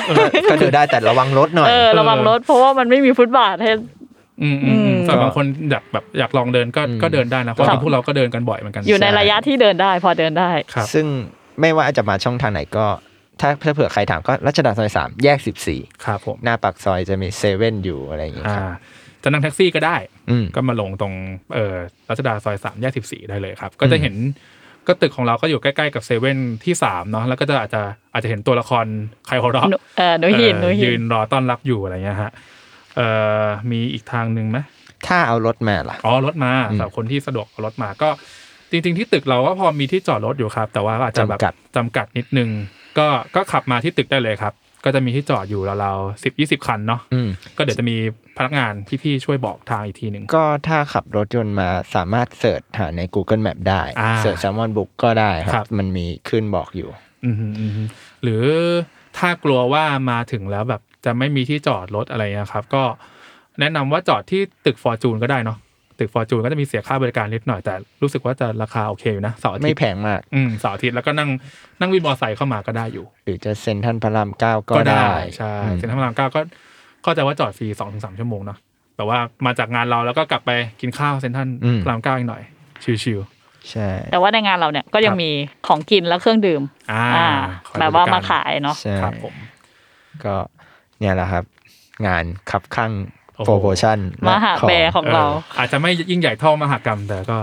Speaker 3: ก็ดูได้แต่ระวังรถหน่อย
Speaker 5: เออระวังรถเพราะว่ามันไม่มีฟุตบาทให้
Speaker 4: อืมอืมอืมส่วนบางคนอยากแบบอยากลองเดินก็
Speaker 3: อืม
Speaker 4: ก็เดินได้นะเพราะ
Speaker 5: ครับ
Speaker 4: พวกเราก็เดินกันบ่อยเหมือนกัน
Speaker 5: อยู่ในระยะที่เดินได้พอเดินได้
Speaker 4: ครับ
Speaker 3: ซึ่งไม่ว่าจะมาช่องทางไหนก็ ถ้าถ้าเผื่อใครถามก็รัชดาซอยสามแยกสิบสี่
Speaker 4: ครับผม
Speaker 3: หน้าปากซอยจะมีเซเว่นอยู่อะไรอย่างเงี้ย
Speaker 4: อ่า
Speaker 3: ครับ
Speaker 4: จะนั่งแท็กซี่ก็ได้
Speaker 3: อืม
Speaker 4: ก็มาลงตรงเอ่อรัชดาซอยสามแยกสิบสี่ได้เลยครับ ก็จะเห็นก็ตึกของเราก็อยู่ใกล้ๆกับเซเว่นที่สามเนาะแล้วก็จะอาจจะอาจจะเห็นตัวละครใครหัวเราะ
Speaker 5: หนูเออหนูหินหนูหิ
Speaker 4: ยื
Speaker 5: น
Speaker 4: นรอต้อนรับอยู่อะไรเงี้ยฮะเอ่อมีอีกทางหนึ่งไหม
Speaker 3: ถ้าเอารถมาล่ะ
Speaker 4: อ๋อรถมา
Speaker 3: อืม
Speaker 4: สำหรับคนที่สะดวกเอารถมาก็จริง ๆ ที่ตึกเราก็พอมีที่จอดรถอยู่ครับ แต่ว่าอาจจะแบบ
Speaker 3: จำกัด
Speaker 4: จำกัดนิดนึง ก็ก็ขับมาที่ตึกได้เลยครับ ก็จะมีที่จอดอยู่ราวๆสิบยี่สิบคันเนาะ
Speaker 3: อืม
Speaker 4: ก็เดี๋ยวจะมีพนักงานพี่ๆช่วยบอกทางอีกทีหนึ่ง
Speaker 3: ก็ถ้าขับรถยนต์มาสามารถเสิร์ชหาใน Google Map ได้
Speaker 4: อ่า
Speaker 3: เสิร์ชแซลมอนบุ๊กก็ได้ค
Speaker 4: ครั
Speaker 3: รับ
Speaker 4: บ
Speaker 3: มันมีขึ้นบอกอยู่
Speaker 4: อืมอืมอืมหรือถ้ากลัวว่ามาถึงแล้วแบบจะไม่มีที่จอดรถอะไรนะครับ ก็แนะนำว่าจอดที่ตึกฟอร์จูนก็ได้เนาะตึกฟอร์จูนก็จะมีเสียค่าบริการนิดหน่อยแต่รู้สึกว่าจะราคาโอเคอยู่นะเสาร์อา
Speaker 3: ไม่
Speaker 4: ทิตย์
Speaker 3: แพงมาก
Speaker 4: อืมเสาร์อาทิตย์แล้วก็นั่งนั่งวินมอเตอร์ไซค์เข้ามาก็ได้อยู่
Speaker 3: หรือจะเซ็นทรัลพระรามเก้าก็ได้
Speaker 4: ใช่
Speaker 3: อืม
Speaker 4: เซ็นทรัลพระรามเก้าก็เข้าใจว่าจอดฟรีสองถึงสามชั่วโมงเนาะแต่ว่ามาจากงานเราแล้วก็กลับไปกินข้าวเซ็นทรัลพระรามเก้าอีกหน่อยชิว
Speaker 3: ใช่
Speaker 5: แต่ว่าในงานเราเนี่ยก็ยังมีของกินและเครื่องดื่ม
Speaker 4: ๆอ่า
Speaker 5: อ่า
Speaker 4: คอย
Speaker 5: แบบว่ามาขายเนาะ
Speaker 3: ใช่
Speaker 4: ครับผม
Speaker 3: ก็เนี่ยแหละครับ งานขับข้าง
Speaker 4: โอ้โห
Speaker 3: โปรโมชั่น
Speaker 5: ม
Speaker 3: และ
Speaker 5: หาแบร์ของเรา
Speaker 4: อออาจจะไม่ยิ่งใหญ่เท่ามหกรรมแต่ก็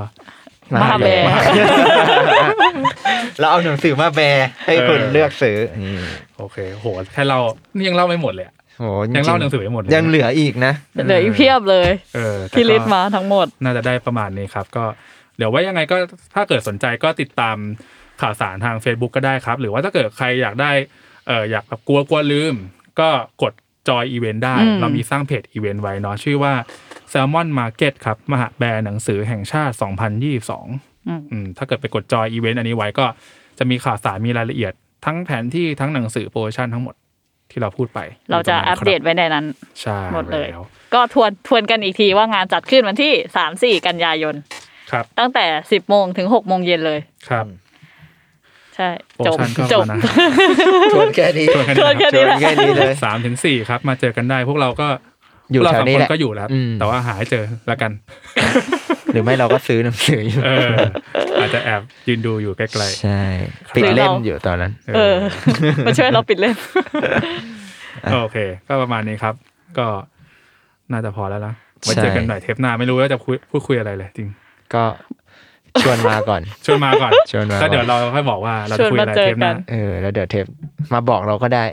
Speaker 5: มหาแบร์
Speaker 3: มหาแบร์แล้วเอาหนังสือมาแบร์ให้คุณ
Speaker 4: เออ
Speaker 3: เลือกซื้อนี่
Speaker 4: โอเค โห แค่เรานี่ยังเล่าไม่หมดเลยอะ
Speaker 3: โหจริๆ
Speaker 4: ยังเล่าหนังสือไม่หมดเลย
Speaker 3: ยังเหลืออีกนะ
Speaker 5: เหลืออีกเพียบเลย
Speaker 4: เออแต่ก็
Speaker 5: ที่ลิสต์มาทั้งหมด
Speaker 4: น่าจะได้ประมาณนี้ครับ ก็เดี๋ยวไว้ยังไงก็ถ้าเกิดสนใจก็ติดตามข่าวสารทาง Facebook ก็ได้ครับ หรือว่าถ้าเกิดใครอยากได้เอออยากแบบกลัวกลัวลืม ก็กดจอยอีเวนต์ได้
Speaker 5: อืม
Speaker 4: เรามีสร้างเพจอีเวนต์ไว้เนาะชื่อว่า s ซ l m o n Market ครับ มหาแบรนด์หนังสือแห่งชาติ 2022
Speaker 5: อืม
Speaker 4: อืมถ้าเกิดไปกดจอยอีเวนต์อันนี้ไว้ก็จะมีข่าวสารมีรายละเอียด ทั้งแผนที่ทั้งหนังสือโปรโมชั่นทั้งหมดที่เราพูดไป
Speaker 5: เราจะอัปเดตไว้ในนั้น
Speaker 4: ใช่
Speaker 5: หมดเลย
Speaker 4: แว
Speaker 5: ก็ทวนทวนกันอีกทีว่างานจัดขึ้นวันที่ 3 4 กันยายน
Speaker 4: ครับ
Speaker 5: ตั้งแต่ 10โมงถึง6โมงเย็นเลย
Speaker 4: ครับ
Speaker 5: ใช่
Speaker 4: โปร
Speaker 5: จ
Speaker 4: โม
Speaker 5: บ
Speaker 4: ชั่นก็
Speaker 5: จ
Speaker 4: ป
Speaker 5: บ
Speaker 4: ระมาณนั้น
Speaker 3: ชวนแค่นี้
Speaker 4: ชวนกัน
Speaker 5: ชวน
Speaker 4: นะค
Speaker 5: กั
Speaker 4: รั
Speaker 5: น
Speaker 4: บ
Speaker 5: แนี้แหละ
Speaker 3: แค่นี้เลย
Speaker 4: สามถึงสี่ครับ มาเจอกันได้พวกเราก็
Speaker 3: อยู่
Speaker 4: เรา
Speaker 3: แถ
Speaker 4: สาว ม
Speaker 3: นี้
Speaker 4: ค
Speaker 3: แหละ
Speaker 4: นก็อยู่แล้ว
Speaker 3: อืม
Speaker 4: แต่ว่าหาให้เจอละกัน
Speaker 3: หรือไม่เราก็ซื้อหนังสืออยู่
Speaker 4: เออ อาจจะแอบยืนดูอยู่ใกล้
Speaker 3: ใช่ปิดเล่มอยู่ตอนนั้น
Speaker 4: ๆ
Speaker 5: เอ
Speaker 4: เอ
Speaker 5: อ
Speaker 4: อ
Speaker 5: มาช่วยเราปิดเล่ม
Speaker 4: โอเค ก็ประมาณนี้ครับ ก็น่าจะพอแล้วนะไว้เจอกันหน่อยเทปหน้าไม่รู้ว่าจะคุยพูดคุยอะไรเลยจริง
Speaker 3: ก็ชวนมาก่อน
Speaker 4: ชวนมาก่อน
Speaker 3: [laughs] ชวนมาก่อน
Speaker 4: แล้วเดี๋ยวเราค่อยบอกว่าเรา
Speaker 5: ช
Speaker 4: จะ
Speaker 5: วน
Speaker 4: คุยอะไรเทปห
Speaker 5: มาเจอกั
Speaker 4: น้า
Speaker 5: น
Speaker 3: เออ แล้วเดี๋ยวเทปมาบอกเราก็ได้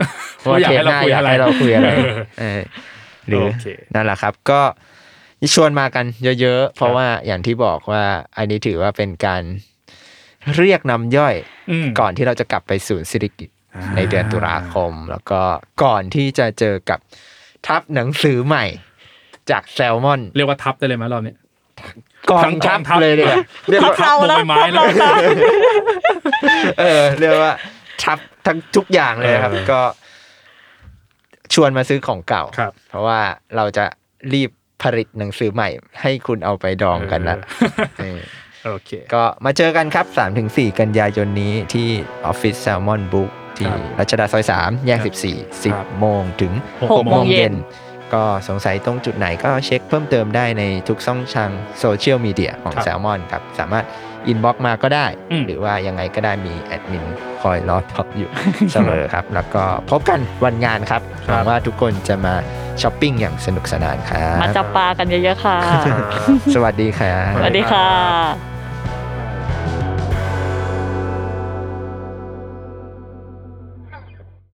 Speaker 4: ว่าอยาก
Speaker 3: เทปหน้า
Speaker 4: ให้เราคุย
Speaker 3: อยากให้
Speaker 4: อะไร
Speaker 3: เราคุยอะไร
Speaker 4: เออ
Speaker 3: เออหรือ
Speaker 4: โอเค
Speaker 3: นั่นแหละครับ ก็ชวนมากันเยอะๆ เพ
Speaker 4: ครั
Speaker 3: ราะ
Speaker 4: บ
Speaker 3: ว่าอย่างที่บอกว่า อันนี้ถือว่าเป็นการเรียกน้ำย่อย
Speaker 4: อืม
Speaker 3: ก่อนที่เราจะกลับไปศูนย์ศิริกิจ
Speaker 4: อ่า
Speaker 3: ในเดือนตุลาคม แล้วก็ก่อนที่จะเจอกับทับหนังสือใหม่ จากแซลมอน
Speaker 4: เรียกว่าทับได้เลยไหมรอบนี้
Speaker 3: กอ
Speaker 4: ทั้
Speaker 3: ง
Speaker 4: ง
Speaker 3: ทัพ
Speaker 4: กองทัพ
Speaker 3: เลยเลยเรียก
Speaker 5: ทับ
Speaker 3: ว่า
Speaker 5: เราแล้ว
Speaker 4: ลงไม้
Speaker 5: ทับเรา
Speaker 4: แล้ว
Speaker 5: แล้ว
Speaker 3: เออเรียกว่าทับทั้งทุกอย่างเลยนะครับ
Speaker 4: เออ
Speaker 3: ก็ชวนมาซื้อของเก่า
Speaker 4: ครับ
Speaker 3: เพราะว่าเราจะรีบผลิตหนังสือใหม่ ให้คุณเอาไปดองกันละ
Speaker 4: เออ
Speaker 3: เออ
Speaker 4: โอเค
Speaker 3: ก็มาเจอกันครับ 3-4 กันยายนนี้ที่ออฟฟิศแซลมอนบุ๊กที่
Speaker 4: ครับ
Speaker 3: รัชดาซอย 3 แยก
Speaker 4: ครับ
Speaker 3: 14
Speaker 4: ครับ
Speaker 3: 10 โมงถึง
Speaker 4: ห
Speaker 3: 6
Speaker 4: กโม
Speaker 3: โม
Speaker 4: ง
Speaker 3: ง
Speaker 4: เย็
Speaker 3: เย็
Speaker 4: น
Speaker 3: น ก็สงสัยตรงจุดไหนก็เช็คเพิ่มเติมได้ในทุกช่องทางโซเชียลมีเดียของ
Speaker 4: ครับ
Speaker 3: แซลมอนครับ สามารถอินบ็อกมาก็ได้
Speaker 4: อืม
Speaker 3: หรือว่ายังไงก็ได้มีแอดมินคอยรอท็อปอยู่
Speaker 4: [laughs]
Speaker 3: เสมอครับ แล้วก็พบกันวันงานครับหวังว่าทุกคนจะมาช้อปปิ้งอย่างสนุกสนานครั
Speaker 5: มา
Speaker 3: บ
Speaker 5: จับปลากันเยอะๆค่ะ
Speaker 4: ครับ
Speaker 3: สวัสดีครับ
Speaker 5: สวัสดีค่ะ